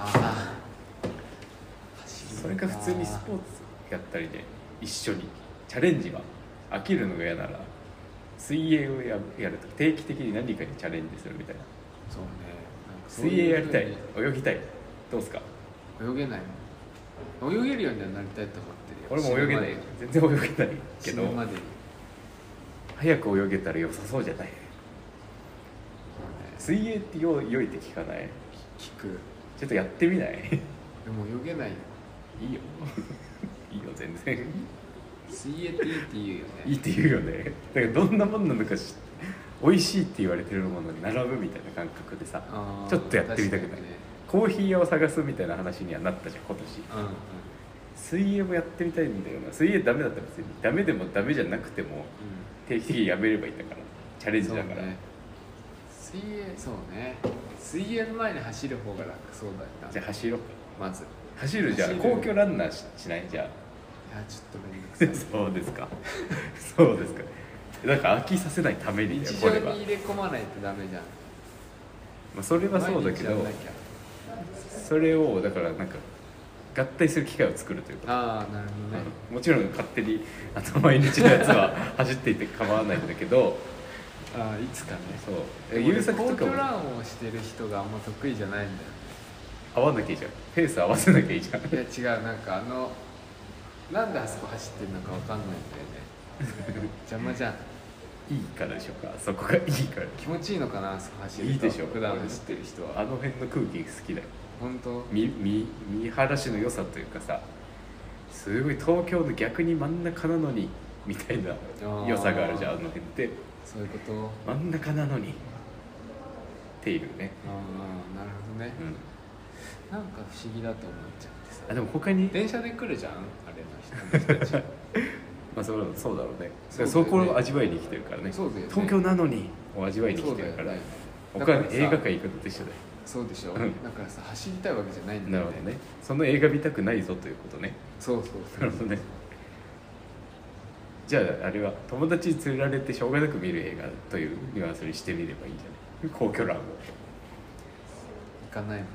S2: 走る
S1: それか普通にスポーツやったりで一緒にチャレンジは飽きるのが嫌なら水泳をややると定期的に何かにチャレンジするみたいな
S2: そうねなんかそう
S1: 水泳
S2: う
S1: やりたい
S2: 風に
S1: 泳ぎたいどうすか
S2: 泳げないもん泳げるようにはなりたいと思
S1: 俺
S2: ってる
S1: も泳げない全然泳げないけ
S2: 死ぬ
S1: ど
S2: までに
S1: 早く泳げたら良さそうじゃない水泳ってよ良いって聞かない
S2: 聞く
S1: ちょっとやってみない
S2: でも泳げないよ
S1: いいよいいよ全然
S2: 水泳っていいって言うよね
S1: いいって言うよねだからどんなもんなのかし美味しいって言われてるものに並ぶみたいな感覚でさ
S2: あー
S1: ちょっとやってみたくな
S2: 確
S1: い、
S2: かにね
S1: コーヒー屋を探すみたいな話にはなったじゃん今年
S2: うんうん
S1: 水泳もやってみたいんだよな水泳ダメだったら別にダメでもダメじゃなくても定期的にやめればいいんだからチャレ
S2: う
S1: ン
S2: ん
S1: ジ
S2: そう
S1: だから、
S2: ね水泳そうね水泳の前に走る方が楽そうだ
S1: じゃ
S2: な
S1: あ走ろうか
S2: まずい
S1: 走るじゃん
S2: 走る
S1: 皇居ランナーししないじゃん
S2: やちょっと面倒くさい
S1: そうですかそうですかなんか飽きさせないためにだよ
S2: 日
S1: こ
S2: 常
S1: れ
S2: に
S1: は、
S2: 入れ込まないとダメじゃ
S1: ま
S2: ん
S1: あ、それはそうだけど
S2: 毎日やんなき
S1: それをだからなんか合体する機会を作るというか
S2: ゃああなるほどね
S1: うんもちろん勝手にあの毎日のやつは走っていて構わないんだけど
S2: ああいつかね
S1: そう優作とか
S2: 皇居ラ
S1: も
S2: ンをしてる人があんま得意じゃないんだよ
S1: 合わなきゃいいじゃんペース合わせなきゃいいじゃん
S2: いや違うなんかあのなんであそこ走ってるのかわかんないんだ よね邪魔じゃん
S1: いいからでしょうかそこがいいから
S2: 気持ちいいのかなあそこ走ると
S1: いいでしょ
S2: 普段走ってる人
S1: あ
S2: は
S1: の辺の空気好きだよ
S2: 本当
S1: みみ見晴らしの良さというかさすごい東京の逆に真ん中なのにみたいな
S2: ー
S1: 良さがあるじゃんあの辺って
S2: そういうことあ
S1: 真ん中なのにっていうね、
S2: あなるほどね
S1: う、ん、
S2: なんか不思議だと思っちゃってさ
S1: あでも他に
S2: 電車で来るじゃんあれの人 たち
S1: まあ、それはそうだろうねそ
S2: そうだよね
S1: こを味わいに来てるからね
S2: そうだよね
S1: 東京なのにを味わいに来てるから、他
S2: だ
S1: は
S2: からさ
S1: 映画館行くのと一緒だよ
S2: そうでしょ、
S1: うん
S2: だからさ走りたいわけじゃないんだ
S1: な
S2: よ
S1: る
S2: ね
S1: ほどねその映画見たくないぞということね
S2: そうそう
S1: な
S2: そ
S1: る
S2: う
S1: ほどねじゃああれは友達に連れられてしょうがなく見る映画というニュアンスにしてみればいいんじゃない皇居欄を
S2: 行かないもん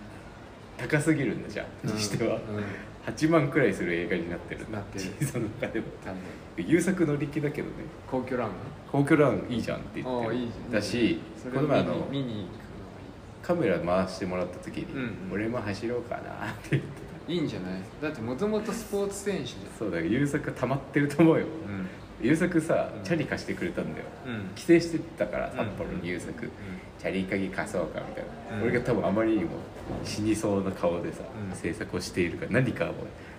S1: 高すぎるんだじゃあ
S2: う ん
S1: にしては、
S2: うん
S1: 8万くらいする映画になってるんだ
S2: なってる
S1: その中でも
S2: 多分
S1: 優作の力だけどね
S2: 皇居ラン
S1: 皇居欄いいじゃんって言っ
S2: あ
S1: て
S2: あ
S1: る
S2: いいじゃん
S1: だし
S2: それ
S1: この
S2: を見
S1: 前あ
S2: に
S1: の
S2: 見に行くの
S1: カメラ回してもらった時に、
S2: うんうん
S1: 俺も走ろうかな って言って
S2: はいいいんじゃないだってもともとスポーツ選手じ
S1: そうだよ優作溜まってると思うよ
S2: ゃんうん
S1: 優作さ、
S2: うん
S1: チャリ貸してくれたんだよ
S2: うん
S1: 帰省してたから
S2: うん
S1: 札幌に優作、チャリ鍵貸そうかみたいな、俺が多分あまりにも死にそうな顔でさ、
S2: うん
S1: 制作をしているから何かを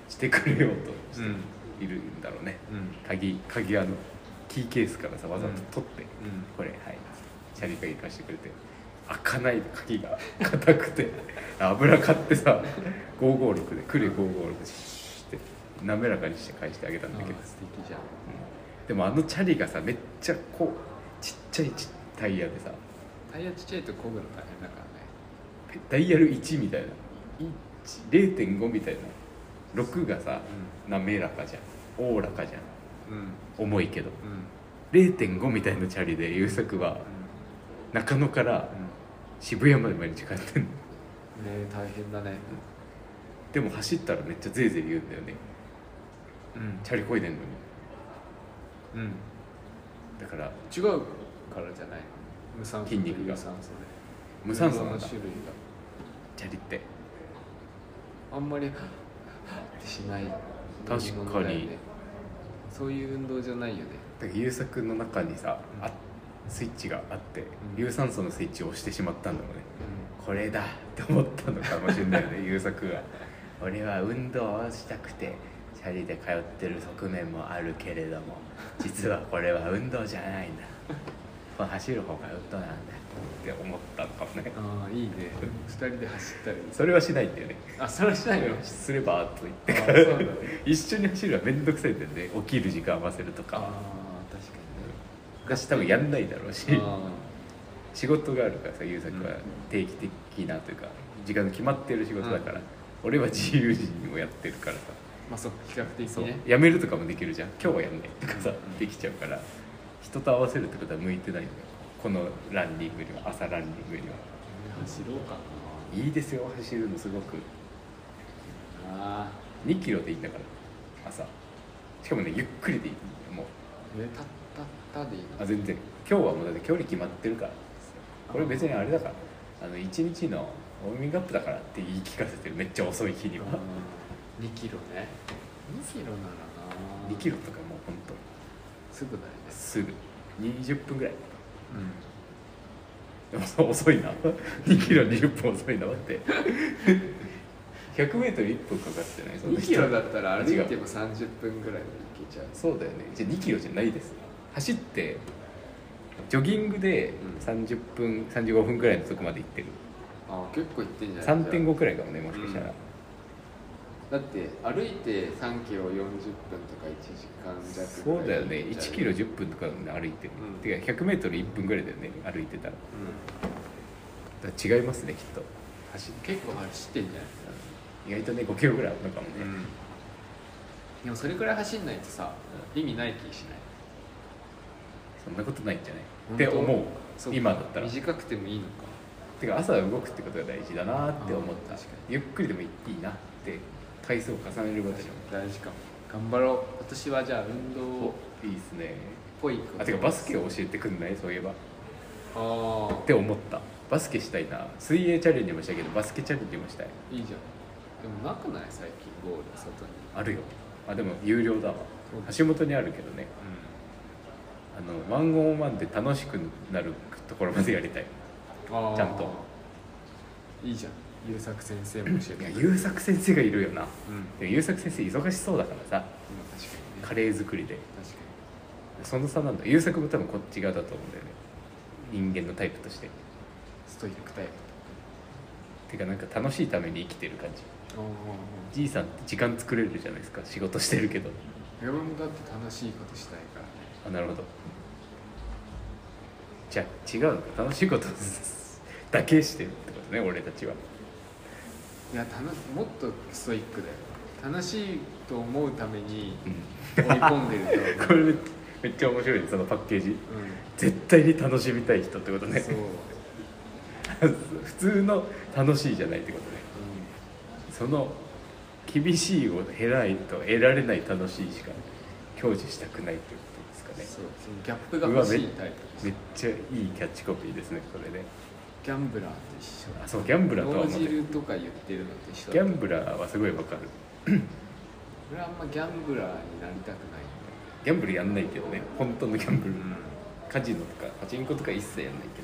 S1: してくれようとしているんだろうね、
S2: うんうん
S1: 鍵鍵あのキーケースからさわざと取って、
S2: うん
S1: これはいチャリ鍵貸してくれて開かない鍵が硬くて油買ってさ556でクレ556でシュッて滑らかにして返してあげたんだけど
S2: ああ素敵じゃん
S1: でもあのチャリがさめっちゃこうちっちゃいちタイヤでさ
S2: タイヤちっちゃいと漕ぐの大変だからね
S1: ダイヤル1みたいな1 0.5みたいな6がさ滑らかじゃんおおらかじゃん
S2: うんうん
S1: 重いけど
S2: うんうん
S1: 0.5みたいなチャリで優作は中野から渋谷まで毎日帰ってんの
S2: ね大変だね
S1: でも走ったらめっちゃゼーゼー言うんだよね
S2: うん
S1: チャリこいでんのに
S2: うん
S1: だから
S2: 違うからじゃないの無酸素と
S1: 筋肉が
S2: 有酸素で
S1: 無酸素なん
S2: 運動
S1: だ
S2: の種類
S1: チャリって
S2: があんまりってしない
S1: 確かに
S2: だよねそういう運動じゃないよね
S1: だから優作の中にさ
S2: うん
S1: あスイッチがあって
S2: ん
S1: 有酸素のスイッチを押してしまったんだろうねこれ だって思ったのかもしれないよね優作が俺は運動をしたくてチチャリで通ってる側面もあるけれども実はこれは運動じゃないんだこの走る方が運動なんだって思ったのかもね
S2: ああいいね二人で走ったり
S1: それはしないんだよね
S2: あそれはしないの
S1: すればと言っ
S2: あ
S1: て
S2: あ そうなんだ
S1: 一緒に走るは面倒くさいんだよね起きる時間合わせると
S2: あ
S1: か
S2: あ確か
S1: 私多分やんないだろうし
S2: にねあ
S1: 仕事があるからさ優作は
S2: うん
S1: 定期的なというか時間の決まってる仕事だから、俺は自由人もやってるからさ
S2: あまあそう比較的
S1: そう
S2: ね
S1: やめるとかもできるじゃん今日はやんないとかさ
S2: うん
S1: できちゃうから人と合わせるってことは向いてないよねこのランニングには朝ランニングには
S2: 走ろうか
S1: いいですよ走るのすごく
S2: なああ
S1: 2キロでいいんだから朝しかもねゆっくりでいいもう
S2: えたったったでいい
S1: あ
S2: の
S1: 全然今日はもうだって距離決まってるからこれ別にあれだからあの一日のウォーミングアップだからって言い聞かせてるめっちゃ遅い日には
S2: 2キロね2キロならな
S1: 2キロとかもうほんと
S2: すぐだよね
S1: すぐ20分ぐらい
S2: う
S1: で
S2: ん
S1: もそう遅いな2キロ20分遅いなだって 100m1 分かかってないその
S2: 2
S1: 人
S2: キロだったら歩いて
S1: 違う
S2: も30分ぐらいで行けちゃう
S1: そうだよねじゃあ2キロじゃないです走ってジョギングで
S2: うん
S1: 30分35分ぐらいのとこまで行ってる
S2: あ結構行ってんじゃない
S1: 3.5くらいかもねもしかしたら、
S2: うんだって歩いて3キロ40分とか1時間弱
S1: そうだよね
S2: 1
S1: 1キロ10分とか歩いてる、
S2: うん
S1: てか 100m1 分ぐらいだよね歩いてたらだから違いますねきっと
S2: 走結構走ってんじゃな
S1: 意
S2: い
S1: 外とね5キロぐらいあるのかもね、
S2: うんでもそれくらい走んないとさ意味ない気しない
S1: そんなことないんじゃない
S2: 本
S1: っ
S2: 当
S1: て思
S2: そう
S1: 今だったら
S2: 短くてもいいのか
S1: てか朝動くってことが大事だなって思っ
S2: あ
S1: た
S2: ー確か
S1: ゆっくりでもいいなって回数を重ねることでし
S2: 大事かも頑張ろう私はじゃあ運動っ
S1: ょいいっすね
S2: ぽいこと
S1: あてかバスケを教えてくんないそういえばっ
S2: ああ
S1: て思ったバスケしたいな水泳チャレンジもしたけどバスケチャレンジもしたい
S2: いいじゃんでもなくない最近ゴール外に
S1: あるよあでも有料だわ橋本にあるけどねあのワンオンワンで楽しくなるところまでやりたい
S2: あー
S1: ちゃんと
S2: いいじゃん優作先生も教え
S1: い
S2: て
S1: や
S2: くれる
S1: 優作先生がいるよな
S2: うんうん
S1: でも優作先生忙しそうだからさ
S2: 確かにね
S1: カレー作りで
S2: 確か
S1: その差なんだ優作も多分こっち側だと思うんだよね人間のタイプとして
S2: にストイックタイプ
S1: てかなんか楽しいために生きてる感じじいさんって時間作れるじゃないですか仕事してるけど
S2: 俺もだって楽しいことしたいからね
S1: あなるほどじゃあ違うのか楽しいことだけしてるってことね俺たちはい
S2: や楽しもっとストイックだよ楽しいと思うために
S1: うん
S2: 追い込んでると
S1: これめっちゃ面白いねそのパッケージ
S2: うん、
S1: 絶対に楽しみたい人ってことね
S2: そう、うん、
S1: 普通の楽しいじゃないってことねその厳しいを得ないと得られない楽しいしか享受したくないってことですか
S2: そうそのギャップが欲しいタイプ
S1: ねめっちゃいいキャッチコピーですねこれね
S2: ギャンブラーと一緒
S1: あそうギャンブラーとは
S2: 脳
S1: 思ってギ
S2: 汁とか言ってるのと一緒だ
S1: ャンブラーはすごいわかる
S2: 俺あんまギャンブラーになりたくない
S1: ギャンブルやんないけどね本当のギャンブル
S2: んだよ、
S1: カジノとかパチンコとか一切やんないけ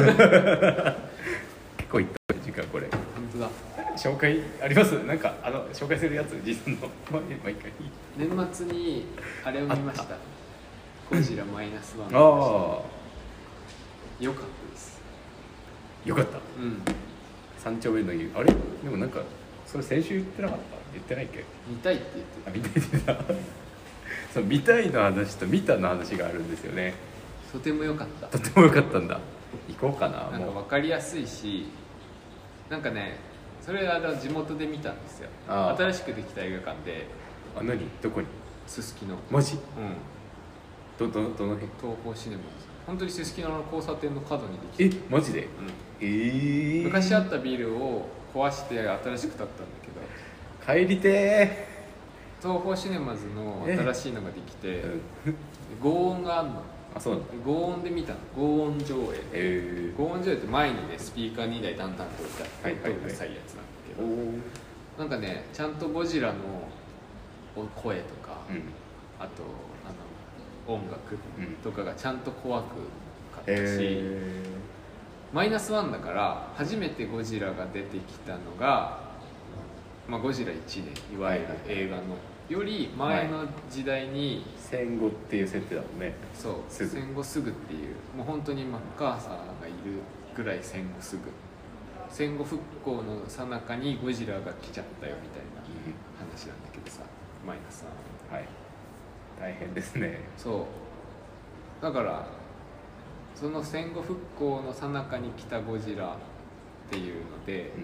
S1: どねはい 結構いった時間これ
S2: 本当だ
S1: 紹介ありますなんかあの紹介するやつ実際の ま毎回
S2: 年末にあれを見ましたゴジラマイナスワン
S1: あ
S2: よかったです
S1: あよかった
S2: うん
S1: 三丁目の湯あれでもなんかそれ先週言ってなかった言ってないっけ
S2: 見たいって言って
S1: あ見た
S2: た
S1: いってた そう見たいの話と見たの話があるんですよね
S2: とても良かった
S1: とてもよかったんだ行こうかな
S2: なんか
S1: もう
S2: 分かりやすいしなんかねそれあの地元で見たんですよ
S1: あー
S2: 新しくできた映画館で
S1: あ何どこに
S2: すすきのうん
S1: マジどどどの辺
S2: 東宝シネマズ本当にすすきのの交差点の角にで
S1: え
S2: きた、
S1: マジで
S2: うん
S1: えー、
S2: 昔あったビルを壊して新しく建ったんだけど
S1: 帰りて
S2: 東宝シネマズの新しいのができて、
S1: ー、うん、
S2: 合音があんの
S1: あそうなんだ
S2: 合音で見たの合音上映
S1: えー、
S2: 合音上映って前にねスピーカー2台だんだんと置いてあって
S1: はいはいはいう
S2: るさいやつなんだけ
S1: お
S2: ど、
S1: ーうん
S2: なんかねちゃんとゴジラの声とか、あとあの音楽
S1: うん
S2: とかがちゃんと怖くかったし、
S1: え
S2: マイナスワンだから初めてゴジラが出てきたのがまあ、ゴジラ1年いわゆる映画のより前の時代に、
S1: 戦後っていう設定だもんね
S2: そう
S1: すぐ
S2: 戦後すぐっていうもう本当にマッカーサーがいるぐらい戦後すぐ戦後復興の最中にゴジラが来ちゃったよみたいな話なんだけどさマイナスさん
S1: はい大変ですね
S2: そうだからその戦後復興の最中に来たゴジラっていうので
S1: うん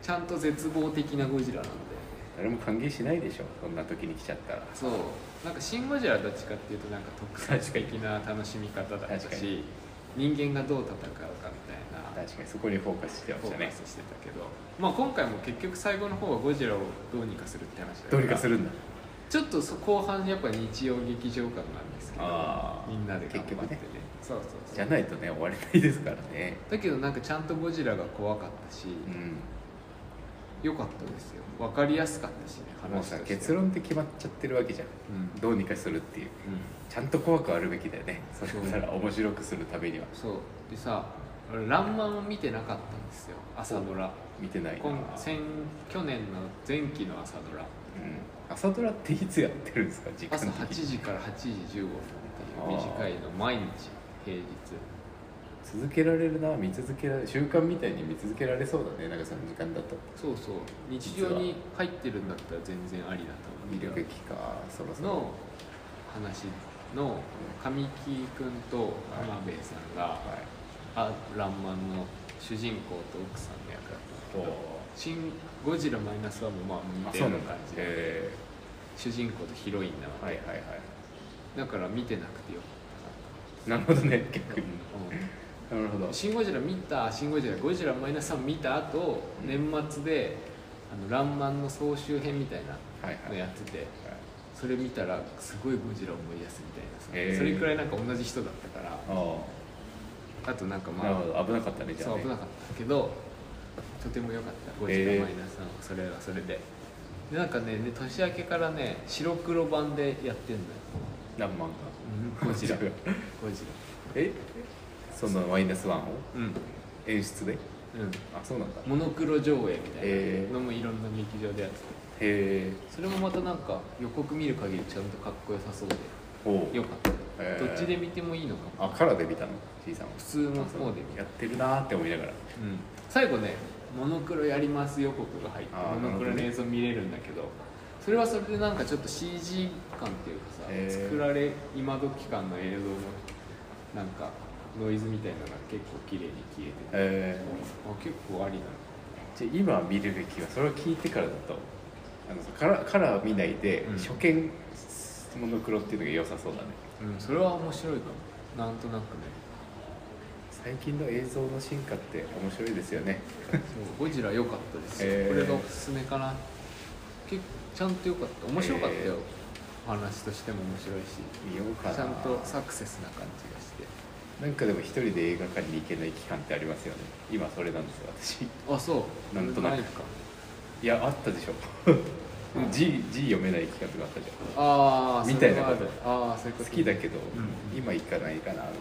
S2: ちゃんと絶望的なゴジラなんだよね
S1: 誰も歓迎しないでしょそんな時に来ちゃったら
S2: そうなんか「シン・ゴジラ」はどっちかっていうとなんか特撮的な楽しみ方だった
S1: 確か
S2: し人間がどう戦うかみたいな
S1: 確かにそこにフォーカスしてま
S2: フ
S1: し
S2: ォ
S1: た
S2: ー
S1: ね
S2: カスしてたけど、まあ、今回も結局最後の方はゴジラをどうにかするって話だから
S1: どうにかするんだ
S2: ちょっとそ後半やっぱ日曜劇場感があるんですけど
S1: あー
S2: みんなで頑張って
S1: 結
S2: ね
S1: 局ね
S2: そうそうそう
S1: じゃないとね終われないですからね
S2: だけどなんかちゃんとゴジラが怖かったし
S1: うん
S2: 良、かったですよ分かりやすかったしね
S1: もう
S2: 話と
S1: さ
S2: して
S1: 結論って決まっちゃってるわけじゃん
S2: うん、うん、
S1: どうにかするっていうちゃんと怖くあるべきだよねそれなら面白くするためには
S2: そうでさ俺「らんまん」を見てなかったんですよ朝ドラ
S1: 見てないな、う
S2: 今
S1: ん、
S2: 先去年の前期の朝ドラ
S1: 朝ドラっていつやってるんですか時間
S2: 朝
S1: 的に
S2: 8時から8時15分っていう短いの毎日平日
S1: 続けられるな見続けられ習慣みたいに見続けられそうだねなんかその時間だと
S2: そうそう日
S1: 実は
S2: 常に入ってるんだったら全然ありだと思う
S1: 魅力期かそろそろ
S2: の話の神木君と浜辺さん
S1: は
S2: が
S1: い
S2: 「あらんまん」の主人公と奥さんの役だったんだけど「シン・ゴジラマイナスはもうまあ
S1: あ
S2: 似て
S1: そう
S2: る
S1: なんだ
S2: 感じで
S1: え
S2: 主人公とヒロインなわ
S1: ー
S2: け、
S1: はいはいはい
S2: だから見てなくてよかったな
S1: なるほどね逆に
S2: う
S1: なるほど
S2: ん、シン・ゴジラ見た、シン・ゴジラ、ゴジラマイナス3見た後、年末で、あの、らんまんの総集編みたいな
S1: はいは
S2: の
S1: い
S2: や
S1: は
S2: ってて、
S1: い
S2: それ見たら、すごいゴジラ思い出すみたいな
S1: へ
S2: さ、
S1: ー
S2: それくらいなんか同じ人だったから、
S1: あ
S2: あとなんか
S1: あなる
S2: ま
S1: ほど危なかったね
S2: あ、
S1: じゃ
S2: そ
S1: あ
S2: う、
S1: ね
S2: 危なかったけど、とても良かった、ゴジラマイナス3は、それはそれで。でなんかね、ね年明けからね、白黒版でやってんのよ、
S1: 何万か
S2: ゴ ジラ、
S1: ゴ
S2: ゴ
S1: ジ
S2: ジ
S1: ラ
S2: ラ。
S1: えそのマイナスワンを
S2: うん、
S1: 演出で
S2: うん
S1: あそうなんだへ
S2: モノクロ上映みたい
S1: え
S2: なのもいろんな劇場でやってて
S1: え
S2: それもまたなんか予告見る限りちゃんとかっこよさそうで
S1: お
S2: よかった、
S1: へー
S2: どっちで見てもいいのかも
S1: あカラーで見たの C さんは
S2: 普通の方で見
S1: や
S2: た、う
S1: ってるなーって思いながら
S2: ん、最後ねモノクロやります予告が入って
S1: あー
S2: モノク
S1: なるほ
S2: ロの
S1: どね
S2: 映像見れるんだけどそれはそれでなんかちょっと CG 感っていうかさ、
S1: へー
S2: 作られ今時感の映像のなんかノイズみたいなのが結構綺麗に消えてて、
S1: え
S2: あ結構ありなの
S1: ー、じゃあ今見るべきはそれを聞いてからだとあのカラーカラー見ないで、
S2: うん
S1: 初見モノクロっていうのが良さそうだね
S2: うん、それは面白いかもなんとなくね
S1: 最近の映像の進化って面白いですよね
S2: そうゴジラ良かったですよ、
S1: へー
S2: これがおすすめかな結ちゃんと良かった面白かったよ、
S1: へー
S2: お話としても面白いし
S1: 見ようかな
S2: ちゃんとサクセスな感じがして
S1: なんかでも一人で映画館に行けない期間ってありますよね今それなんですよ私
S2: あそう
S1: なんとなく
S2: いか
S1: いやあったでしょ 字字読めない期間とかあったじゃん
S2: ああ
S1: みたいなこと
S2: ああーそういう
S1: 好
S2: ことね
S1: きだけど、
S2: うん
S1: 今行かないかなみたいな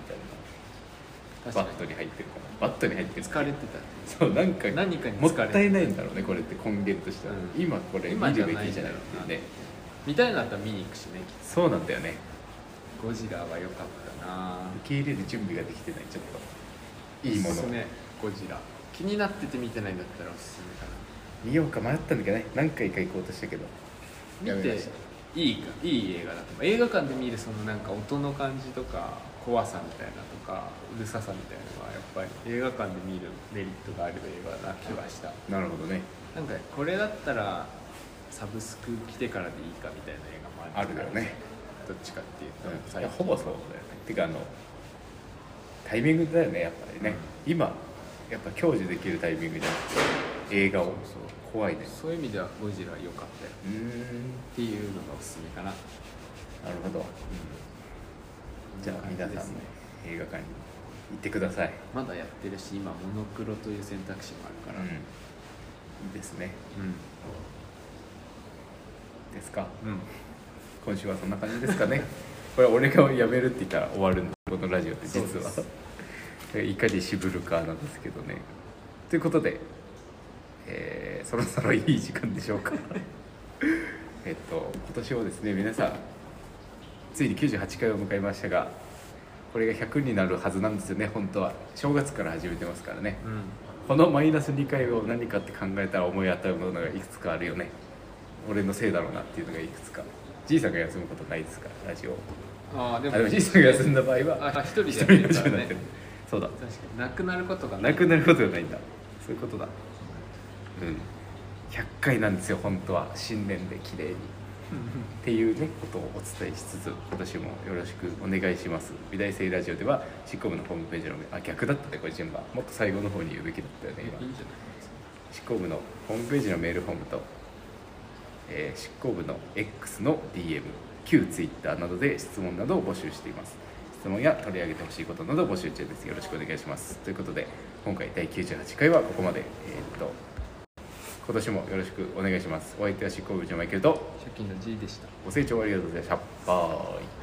S1: バ
S2: 確
S1: ッ
S2: か
S1: トに入ってるからバットに入って
S2: に
S1: る
S2: 疲れて
S1: そうなんか
S2: 何かに疲れ
S1: もったいないんだろうねこれって根源としては、
S2: うん
S1: 今こ
S2: た
S1: れ
S2: 今
S1: 見
S2: じ
S1: る
S2: ゃ
S1: べ
S2: ない
S1: き
S2: ん
S1: じ
S2: だ
S1: ゃない
S2: ろ
S1: っていうう
S2: な
S1: ね
S2: 見たいなったら見に行くしね
S1: そうなんだよね
S2: ゴジラは良かったな
S1: 受け入れる準備ができてないちょっといいも
S2: おす
S1: の
S2: すめゴジラ気になってて見てないんだったらおすすめかな
S1: 見ようか迷ったんだけどね何回か行こうとしたけど
S2: 見
S1: やめま
S2: て
S1: した
S2: いいかいい映画だと思う映画館で見るそのなんか音の感じとか怖さみたいなとかうるささみたいなのはやっぱり映画館で見るメリットがある映画な気はした
S1: なるほどね
S2: なんかこれだったらサブスク来てからでいいかみたいな映画もあ
S1: あ
S2: る
S1: るだよね、
S2: どっちかっていうと、
S1: うん、い
S2: 最
S1: や
S2: 近
S1: ほぼそうだよねてかあのタイミングだよねやっぱりね、今やっぱ享受できるタイミングじゃなくて映画を怖いね
S2: そういう意味ではゴジラ良かったよ
S1: うーん
S2: っていうのがおすすめか
S1: な
S2: な、
S1: るほどじゃあ皆さんも映画館に行ってください、
S2: まだやってるし今モノクロという選択肢もあるから、
S1: いいですねですか
S2: うんうん
S1: 今週はそんな感じですかね これ俺がやめるって言ったら終わるんだこのラジオって実
S2: そう
S1: はいかに渋るかなんですけどねということで、えーそろそろいい時間でしょうか えっと今年をですね皆さんついに98回を迎えましたがこれが100になるはずなんですよね本当は正月から始めてますからね
S2: うん
S1: このマイナス2回を何かって考えたら思い当たるものがいくつかあるよね俺のせいだろうなっていうのがいくつかじいさんが休むことないですからラジオ
S2: ああで
S1: あで
S2: も
S1: もじいさんが休んだ場合は
S2: あ一人で
S1: 一
S2: やっ
S1: 人
S2: て
S1: の
S2: る
S1: 時
S2: か
S1: 間に
S2: ら
S1: なっ
S2: ね
S1: てるそうだ
S2: 確かになくなることが
S1: なく
S2: る
S1: なることがないんだそういうことだうん100回なんですよ本当は新年で綺麗にっていうねことをお伝えしつつ今年もよろしくお願いします美大生ラジオでは執行部のホームページのあ逆だったねこれ順番もっと最後の方に言うべきだったよ
S2: い
S1: ね
S2: いん
S1: 今
S2: じゃない
S1: 執行部のホームページのメールフォームと、えー執行部の X の DM 旧 Twitter などで質問などを募集しています質問や取り上げてほしいことなどを募集中ですよろしくお願いしますということで今回第98回はここまでえーっと今年もよろしくお願いしますお相手は執行部長マイケルと
S2: 初期の G でした
S1: ご清聴ありがとうございましたバイ